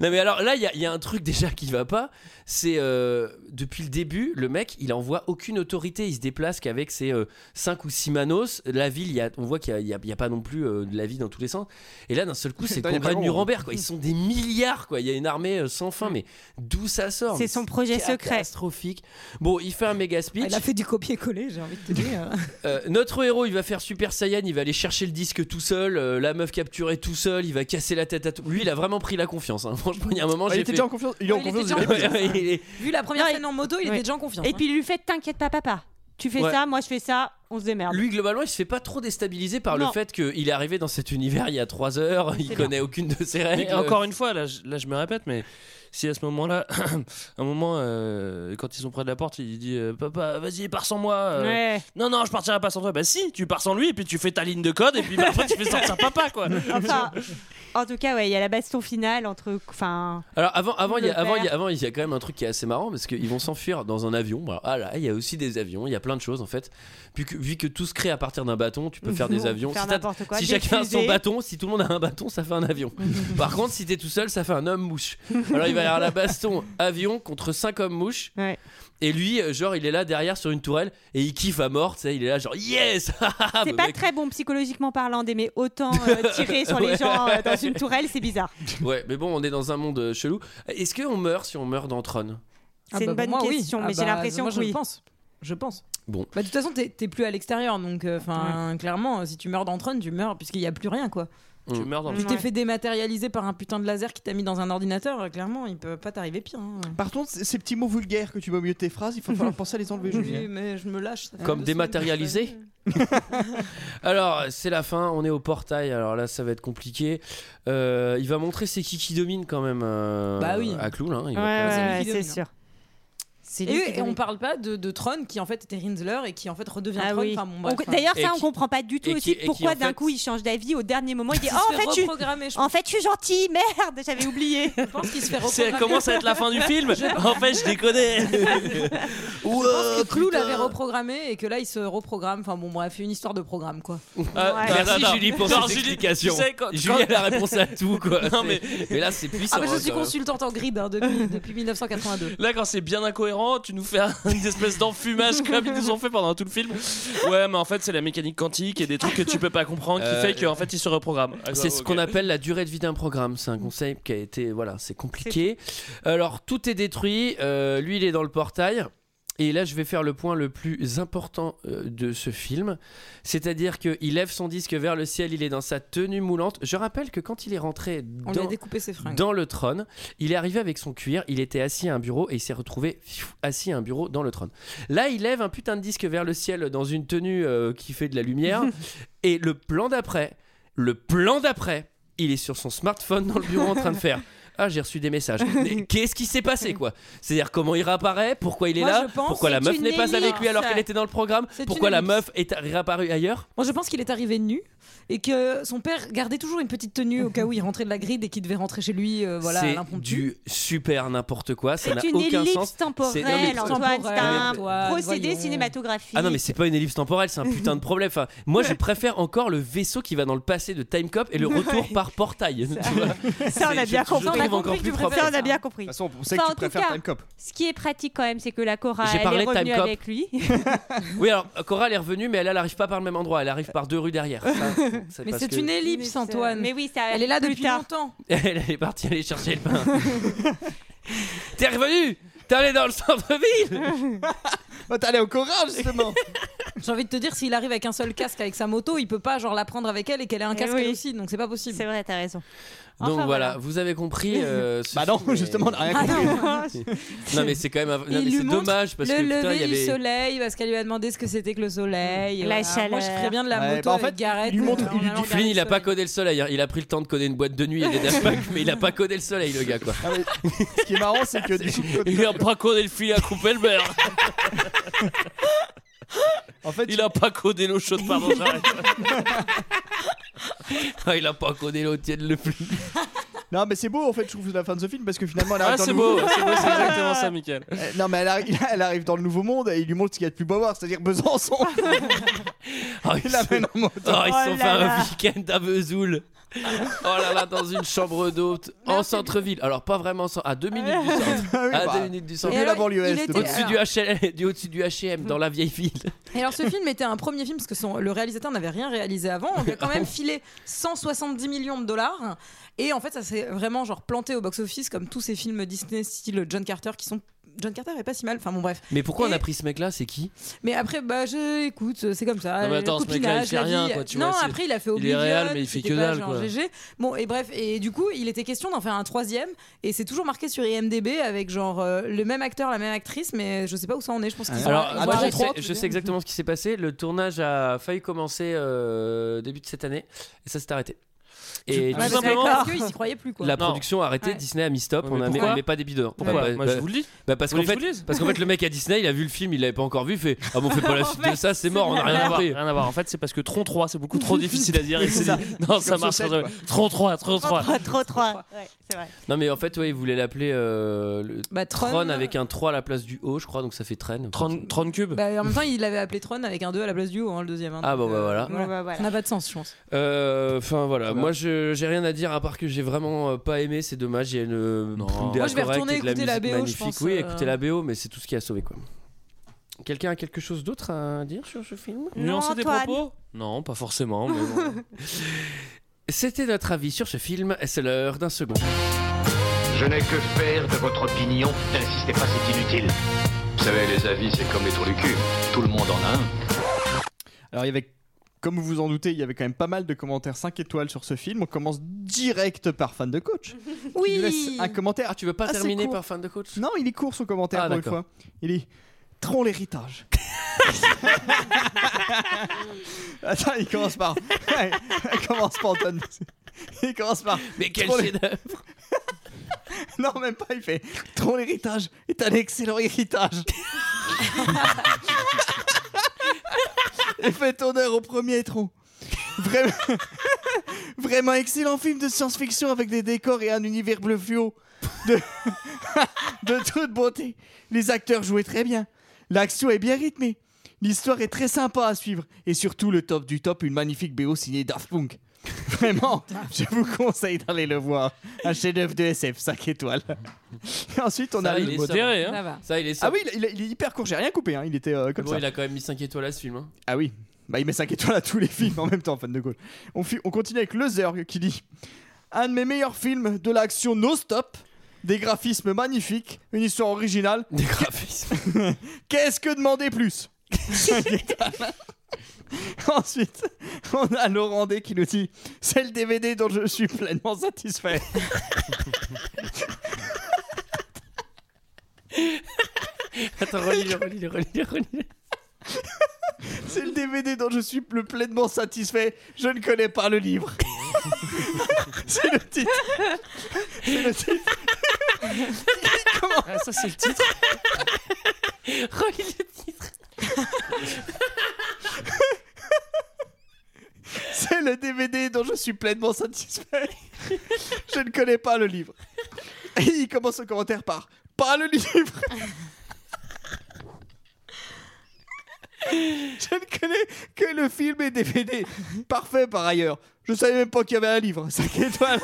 Speaker 1: non mais alors là, il y a- il y, a un truc déjà qui va pas. C'est euh, depuis le début, le mec, il envoie aucune autorité. Il se déplace qu'avec ses 5 ou 6 manos. La ville, il y a- on voit qu'il n'y a, il y a pas non plus euh, de la vie dans tous les sens. Et là, d'un seul coup, c'est le
Speaker 9: Putain, il y a
Speaker 1: congrès
Speaker 9: pas
Speaker 1: de
Speaker 9: grand, hein.
Speaker 1: Nuremberg. Quoi. Ils sont des milliards. quoi. Il y a une armée euh, sans fin. Mais d'où ça sort
Speaker 10: C'est
Speaker 1: Mais
Speaker 10: son projet secret.
Speaker 1: Catastrophique. Bon, il fait un méga speech.
Speaker 5: Elle a fait du copier-coller, j'ai envie de te dire.
Speaker 1: Euh, notre héros, il va faire Super Saiyan, il va aller chercher le disque tout seul, euh, la meuf capturée tout seul, il va casser la tête à tout. Lui, il a vraiment pris la confiance. hein. Franchement, il y a un moment,
Speaker 6: Ouais, il
Speaker 1: j'ai
Speaker 6: était
Speaker 1: fait-
Speaker 6: déjà en confiance- il est en Ouais, il
Speaker 5: confiance était déjà en
Speaker 1: Ouais, il est-
Speaker 5: Vu la première scène en moto, il
Speaker 10: Ouais.
Speaker 5: était déjà en confiance. hein.
Speaker 10: Et puis, il lui fait T'inquiète pas, papa. Tu fais
Speaker 1: Ouais.
Speaker 10: ça, moi je fais ça, on se démerde.
Speaker 1: Lui, globalement, il se fait pas trop déstabiliser par
Speaker 10: Non.
Speaker 1: le fait qu'il est arrivé dans cet univers il y a 3 heures, il
Speaker 9: C'est
Speaker 1: connaît aucune de ses règles.
Speaker 9: Mais encore une fois, là, je- là, je me répète, mais si à ce moment-là, un moment, euh, quand ils sont près de la porte, il dit euh, Papa, vas-y, pars sans moi. euh,
Speaker 10: Ouais.
Speaker 9: Non, non, je partirai pas sans toi. Bah, si, tu pars sans lui, et puis tu fais ta ligne de code, et puis bah, après, tu fais sortir papa, quoi.
Speaker 10: Enfin, en tout cas, ouais, il y a la baston finale entre. Enfin.
Speaker 1: Alors avant, avant, il y a,
Speaker 10: Le
Speaker 1: avant, il y a,
Speaker 10: père.
Speaker 1: avant, il y a quand même un truc qui est assez marrant parce qu'ils vont s'enfuir dans un avion. Voilà. Ah là, il y a aussi des avions, il y a plein de choses en fait. Puis que, vu que tout se crée à partir d'un bâton, tu peux faire des
Speaker 10: Faire
Speaker 1: avions. si t'as-
Speaker 10: n'importe quoi,
Speaker 1: si
Speaker 10: des
Speaker 1: chacun a son
Speaker 10: fusées.
Speaker 1: bâton, si tout le monde a un bâton, ça fait un avion. Par contre, si t'es tout seul, ça fait un homme mouche. Alors il va y avoir la baston avion contre cinq hommes mouches. Et lui, euh, genre, il est là derrière sur une tourelle et il kiffe à mort. Tu sais, il est là genre yes.
Speaker 10: C'est
Speaker 1: Bah,
Speaker 10: pas
Speaker 1: mec,
Speaker 10: très bon psychologiquement parlant d'aimer autant euh, tirer sur les
Speaker 1: Ouais.
Speaker 10: gens euh, dans une tourelle, c'est bizarre.
Speaker 1: Ouais, mais bon, on est dans un monde euh, chelou. Est-ce qu'on meurt si on meurt dans Tron
Speaker 5: Ah
Speaker 10: C'est
Speaker 5: bah
Speaker 10: une bonne question, mais j'ai l'impression
Speaker 5: moi,
Speaker 10: que
Speaker 5: je
Speaker 10: oui.
Speaker 5: pense. Je pense.
Speaker 1: Bon.
Speaker 5: Bah, de toute façon, t'es t'es plus à l'extérieur, donc enfin, clairement, euh, si tu meurs dans Tron, tu meurs, puisqu'il n'y a plus rien, quoi.
Speaker 9: Tu meurs
Speaker 1: Hmm.
Speaker 9: dans le
Speaker 5: Tu t'es
Speaker 9: film.
Speaker 5: fait dématérialiser par un putain de laser qui t'a mis dans un ordinateur, euh, clairement, il peut pas t'arriver pire. hein.
Speaker 6: Par contre, c- ces petits mots vulgaires que tu mets au milieu de tes phrases, il faut falloir penser à les enlever.
Speaker 5: Oui, mais je me lâche. ça fait
Speaker 1: Comme
Speaker 5: deux semaines que je
Speaker 1: dématérialisé
Speaker 5: fais.
Speaker 1: Alors, c'est la fin, on est au portail, alors là, ça va être compliqué. Euh, il va montrer c'est qui qui domine quand même euh,
Speaker 5: Bah oui.
Speaker 1: à Cloul. hein, il
Speaker 10: Ouais,
Speaker 1: va pas-
Speaker 10: ouais, ouais,
Speaker 5: qui
Speaker 10: c'est
Speaker 5: domine,
Speaker 10: sûr. C'est lui
Speaker 5: Et,
Speaker 10: qui
Speaker 5: et on
Speaker 10: domine.
Speaker 5: parle pas de, de Tron qui en fait était Rinsler et qui en fait redevient
Speaker 10: Ah
Speaker 5: Tron.
Speaker 10: oui.
Speaker 5: Enfin, bon,
Speaker 10: On-
Speaker 5: bref, hein. enfin.
Speaker 10: D'ailleurs,
Speaker 1: Et
Speaker 10: ça, on
Speaker 1: qui-
Speaker 10: comprend pas du tout
Speaker 1: et qui-
Speaker 10: aussi
Speaker 1: et qui,
Speaker 10: pourquoi
Speaker 1: en
Speaker 10: d'un
Speaker 1: fait-
Speaker 10: coup il change d'avis au dernier moment. Il dit
Speaker 5: Il se
Speaker 10: Oh, en
Speaker 5: Ah, fait
Speaker 10: fait, tu...
Speaker 5: reprogrammer, je
Speaker 10: en fait, je suis gentil, merde, j'avais oublié.
Speaker 1: Euh,
Speaker 5: Je pense qu'il se
Speaker 9: C'est-
Speaker 5: fait reprogrammer.
Speaker 9: Elle commence à être la fin du film. En fait, je déconnais.
Speaker 5: que Clou l'avait reprogrammé et que là il se reprogramme. Enfin bon, bref, une histoire de programme quoi.
Speaker 9: Euh,
Speaker 1: Ouais.
Speaker 9: non,
Speaker 1: Merci
Speaker 9: non, non.
Speaker 1: Julie pour
Speaker 9: Non,
Speaker 1: cette
Speaker 9: Julie,
Speaker 1: explication.
Speaker 9: tu sais, quand-
Speaker 1: Julie a
Speaker 9: quand-
Speaker 1: la réponse à tout quoi.
Speaker 9: Non, mais-
Speaker 1: C'est- mais là c'est puissant.
Speaker 5: Ah, bah, je
Speaker 1: hein,
Speaker 5: suis
Speaker 1: quand même.
Speaker 5: consultante en grid hein, depuis, depuis 1982.
Speaker 9: Là, quand c'est bien incohérent, tu nous fais un- une espèce d'enfumage comme ils nous ont fait pendant tout le film. Ouais, mais en fait, c'est la mécanique quantique et des trucs que tu peux pas comprendre qui
Speaker 1: Euh,
Speaker 9: fait qu'en fait, ils se reprogramment. Ah,
Speaker 1: C'est ce
Speaker 9: ok.
Speaker 1: qu'on appelle la durée de vie d'un programme. C'est un conseil qui a été. Voilà, c'est compliqué. Alors, tout est détruit. Euh, lui, il est dans le portail. Et là, je vais faire le point le plus important euh, de ce film. C'est-à-dire qu'il lève son disque vers le ciel. Il est dans sa tenue moulante. Je rappelle que quand il est rentré
Speaker 5: On lui a
Speaker 1: dans,
Speaker 5: découpé ses fringues.
Speaker 1: dans le trône, il est arrivé avec son cuir. Il était assis à un bureau et il s'est retrouvé pfiou, assis à un bureau dans le trône. Là, il lève un putain de disque vers le ciel dans une tenue euh, qui fait de la lumière. Et le plan d'après, le plan d'après, il est sur son smartphone dans le bureau en train de faire. Ah, j'ai reçu des messages. Mais qu'est-ce qui s'est passé, quoi C'est-à-dire comment il réapparaît, pourquoi il est
Speaker 5: Moi,
Speaker 1: là,
Speaker 5: je pense
Speaker 1: pourquoi la
Speaker 5: c'est
Speaker 1: meuf
Speaker 5: une
Speaker 1: n'est pas avec lui alors
Speaker 5: ellipse.
Speaker 1: qu'elle était dans le programme,
Speaker 5: C'est
Speaker 1: pourquoi
Speaker 5: une
Speaker 1: la
Speaker 5: ellipse.
Speaker 1: meuf est réapparue ailleurs.
Speaker 5: Moi, je pense qu'il est arrivé nu et que son père gardait toujours une petite tenue au cas où il rentrait de la grille et qu'il devait rentrer chez lui euh, voilà, à
Speaker 1: c'est
Speaker 5: l'impromptu.
Speaker 1: du super n'importe quoi, ça
Speaker 10: C'est
Speaker 1: n'a
Speaker 10: une
Speaker 1: aucun
Speaker 10: ellipse
Speaker 1: sens. C'est-
Speaker 10: temporelle,
Speaker 1: non, mais-
Speaker 10: Antoine. C'est
Speaker 5: Antoine,
Speaker 10: un
Speaker 5: Antoine,
Speaker 10: procédé
Speaker 5: voyons.
Speaker 10: cinématographique.
Speaker 1: Ah non mais c'est pas une ellipse temporelle, c'est un putain de problème. Enfin, moi je préfère encore le vaisseau qui va dans le passé de Time Cop et le retour par portail. tu vois.
Speaker 10: ça, on a
Speaker 1: je-
Speaker 10: bien
Speaker 1: je
Speaker 10: compris.
Speaker 1: trouve encore plus propre.
Speaker 10: Ça, on a bien compris.
Speaker 6: De toute façon, on sait que
Speaker 10: Enfin, en
Speaker 6: tu
Speaker 10: tout
Speaker 6: préfères
Speaker 10: cas,
Speaker 6: Time Cop.
Speaker 10: Ce qui est pratique quand même, c'est que la Cora
Speaker 1: J'ai
Speaker 10: elle
Speaker 1: parlé
Speaker 10: est
Speaker 1: de
Speaker 10: revenue
Speaker 1: Time Cop.
Speaker 10: avec lui.
Speaker 1: Oui alors Cora elle est revenue mais elle elle arrive pas par le même endroit, elle arrive par deux rues derrière. Ça, c'est
Speaker 5: Mais
Speaker 1: parce
Speaker 5: c'est
Speaker 1: que-
Speaker 5: une ellipse, Antoine.
Speaker 10: Mais oui, ça.
Speaker 5: Elle est là
Speaker 10: plus
Speaker 5: depuis
Speaker 10: tard.
Speaker 5: longtemps.
Speaker 1: Elle est partie aller chercher le pain. T'es revenu T'es allé dans le centre-ville
Speaker 6: Oh, T'allais au Cora justement.
Speaker 5: J'ai envie de te dire, s'il arrive avec un seul casque avec sa moto, il peut pas genre la prendre avec elle et qu'elle ait un
Speaker 10: Eh
Speaker 5: casque
Speaker 10: oui.
Speaker 5: elle aussi, donc c'est pas possible.
Speaker 10: C'est vrai, t'as raison.
Speaker 1: Donc
Speaker 10: Enfin,
Speaker 1: voilà, vous avez compris. euh, ce
Speaker 6: bah non,
Speaker 1: film est-
Speaker 6: justement, on n'a rien
Speaker 5: Ah
Speaker 6: compris.
Speaker 5: non.
Speaker 1: Non mais c'est quand même. av- non,
Speaker 5: Il
Speaker 1: mais
Speaker 5: lui
Speaker 1: c'est
Speaker 5: montre
Speaker 1: dommage parce
Speaker 5: le
Speaker 1: que putain,
Speaker 5: lever
Speaker 1: il y
Speaker 5: du
Speaker 1: avait.
Speaker 5: soleil parce qu'elle lui a demandé ce que c'était que le soleil.
Speaker 10: La
Speaker 5: Voilà. Moi,
Speaker 10: chaleur.
Speaker 5: je ferais bien de la
Speaker 6: Ouais,
Speaker 5: moto
Speaker 6: bah, en
Speaker 5: avec
Speaker 6: fait,
Speaker 5: Gareth,
Speaker 6: il lui montre-
Speaker 5: euh,
Speaker 6: il lui
Speaker 5: en allant
Speaker 6: dit-
Speaker 5: vers
Speaker 1: Flynn,
Speaker 5: le
Speaker 1: il a
Speaker 5: soleil.
Speaker 1: pas codé le soleil. hein. Il a pris le temps de coder une boîte de nuit et des Daft Punk, mais il a pas codé le soleil, le gars, quoi.
Speaker 6: Ah, mais Ce qui est marrant, c'est que du coup, quand-
Speaker 9: Il a pas codé le fil à couper le beurre.
Speaker 6: en fait,
Speaker 9: Il a pas codé l'eau chaude, pardon, j'arrête.
Speaker 1: Ah, il a pas codé l'eau tiède le plus.
Speaker 6: non, mais c'est beau en fait, je trouve la fin de ce film parce que finalement, elle
Speaker 9: Ah,
Speaker 6: arrive dans
Speaker 9: c'est
Speaker 6: le
Speaker 9: beau,
Speaker 6: nouveau-
Speaker 9: c'est beau, c'est exactement ça, Michael.
Speaker 6: Euh, Non, mais elle arri- elle arrive, dans le nouveau monde et il lui montre ce qu'il y a de plus beau à voir, c'est-à-dire Besançon.
Speaker 1: Ah,
Speaker 6: Il
Speaker 1: ils sont,
Speaker 6: l'amène en moto.
Speaker 1: Ah, ils se sont
Speaker 10: Oh là
Speaker 1: fait un
Speaker 10: là.
Speaker 1: week-end à Vesoul. Oh là là, dans une chambre d'hôte, en centre-ville. Alors, pas vraiment, cent- à deux minutes du centre.
Speaker 6: Ah oui,
Speaker 1: À
Speaker 6: bah,
Speaker 1: deux minutes du
Speaker 6: c'est
Speaker 1: centre.
Speaker 5: Et
Speaker 6: mieux la
Speaker 5: alors,
Speaker 6: banlieue
Speaker 5: il
Speaker 6: est,
Speaker 5: était-
Speaker 6: donc.
Speaker 1: Au-dessus du, HL, du, au-dessus du HM, dans la vieille ville.
Speaker 5: Et alors ce film était un premier film parce que son, le réalisateur n'avait rien réalisé avant. On lui a quand même filé 170 millions de dollars. Et en fait, ça s'est vraiment genre planté au box-office comme tous ces films Disney style John Carter qui sont... John Carter est pas si mal. Enfin bon bref.
Speaker 1: Mais pourquoi on
Speaker 5: Et-
Speaker 1: a pris ce mec-là C'est qui
Speaker 5: Mais après, bah je, écoute, c'est comme ça.
Speaker 9: Non, mais attends,
Speaker 5: le
Speaker 9: ce mec-là, il
Speaker 5: copinage,
Speaker 9: fait
Speaker 5: la
Speaker 9: rien,
Speaker 5: vie.
Speaker 9: quoi, tu
Speaker 5: non,
Speaker 9: vois, c'est-
Speaker 5: après, il a fait
Speaker 9: il est
Speaker 5: Oblivion.
Speaker 9: réel, mais il fait
Speaker 5: c'était
Speaker 9: que
Speaker 5: pas
Speaker 9: dalle,
Speaker 5: genre
Speaker 9: quoi.
Speaker 5: GG. Bon, et bref, et du coup, il était question d'en faire un troisième. Et c'est toujours marqué sur IMDB avec genre euh, le même acteur, la même actrice, mais je sais pas où ça en est. Je pense qu'ils ont-
Speaker 1: Alors,
Speaker 5: ils ont
Speaker 1: moi, je,
Speaker 5: arrêté.
Speaker 1: sais, je sais exactement ce qui s'est passé. Le tournage a failli commencer euh, début de cette année et ça s'est arrêté. Et
Speaker 9: Tout
Speaker 5: Ouais,
Speaker 9: Ah
Speaker 1: du
Speaker 5: parce
Speaker 1: coup,
Speaker 5: que-
Speaker 9: simplement-
Speaker 5: Parce qu'ils s'y croyaient plus quoi.
Speaker 1: la
Speaker 9: Non.
Speaker 1: production a arrêté.
Speaker 5: Ouais.
Speaker 1: Disney a mis stop.
Speaker 9: Ouais, mais
Speaker 1: on a mis-
Speaker 9: pourquoi
Speaker 1: on met pas des billes dehors.
Speaker 9: Pourquoi
Speaker 1: Bah,
Speaker 9: Moi,
Speaker 1: bah,
Speaker 9: je vous le dis.
Speaker 1: bah, parce
Speaker 9: Vous
Speaker 1: qu'en
Speaker 9: voulez
Speaker 1: fait,
Speaker 9: que je vous le dise
Speaker 1: parce qu'en fait, le mec à Disney, il a vu le film, il l'avait pas encore vu, il fait ah bon, on fait pas la suite de ça, c'est mort, on a rien à voir.
Speaker 9: voir, rien à voir. En fait, c'est parce que Tron 3, c'est beaucoup trop difficile à dire. Il s'est
Speaker 6: ça.
Speaker 9: dit, non, ça
Speaker 6: comme
Speaker 9: marche
Speaker 6: Saucette,
Speaker 9: pas.
Speaker 6: quoi.
Speaker 9: Tron 3, Tron 3.
Speaker 10: Trop, trop, trop. Ouais, c'est vrai.
Speaker 1: Non mais en fait, ouais, il voulait l'appeler euh, le
Speaker 5: Bah, Tron,
Speaker 1: Tron, avec un 3 à la place du O, je crois, donc ça fait traîne.
Speaker 9: Tron, Tron Cube.
Speaker 5: Bah, en même temps, il l'avait appelé Tron avec un 2 à la place du haut, hein, le deuxième. hein,
Speaker 1: Ah,
Speaker 5: donc,
Speaker 1: bah, bah, voilà.
Speaker 10: Ouais, bah, voilà.
Speaker 5: Ça n'a pas de sens, je pense.
Speaker 1: Euh, Enfin voilà,
Speaker 6: Voilà.
Speaker 1: moi je j'ai rien à dire à part que j'ai vraiment euh, pas aimé, c'est dommage. Il y a une une
Speaker 9: Non.
Speaker 5: Moi, je vais
Speaker 1: correcte
Speaker 5: retourner
Speaker 1: et de la
Speaker 5: écouter la
Speaker 1: musique
Speaker 5: BO, je
Speaker 1: magnifique.
Speaker 5: pense,
Speaker 1: oui,
Speaker 5: euh.
Speaker 1: écoutez la BO, mais c'est tout ce qui a sauvé quoi. Quelqu'un a quelque chose d'autre à dire sur ce film
Speaker 9: Nuancer des
Speaker 10: Antoine.
Speaker 9: propos Non, pas forcément. Mais bon.
Speaker 1: C'était notre avis sur ce film. C'est l'heure d'un second.
Speaker 7: Je n'ai que faire de votre opinion. N'insistez pas, c'est inutile. Vous savez, les avis, c'est comme les trous du cul. Tout le monde en a un.
Speaker 6: Alors, il y avait Comme vous vous en doutez, il y avait quand même pas mal de commentaires 5 étoiles sur ce film. On commence direct par fan de coach.
Speaker 1: Oui.
Speaker 6: Qui nous laisse un commentaire.
Speaker 1: Ah, tu veux pas
Speaker 6: assez
Speaker 1: terminer
Speaker 6: court.
Speaker 1: par fan de coach
Speaker 6: Non, il est court son commentaire
Speaker 1: Ah,
Speaker 6: pour une
Speaker 1: d'accord.
Speaker 6: fois. Il est Tron l'héritage. Attends, il commence par. il commence par Antoine. Il commence par.
Speaker 1: Mais quel
Speaker 6: Tron l'hé-
Speaker 1: chef-d'œuvre
Speaker 6: Non, même pas, il fait Tron l'héritage est un excellent héritage. Et fait honneur au premier Tron. Vraiment, vraiment excellent film de science-fiction avec des décors et un univers bleu fluo. De, de toute beauté. Les acteurs jouaient très bien. L'action est bien rythmée. L'histoire est très sympa à suivre. Et surtout, le top du top, une magnifique BO signée Daft Punk. Vraiment, je vous conseille d'aller le voir. Un chef-d'œuvre de SF, 5 étoiles. Et ensuite, on
Speaker 1: Ça,
Speaker 6: a
Speaker 1: il est sobre.
Speaker 5: hein.
Speaker 1: Ça va. Ça, il est
Speaker 6: Ah
Speaker 1: sobre.
Speaker 6: oui, il, il- il est hyper court, j'ai rien coupé. hein. Il était euh, comme
Speaker 1: Bon,
Speaker 6: ça.
Speaker 1: il a quand même mis 5 étoiles à ce film. hein.
Speaker 6: Ah oui, bah, il met 5 étoiles à tous les films en même temps, fan de Gaulle. On, fi- on continue avec Le Zerg qui dit Un de mes meilleurs films de l'action non-stop, des graphismes magnifiques, une histoire originale. Des graphismes Qu'est-ce que demander plus Cinq étoiles. Ensuite, on a Laurent D qui nous dit C'est le DVD dont je suis pleinement satisfait.
Speaker 1: Attends, relis-le, relis-le, relis-le, relis-le.
Speaker 6: C'est le DVD dont je suis le pleinement satisfait. Je ne connais pas le livre. c'est le titre. C'est le titre. Comment
Speaker 1: Ah,
Speaker 9: Ça, c'est le titre.
Speaker 1: Relis le titre.
Speaker 6: C'est le DVD dont je suis pleinement satisfait. Je ne connais pas le livre. Et il commence son commentaire par Pas le livre Je ne connais que le film et DVD. Parfait par ailleurs. Je savais même pas qu'il y avait un livre. 5 étoiles.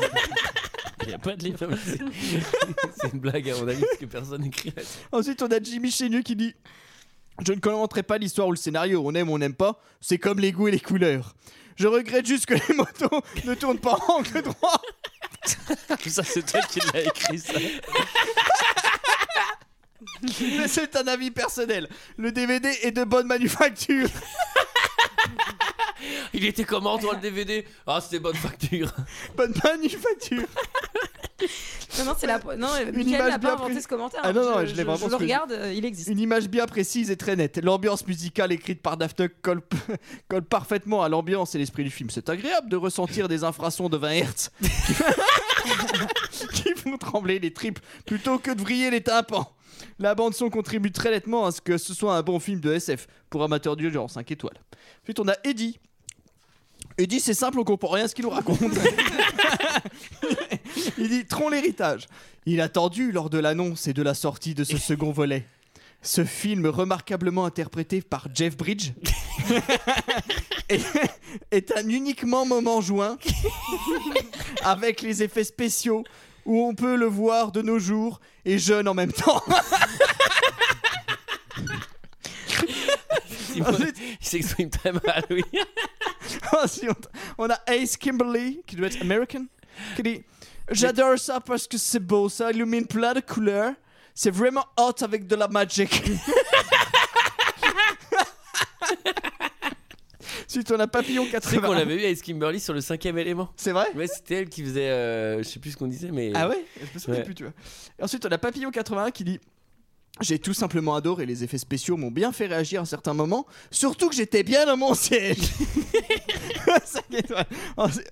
Speaker 1: Il n'y a pas de livre. C'est c'est une blague, à mon avis, parce que personne n'écrirait.
Speaker 6: Ensuite, on a Jimmy Chenu qui dit Je ne commenterai pas l'histoire ou le scénario, on aime ou on n'aime pas, c'est comme les goûts et les couleurs. Je regrette juste que les motos ne tournent pas en angle droit.
Speaker 9: ça, c'est toi qui l'as écrit, ça.
Speaker 6: Mais c'est un avis personnel. Le DVD est de bonne manufacture.
Speaker 1: Il était comment, toi, le DVD Ah, c'était bonne facture.
Speaker 6: Bonne manufacture.
Speaker 5: Non, non, c'est la. Non, Michael n'a pas inventé
Speaker 6: pré-
Speaker 5: ce commentaire. hein,
Speaker 6: Ah non, non, je,
Speaker 5: je
Speaker 6: l'ai vraiment
Speaker 5: je le
Speaker 6: trouvé.
Speaker 5: regarde, euh, il existe.
Speaker 6: Une image bien précise et très nette. L'ambiance musicale écrite par Daft Punk colle, colle parfaitement à l'ambiance et l'esprit du film. C'est agréable de ressentir des infrasons de 20 Hertz qui font trembler les tripes plutôt que de vriller les tympans. La bande-son contribue très nettement à ce que ce soit un bon film de SF pour amateurs du genre 5 étoiles. Ensuite, on a Eddie. Eddie, c'est simple, on comprend rien à ce qu'il nous raconte. Il dit Tron l'héritage. Il a tendu lors de l'annonce et de la sortie de ce second volet. Ce film remarquablement interprété par Jeff Bridge est, est un uniquement moment joint avec les effets spéciaux où on peut le voir de nos jours et jeune en même temps.
Speaker 1: Il il s'exprime très mal, oui.
Speaker 6: Ensuite, Oh, on a Ace Kimberly, qui doit être American, qui dit J'adore ça parce que c'est beau, ça illumine plein de couleurs. C'est vraiment hot avec de la magic. Ensuite, on a Papillon
Speaker 1: Tu sais
Speaker 6: 80.
Speaker 1: qu'on l'avait eu à Ace Kimberly sur le cinquième élément.
Speaker 6: C'est vrai
Speaker 1: Ouais, c'était elle qui faisait. euh, je sais plus ce qu'on disait, mais.
Speaker 6: Ah ouais Je me souviens
Speaker 1: Ouais.
Speaker 6: plus, tu vois. Et ensuite, on a Papillon 81 qui dit J'ai tout simplement adoré, les effets spéciaux m'ont bien fait réagir à certains moments, surtout que j'étais bien dans mon siège. Cinq étoiles.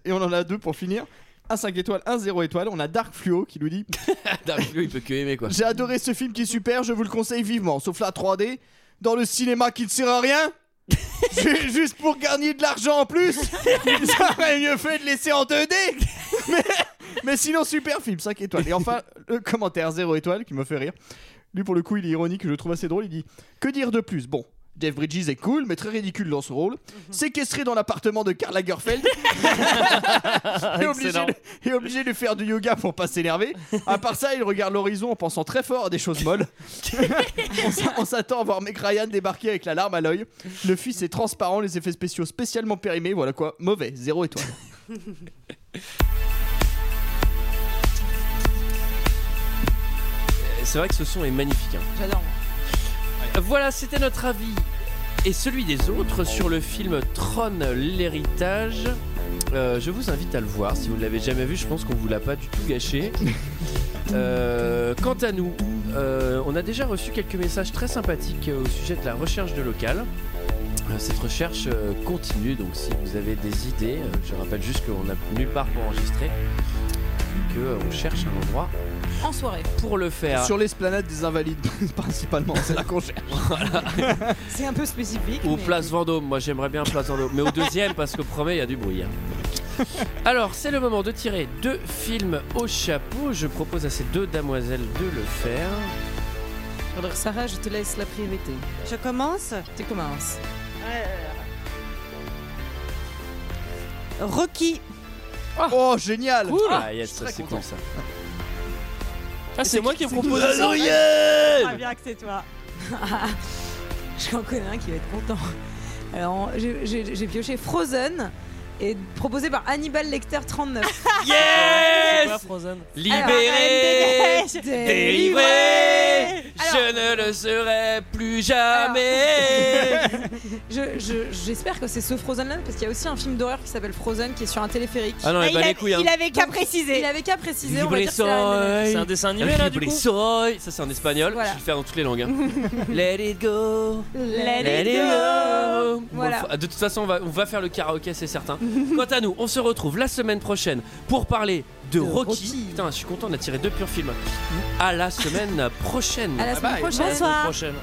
Speaker 6: Et on en a deux pour finir. Un 5 étoiles, un 0 étoile. On a Dark Fluo qui nous dit
Speaker 1: Dark Blue, il peut que aimer, quoi.
Speaker 6: J'ai adoré ce film qui est super, je vous le conseille vivement, sauf la 3D, dans le cinéma qui ne sert à rien. Ju- Juste pour gagner de l'argent en plus, ça aurait mieux fait de laisser en 2D. Mais, mais sinon, super film, 5 étoiles. Et enfin, le commentaire 0 étoile qui me fait rire. Lui, pour le coup, il est ironique, je le trouve assez drôle. Il dit Que dire de plus Bon, Jeff Bridges est cool, mais très ridicule dans son rôle. Séquestré dans l'appartement de Karl Lagerfeld. et, obligé
Speaker 9: Excellent.
Speaker 6: de, et obligé de faire du yoga pour pas s'énerver. À part ça, il regarde l'horizon en pensant très fort à des choses molles. on s'a- on s'attend à voir Meg Ryan débarquer avec la larme à l'œil. Le fils est transparent, les effets spéciaux spécialement périmés. Voilà quoi, mauvais, zéro étoile.
Speaker 1: C'est vrai que ce son est hein. magnifique. hein.
Speaker 5: J'adore.
Speaker 1: Voilà, c'était notre avis et celui des autres sur le film Tron l'héritage. Euh, je vous invite à le voir si vous ne l'avez jamais vu. Je pense qu'on vous l'a pas du tout gâché. Euh, quant à nous, euh, on a déjà reçu quelques messages très sympathiques euh, au sujet de la recherche de local. Euh, Cette recherche euh, continue, donc si vous avez des idées, euh, je rappelle juste qu'on n'a nulle part pour enregistrer, que euh, on cherche un endroit
Speaker 5: En soirée.
Speaker 1: pour le faire.
Speaker 6: Sur l'esplanade des Invalides, principalement, c'est là qu'on cherche.
Speaker 5: C'est un peu spécifique.
Speaker 1: Ou
Speaker 5: mais-
Speaker 1: Place Vendôme, moi j'aimerais bien Place Vendôme, mais au deuxième parce qu'au premier il y a du bruit. hein. Alors c'est le moment de tirer deux films au chapeau, je propose à ces deux damoiselles de le faire.
Speaker 5: Alors Sarah, je te laisse la priorité.
Speaker 10: Je commence
Speaker 5: Tu commences.
Speaker 10: Rocky.
Speaker 6: Oh, génial
Speaker 1: Cool. Ah, yes, ça, c'est cool ça.
Speaker 9: Ah, c'est moi qui ai proposé
Speaker 6: Ah,
Speaker 9: ça.
Speaker 6: non, yeah
Speaker 10: Ah, bien que c'est toi.
Speaker 5: J'en connais un qui va être content. Alors, j'ai- j'ai j'ai pioché Frozen et proposé par Hannibal Lecter 39.
Speaker 9: Yes
Speaker 1: quoi,
Speaker 9: Frozen
Speaker 1: Libéré,
Speaker 5: Alors,
Speaker 1: délivré,
Speaker 5: Alors-
Speaker 1: je ne le serai plus jamais.
Speaker 5: Je- je- J'espère que c'est ce Frozen-là, parce qu'il y a aussi un film d'horreur qui s'appelle Frozen qui est sur un téléphérique.
Speaker 1: Ah non, il Ah, il bat les a- couilles, hein. il
Speaker 10: avait qu'à
Speaker 5: préciser. Il avait qu'à préciser, on va
Speaker 1: Libre
Speaker 5: dire que c'est la-
Speaker 1: soy.
Speaker 9: C'est un dessin animé, là, du
Speaker 1: Libre
Speaker 9: coup
Speaker 1: soy. Ça c'est en espagnol,
Speaker 5: Voilà.
Speaker 1: je vais le faire dans toutes les langues. hein. Let it go.
Speaker 5: Let
Speaker 1: Let it go. Bon,
Speaker 5: Voilà.
Speaker 1: fa- de toute façon, on va, on va faire le karaoké, c'est certain. Quant à nous, on se retrouve la semaine prochaine pour parler de, Rocky. Putain, je suis content, on a tiré deux purs films. À la semaine prochaine.
Speaker 5: À la semaine
Speaker 1: Bye bye.
Speaker 5: prochaine.
Speaker 9: Bonsoir. Prochaine.